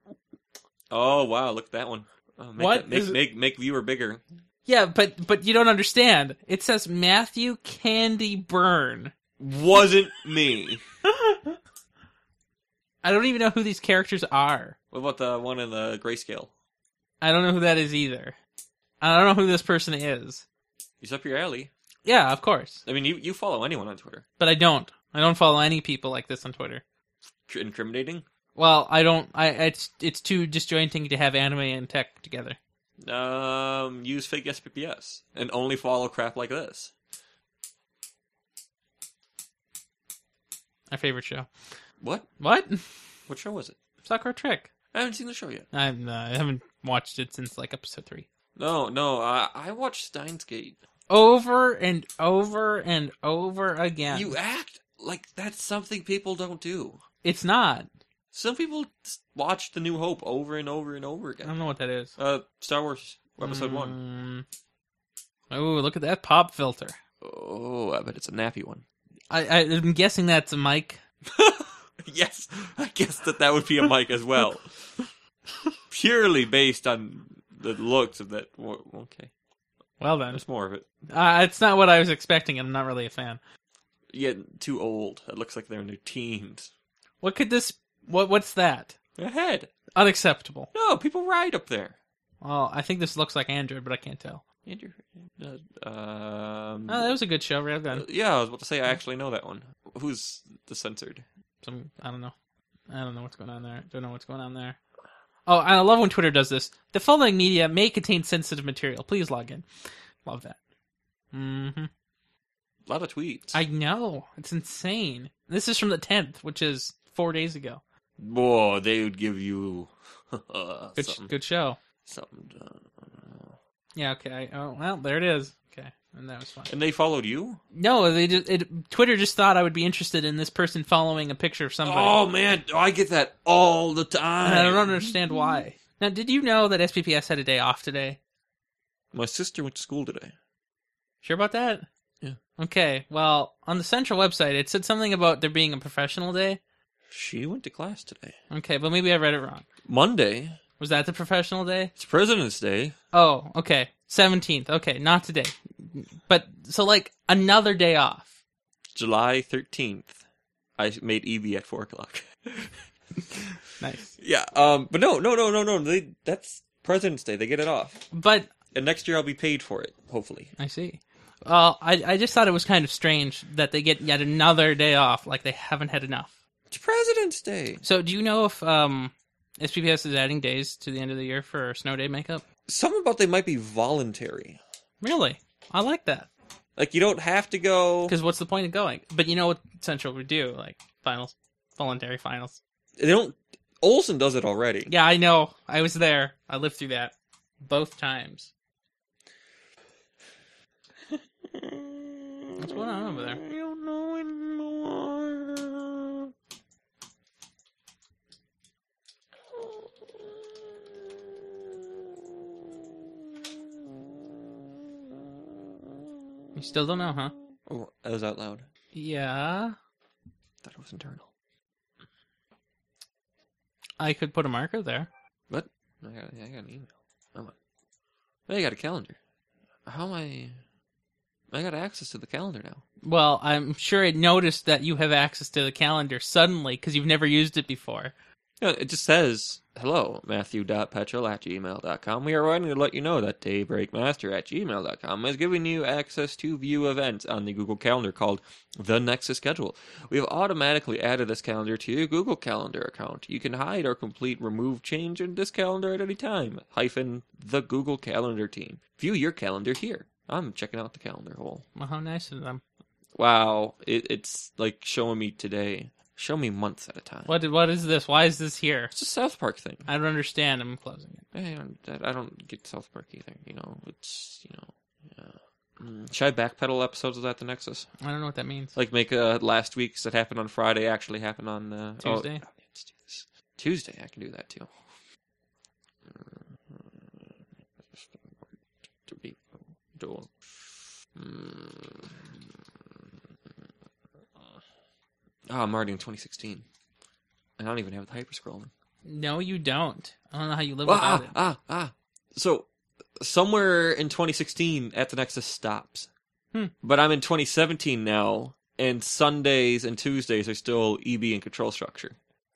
Speaker 2: oh wow, look at that one. Oh, make
Speaker 3: What
Speaker 2: that- make,
Speaker 3: is it-
Speaker 2: make make viewer bigger.
Speaker 3: Yeah, but but you don't understand. It says Matthew Candy Byrne.
Speaker 2: Wasn't me.
Speaker 3: I don't even know who these characters are.
Speaker 2: What about the one in the grayscale?
Speaker 3: I don't know who that is either. I don't know who this person is.
Speaker 2: He's up your alley.
Speaker 3: Yeah, of course.
Speaker 2: I mean, you, you follow anyone on Twitter.
Speaker 3: But I don't. I don't follow any people like this on Twitter.
Speaker 2: Tr- Incriminating?
Speaker 3: Well, I don't. I it's it's too disjointing to have anime and tech together.
Speaker 2: Um, use fake SPPS and only follow crap like this.
Speaker 3: My favorite show.
Speaker 2: What?
Speaker 3: What?
Speaker 2: What show was it?
Speaker 3: Sakura Trick.
Speaker 2: I haven't seen the show yet.
Speaker 3: I'm, uh, I haven't watched it since like episode three.
Speaker 2: No, no, I, I watched Steins Gate.
Speaker 3: Over and over and over again.
Speaker 2: You act like that's something people don't do.
Speaker 3: It's not.
Speaker 2: Some people just watch The New Hope over and over and over
Speaker 3: I
Speaker 2: again.
Speaker 3: don't know what that is.
Speaker 2: Uh, Star Wars Episode
Speaker 3: mm.
Speaker 2: 1.
Speaker 3: Oh, look at that pop filter.
Speaker 2: Oh, I bet it's a nappy one.
Speaker 3: I, I, I'm guessing that's a mic.
Speaker 2: yes, I guess that that would be a mic as well. Purely based on the looks of that. wo- Okay.
Speaker 3: Well then,
Speaker 2: There's more of it.
Speaker 3: uh, it's not what I was expecting. I'm not really a fan.
Speaker 2: Yeah, too old. It looks like they're in their teens.
Speaker 3: What could this? What? What's that?
Speaker 2: Their head.
Speaker 3: Unacceptable.
Speaker 2: No, people ride up there.
Speaker 3: Well, I think this looks like Android, but I can't tell.
Speaker 2: Andrew. Uh, um,
Speaker 3: Oh, that was a good show, Railgun.
Speaker 2: yeah, I was about to say I actually know that one. Who's the censored?
Speaker 3: some I don't know. I don't know what's going on there. Don't know what's going on there. Oh, I love when Twitter does this. The following media may contain sensitive material. Please log in. Love that. hmm
Speaker 2: A lot of tweets.
Speaker 3: I know it's insane. This is from the tenth, which is four days ago.
Speaker 2: Boy, they would give you uh,
Speaker 3: Good,
Speaker 2: something.
Speaker 3: good show.
Speaker 2: something to-
Speaker 3: Yeah. Okay. Oh well, there it is. Okay, and that was fun.
Speaker 2: And they followed you?
Speaker 3: No, they just it, Twitter just thought I would be interested in this person following a picture of somebody.
Speaker 2: Oh man, I get that all the time.
Speaker 3: and I don't understand why. Now, did you know that SPPS had a day off today?
Speaker 2: My sister went to school today.
Speaker 3: Sure about that?
Speaker 2: Yeah.
Speaker 3: Okay. Well, on the central website, it said something about there being a professional day.
Speaker 2: She went to class today.
Speaker 3: Okay, but maybe I read it wrong.
Speaker 2: Monday.
Speaker 3: Was that the professional day?
Speaker 2: It's President's Day.
Speaker 3: Oh, okay. 17th. Okay, not today. But so like another day off.
Speaker 2: July 13th. I made EB at 4 o'clock.
Speaker 3: Nice.
Speaker 2: yeah, um, but no, no, no, no, no. They, that's President's Day. They get it off.
Speaker 3: But
Speaker 2: And next year I'll be paid for it, hopefully.
Speaker 3: I see. Well, I I just thought it was kind of strange that they get yet another day off like they haven't had enough.
Speaker 2: It's President's Day.
Speaker 3: So, do you know if um SPPS is adding days to the end of the year for snow day makeup.
Speaker 2: Something about they might be voluntary.
Speaker 3: Really, I like that.
Speaker 2: Like you don't have to go.
Speaker 3: Because what's the point of going? But you know what Central would do? Like finals, voluntary finals.
Speaker 2: They don't. Olson does it already.
Speaker 3: Yeah, I know. I was there. I lived through that both times. What's going on over there?
Speaker 2: I don't know anymore.
Speaker 3: You still don't know, huh?
Speaker 2: Oh, that was out loud.
Speaker 3: Yeah.
Speaker 2: Thought it was internal.
Speaker 3: I could put a marker there.
Speaker 2: What? I got, I got an email. I'm like, well, I got a calendar. How am I? I got access to the calendar now.
Speaker 3: Well, I'm sure it noticed that you have access to the calendar suddenly because you've never used it before.
Speaker 2: Yeah, it just says, hello, matthew.petrel at gmail.com. We are writing to let you know that daybreakmaster at gmail.com is giving you access to view events on the Google Calendar called the Nexus Schedule. We have automatically added this calendar to your Google Calendar account. You can hide or complete, remove, change, in this calendar at any time. Hyphen the Google Calendar team. View your calendar here. I'm checking out the calendar hole.
Speaker 3: Well, how nice of them.
Speaker 2: Wow, it, it's like showing me today. Show me months at a time.
Speaker 3: What? What is this? Why is this here?
Speaker 2: It's a South Park thing.
Speaker 3: I don't understand. I'm closing it.
Speaker 2: I don't, I don't get South Park either. You know, it's you know. Yeah. Mm, Should I backpedal episodes of that the Nexus?
Speaker 3: I don't know what that means.
Speaker 2: Like make uh, last week's that happened on Friday actually happen on uh, oh,
Speaker 3: Tuesday?
Speaker 2: yeah, let's do this. Tuesday, I can do that too. Mm. Ah, I'm already in 2016. I don't even have the hyper scrolling.
Speaker 3: No, you don't. I don't know how you live without
Speaker 2: ah,
Speaker 3: it.
Speaker 2: ah, ah. So somewhere in 2016, at the Nexus stops.
Speaker 3: Hmm.
Speaker 2: But I'm in 2017 now, and Sundays and Tuesdays are still EB and control structure.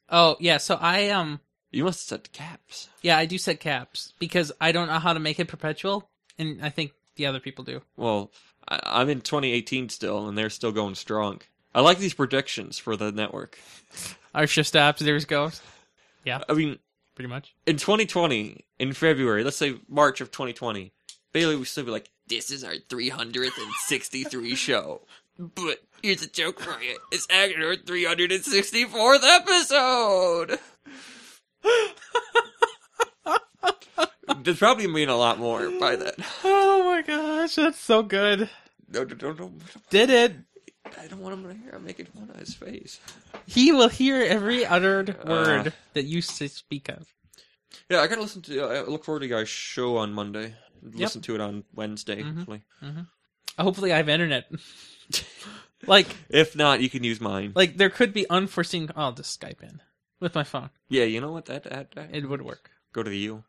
Speaker 3: Oh yeah. So I um
Speaker 2: You must have set the caps.
Speaker 3: yeah I do set caps because I don't know how to make it perpetual, and I think the other people do.
Speaker 2: Well, I, I'm in 2018 still, and they're still going strong. I like these predictions for the network.
Speaker 3: Our shift stops. There's goes.
Speaker 2: I mean,
Speaker 3: Pretty much.
Speaker 2: in 2020, in February, let's say March of 2020, Bailey would still be like, "This is our 363 show." But here's a joke for you: it's actually our 364th episode. There's probably mean a lot more by that.
Speaker 3: Oh my gosh, that's so good.
Speaker 2: No, no, no, no.
Speaker 3: Did it?
Speaker 2: I don't want him to hear. I'm making fun of his face.
Speaker 3: He will hear every uttered
Speaker 2: Uh.
Speaker 3: word that you s- speak of.
Speaker 2: Yeah, I gotta listen to. I look forward to your guys' show on Monday. Listen to it on Wednesday,
Speaker 3: Mhm.
Speaker 2: hopefully.
Speaker 3: Hopefully, I have internet. like,
Speaker 2: If not, you can use mine.
Speaker 3: like there could be unforeseen. I'll just Skype in with my phone.
Speaker 2: yeah, you know what? That, that, that
Speaker 3: It would work.
Speaker 2: go to the U.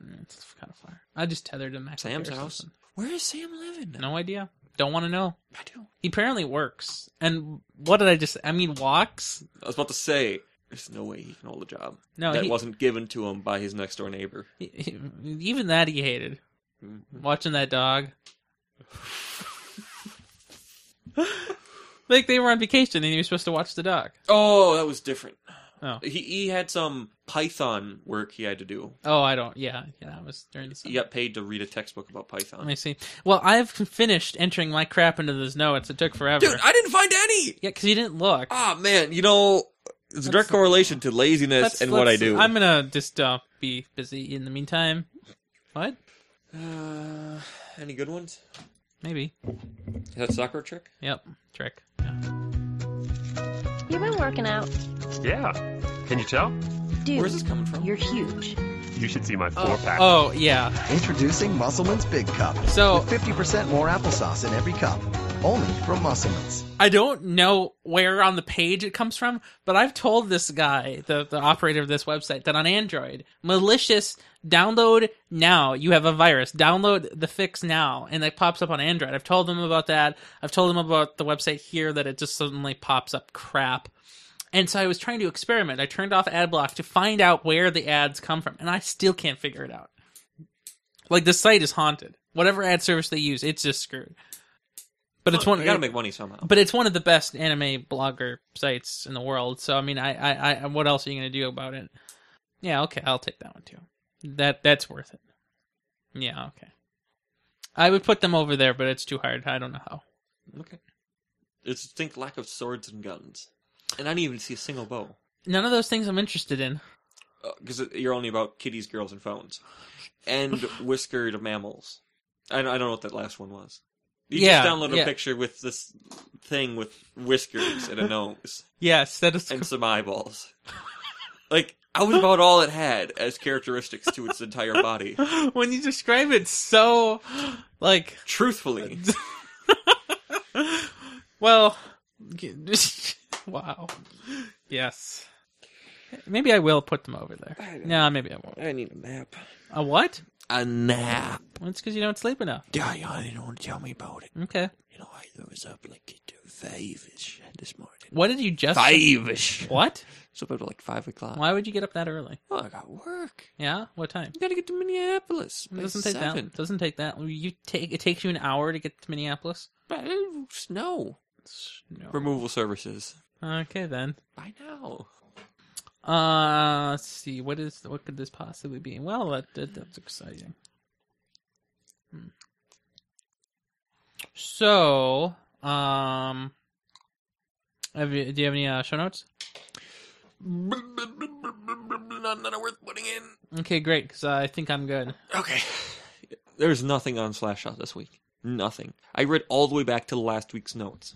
Speaker 3: Mm, It's kind of far. I just tethered him. back up
Speaker 2: Sam's
Speaker 3: there or
Speaker 2: house?
Speaker 3: something.
Speaker 2: Where is Sam living?
Speaker 3: No idea. Don't want to know.
Speaker 2: I do.
Speaker 3: He apparently works. And what did I just? I mean, walks.
Speaker 2: I was about to say, there's no way he can hold a job
Speaker 3: No,
Speaker 2: that
Speaker 3: he,
Speaker 2: wasn't given to him by his next door neighbor.
Speaker 3: he- he- even that he hated watching that dog. like they were on vacation and he was supposed to watch the dog.
Speaker 2: Oh, that was different.
Speaker 3: Oh.
Speaker 2: He he had some Python work he had to do.
Speaker 3: Oh, I don't. Yeah, yeah, that was during the summer.
Speaker 2: He got paid to read a textbook about
Speaker 3: Let
Speaker 2: Python.
Speaker 3: me see. Well, I've finished entering my crap into those notes. It took forever.
Speaker 2: Dude, I didn't find any.
Speaker 3: yeah, because you didn't look.
Speaker 2: Ah, man, you know, there's a direct
Speaker 3: That's-
Speaker 2: correlation to laziness
Speaker 3: Let's-
Speaker 2: and what I
Speaker 3: let's-
Speaker 2: do.
Speaker 3: I'm gonna just uh, be busy in the meantime. What?
Speaker 2: Uh, any good ones?
Speaker 3: Maybe.
Speaker 2: Is that soccer trick?
Speaker 3: Yep. Trick. Yeah.
Speaker 10: You've been working out.
Speaker 11: Yeah. Can you tell?
Speaker 10: Dude,
Speaker 2: Where's this coming from?
Speaker 10: you're huge.
Speaker 11: You should see my
Speaker 2: Uh,
Speaker 11: four pack.
Speaker 3: Oh yeah.
Speaker 12: Introducing Musselman's Big Cup.
Speaker 3: So-
Speaker 12: with 50% more applesauce in every cup. Only from Musselman's.
Speaker 3: I don't know where on the page it comes from, but I've told this guy, the, the operator of this website, that on Android, malicious download now. You have a virus. Download the fix now. And that pops up on Android. I've told them about that. I've told them about the website here that it just suddenly pops up crap. And so I was trying to experiment. I turned off ad block to find out where the ads come from, and I still can't figure it out. Like the site is haunted. Whatever ad service they use, it's just screwed. But it's one
Speaker 2: You gotta make money somehow.
Speaker 3: but it's one of the best anime blogger sites in the world. So I mean, I, I, I what else are you gonna do about it? Yeah, okay, I'll take that one too. That that's worth it. Yeah, okay. I would put them over there, but it's too hard. I don't know how.
Speaker 2: Okay. It's a distinct lack of swords and guns, and I didn't even see a single bow
Speaker 3: None of those things I'm interested in.
Speaker 2: because you're only about kitties, girls, and fountains, and whiskered mammals. I don't, I don't know what that last one was. You
Speaker 3: Yeah,
Speaker 2: just downloaded
Speaker 3: yeah.
Speaker 2: a picture with this thing with whiskers and a nose.
Speaker 3: Yes, that is.
Speaker 2: and some eyeballs. like I was about all it had as characteristics to its entire body.
Speaker 3: when you describe it so, like,
Speaker 2: Truthfully,
Speaker 3: well, wow. Yes. Maybe I will put them over there.
Speaker 2: I don't-
Speaker 3: No, maybe I won't.
Speaker 2: I need a nap.
Speaker 3: A what?
Speaker 2: A nap.
Speaker 3: Well, it's because you don't sleep enough.
Speaker 13: Yeah, yeah, they don't want to tell me about it.
Speaker 3: Okay.
Speaker 13: You know, I was up like at five-ish this morning.
Speaker 3: What did you just?
Speaker 13: Five-ish.
Speaker 3: What?
Speaker 2: It's up at like five o'clock.
Speaker 3: Why would you get up that early?
Speaker 13: Oh, I got work.
Speaker 3: Yeah. What time?
Speaker 13: You gotta get to Minneapolis.
Speaker 3: It
Speaker 13: by
Speaker 3: doesn't take
Speaker 13: seven.
Speaker 3: that. Doesn't take that. You take. It takes you an hour to get to Minneapolis.
Speaker 13: But it- snow.
Speaker 3: Snow.
Speaker 2: Removal services.
Speaker 3: Okay then.
Speaker 13: I know.
Speaker 3: Uh, let's see. What is? What could this possibly be? Well, that, that that's exciting. Hmm. So, um, have you, do you have any uh, show notes?
Speaker 13: None that are worth putting in.
Speaker 3: Okay, great. Because I think I'm good.
Speaker 13: Okay.
Speaker 2: There's nothing on Slashshot this week. Nothing. I read all the way back to last week's notes.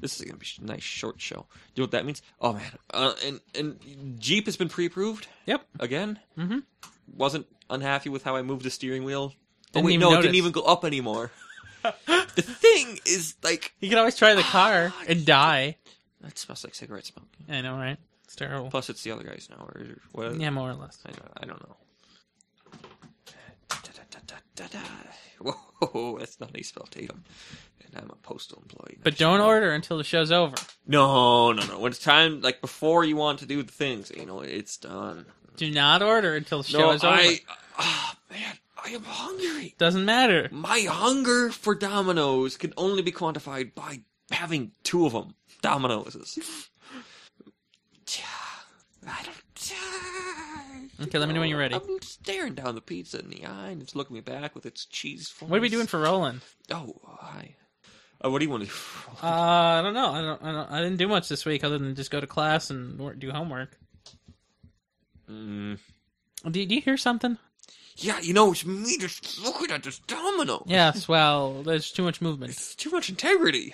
Speaker 2: This is gonna be a nice short show. Do you know what that means? Oh man. Uh, and and Jeep has been pre-approved.
Speaker 3: Yep.
Speaker 2: Again.
Speaker 3: Mm-hmm.
Speaker 2: Wasn't unhappy with how I moved the steering wheel. oh
Speaker 3: Didn't
Speaker 2: wait,
Speaker 3: even
Speaker 2: no, it
Speaker 3: notice.
Speaker 2: didn't even go up anymore. the thing is, like,
Speaker 3: You can always try the car and die.
Speaker 2: that smells like cigarette smoke.
Speaker 3: I know, right? It's terrible.
Speaker 2: Plus, it's the other guy's now, or what?
Speaker 3: Yeah, more or less.
Speaker 2: I don't, I don't know. Da-da-da-da-da-da. Whoa, that's not a spell tatum. And I'm a postal employee.
Speaker 3: But don't order until the show's over.
Speaker 2: No, no, no. When it's time, like before you want to do the things, you know, it's done.
Speaker 3: Do not order until the show
Speaker 2: No,
Speaker 3: is over.
Speaker 2: I, ah, I am hungry.
Speaker 3: Doesn't matter.
Speaker 2: My hunger for dominoes can only be quantified by having two of them. Dominoes. I don't.
Speaker 3: Okay, let me know when you're ready.
Speaker 2: I'm staring down the pizza in the eye, and it's looking me back with its cheese. Forms.
Speaker 3: What are we doing for Roland?
Speaker 2: Oh, hi. Uh, what do you want to do?
Speaker 3: Uh, I don't know. I don't, I don't. I didn't do much this week other than just go to class and wor- do homework.
Speaker 2: Mm.
Speaker 3: Did you hear something?
Speaker 2: Yeah, you know, it's me just looking at this domino.
Speaker 3: Yes. Well, there's too much movement. It's
Speaker 2: too much integrity.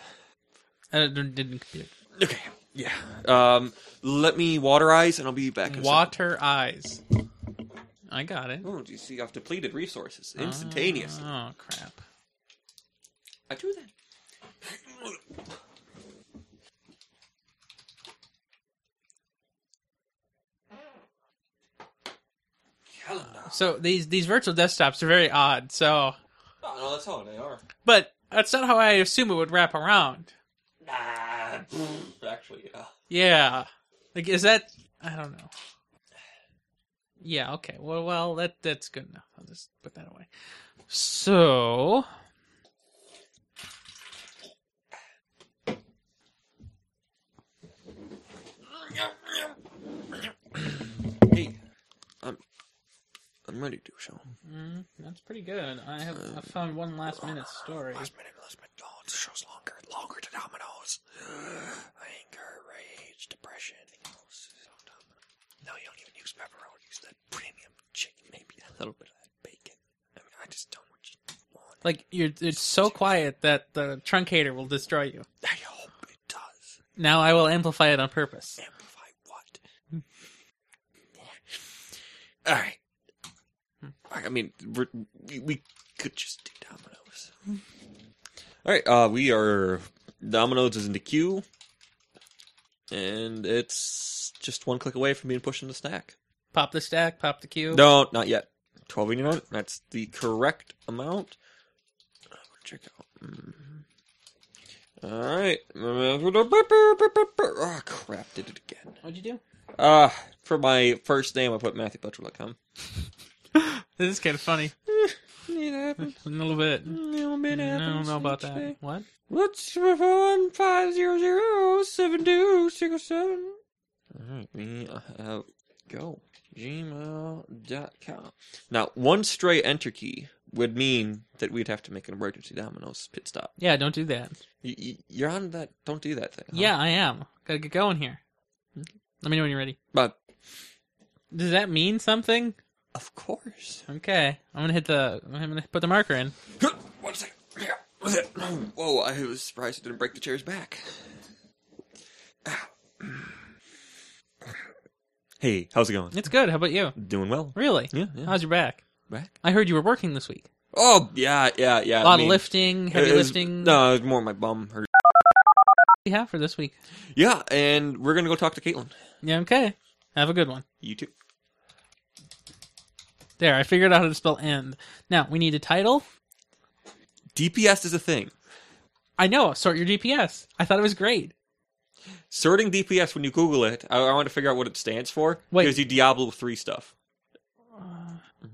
Speaker 3: I didn't didn't compute.
Speaker 2: Okay. Yeah. Um, let me waterize, and I'll be back. in a second.
Speaker 3: Water eyes. I got it.
Speaker 2: Oh, do you see? I've depleted resources instantaneously.
Speaker 3: Oh crap.
Speaker 2: I do that.
Speaker 3: So these these virtual desktops are very odd. So,
Speaker 2: Oh, no, that's how they are.
Speaker 3: but that's not how I assume it would wrap around.
Speaker 2: Nah. Actually, yeah.
Speaker 3: Yeah. Like, is that? I don't know. Yeah. Okay. Well, well, that that's good enough. I'll just put that away. So.
Speaker 2: Hey, I'm I'm ready to do a show.
Speaker 3: Mm, that's pretty good. I have I found one last minute story. Last
Speaker 13: minute, last minute. Oh, the show's longer, longer to dominoes. Anger, rage, depression, anything else. No, you don't even use pepperoni. Use that premium chicken, maybe a little bit of that bacon. I mean, I just don't.
Speaker 3: Like you're, it's so quiet that the truncator will destroy you.
Speaker 13: I hope it does.
Speaker 3: Now I will amplify it on purpose.
Speaker 13: Amplify what? All right.
Speaker 2: I mean, we're, we we could just do dominoes. All right, uh, we are dominoes is in the queue, and it's just one click away from being pushed in the stack.
Speaker 3: Pop the stack. Pop the cube.
Speaker 2: No, not yet. Twelve eighty nine. That's the correct amount. Uh, Check out. Mm. All right. Oh crap! Did it again.
Speaker 3: What'd you do?
Speaker 2: Uh, for my first name, I put MatthewButcher.com.
Speaker 3: This is kind of funny.
Speaker 13: It happened.
Speaker 3: A little bit.
Speaker 13: little bit
Speaker 3: I don't
Speaker 13: happens
Speaker 3: know about
Speaker 13: each
Speaker 3: that.
Speaker 13: day.
Speaker 3: What?
Speaker 13: What's one five zero
Speaker 2: oh
Speaker 13: zero seven two six seven?
Speaker 2: All right, we uh, go. gmail.com. Now, one stray enter key would mean that we'd have to make an emergency Domino's pit stop.
Speaker 3: Yeah, don't do that.
Speaker 2: You, you, you're on that. Don't do that thing.
Speaker 3: Yeah, I am. Gotta get going here. Let me know when you're ready.
Speaker 2: But
Speaker 3: does that mean something?
Speaker 2: Of course.
Speaker 3: Okay, I'm gonna hit the. I'm gonna put the marker in.
Speaker 2: One second. Yeah, was it? Whoa! I was surprised it didn't break the chair's back. Hey, how's it going?
Speaker 3: It's good. How about you?
Speaker 2: Doing well.
Speaker 3: Really?
Speaker 2: Yeah, yeah.
Speaker 3: How's your back?
Speaker 2: Back?
Speaker 3: I heard you were working this week.
Speaker 2: Oh yeah, yeah, yeah.
Speaker 3: A lot of lifting, heavy
Speaker 2: it was-
Speaker 3: lifting.
Speaker 2: No, it was more my bum hurt.
Speaker 3: What do you have for this week?
Speaker 2: Yeah, and we're gonna go talk to Caitlin.
Speaker 3: Yeah. Okay. Have a good one.
Speaker 2: You too.
Speaker 3: There, I figured out how to spell end. Now we need a title.
Speaker 2: DPS is a thing.
Speaker 3: I know. Sort your DPS. I thought it was great.
Speaker 2: Sorting DPS when you Google it, I, I want to figure out what it stands for.
Speaker 3: Wait.
Speaker 2: Gives you Diablo three stuff.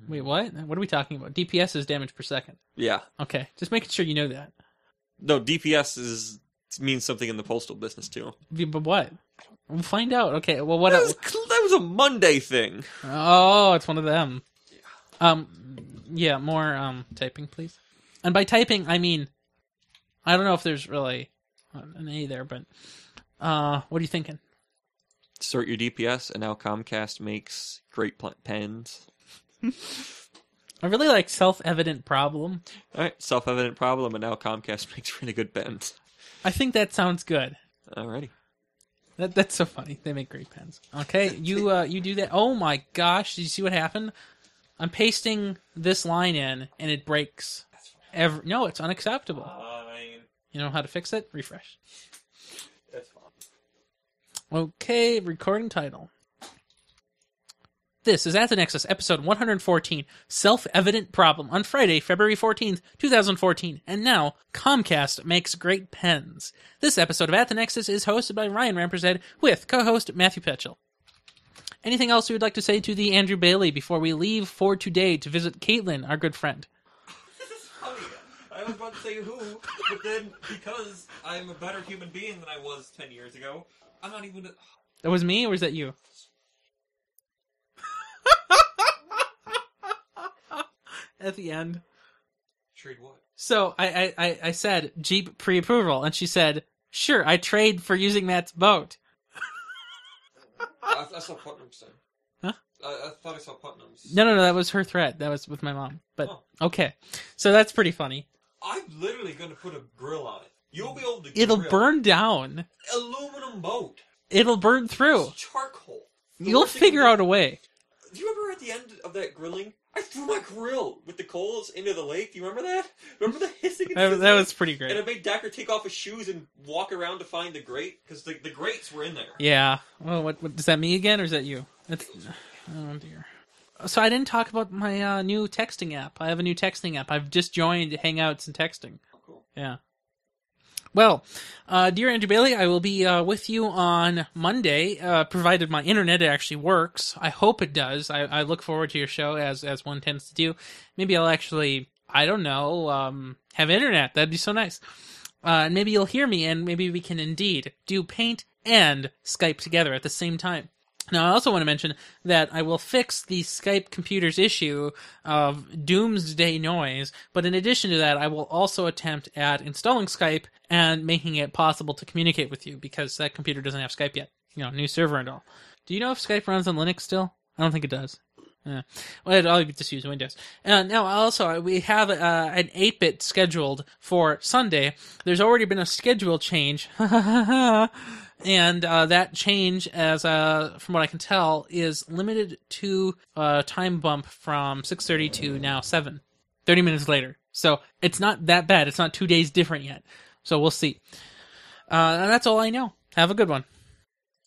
Speaker 3: Wait, what? What are we talking about? DPS is damage per second.
Speaker 2: Yeah.
Speaker 3: Okay, just making sure you know that.
Speaker 2: No, DPS is means something in the postal business too.
Speaker 3: Yeah, But what? We'll find out. Okay. Well, what?
Speaker 2: That
Speaker 3: else?
Speaker 2: was, cl- that was a Monday thing.
Speaker 3: Oh, it's one of them. Um, yeah, more um typing, please. And by typing, I mean, I don't know if there's really an A there, but uh, what are you thinking?
Speaker 2: Sort your DPS, and now Comcast makes great pl- pens.
Speaker 3: I really like self-evident problem.
Speaker 2: All right, self-evident problem, and now Comcast makes really good pens.
Speaker 3: I think that sounds good.
Speaker 2: Alrighty.
Speaker 3: That that's so funny. They make great pens. Okay, you uh you do that. Oh my gosh, did you see what happened? I'm pasting this line in and it breaks. Every no, it's unacceptable. You know how to fix it? Refresh. Okay, recording title. This is At the Nexus, episode 114, Self Evident Problem, on Friday, February 14th, 2014. And now, Comcast makes great pens. This episode of At the Nexus is hosted by Ryan Rampershead with co host Matthew Petchel. Anything else you would like to say to the Andrew Bailey before we leave for today to visit Caitlin, our good friend?
Speaker 2: Oh, I was about to say who, but then because I'm a better human being than I was ten years ago, I'm not even.
Speaker 3: That was me, or was that you? At the end.
Speaker 2: Trade what?
Speaker 3: So I, I, I, I said Jeep pre approval, and she said, Sure, I trade for using Matt's boat.
Speaker 2: I, I saw Putnam's thing.
Speaker 3: Huh?
Speaker 2: I, I thought I saw Putnam's.
Speaker 3: No, no, no, that was her threat. That was with my mom. But okay. So that's pretty funny.
Speaker 2: I'm literally gonna put a grill on it. You'll be able to.
Speaker 3: It'll burn down,
Speaker 2: Aluminum boat.
Speaker 3: it'll burn
Speaker 2: Oh.
Speaker 3: through.
Speaker 2: Charcoal.
Speaker 3: You'll figure out a way.
Speaker 2: Do you remember at the end of that grilling? I threw my grill with the coals into the lake. Do you remember that? Remember the hissing? And
Speaker 3: That was- that
Speaker 2: sizzling?
Speaker 3: was pretty great.
Speaker 2: And I made Decker take off his shoes and walk around to find the grate because the, the grates were in there.
Speaker 3: Yeah. Well, what, what is that me again, or is that you? That's, oh dear. So I didn't talk about my uh, new texting app. I have a new texting app. I've just joined Hangouts and texting. Yeah. Well, uh, dear Andrew Bailey, I will be uh, with you on Monday, uh, provided my internet actually works. I hope it does. I, I look forward to your show as as one tends to do. Maybe I'll actually, I don't know, um, have internet. That'd be so nice. Uh, and maybe you'll hear me, and maybe we can indeed do paint and Skype together at the same time. Now, I also want to mention that I will fix the Skype computer's issue of doomsday noise, but in addition to that, I will also attempt at installing Skype and making it possible to communicate with you because that computer doesn't have Skype yet. You know, new server and all. Do you know if Skype runs on Linux still? I don't think it does. Yeah. Well, it all just use Windows. Uh, now, also, we have uh, an 8 bit scheduled for Sunday. There's already been a schedule change. and uh, that change, as uh, from what I can tell, is limited to uh, time bump from 6.30 to now 7. 30 minutes later. So it's not that bad. It's not two days different yet. So we'll see. Uh, and that's all I know. Have a good one.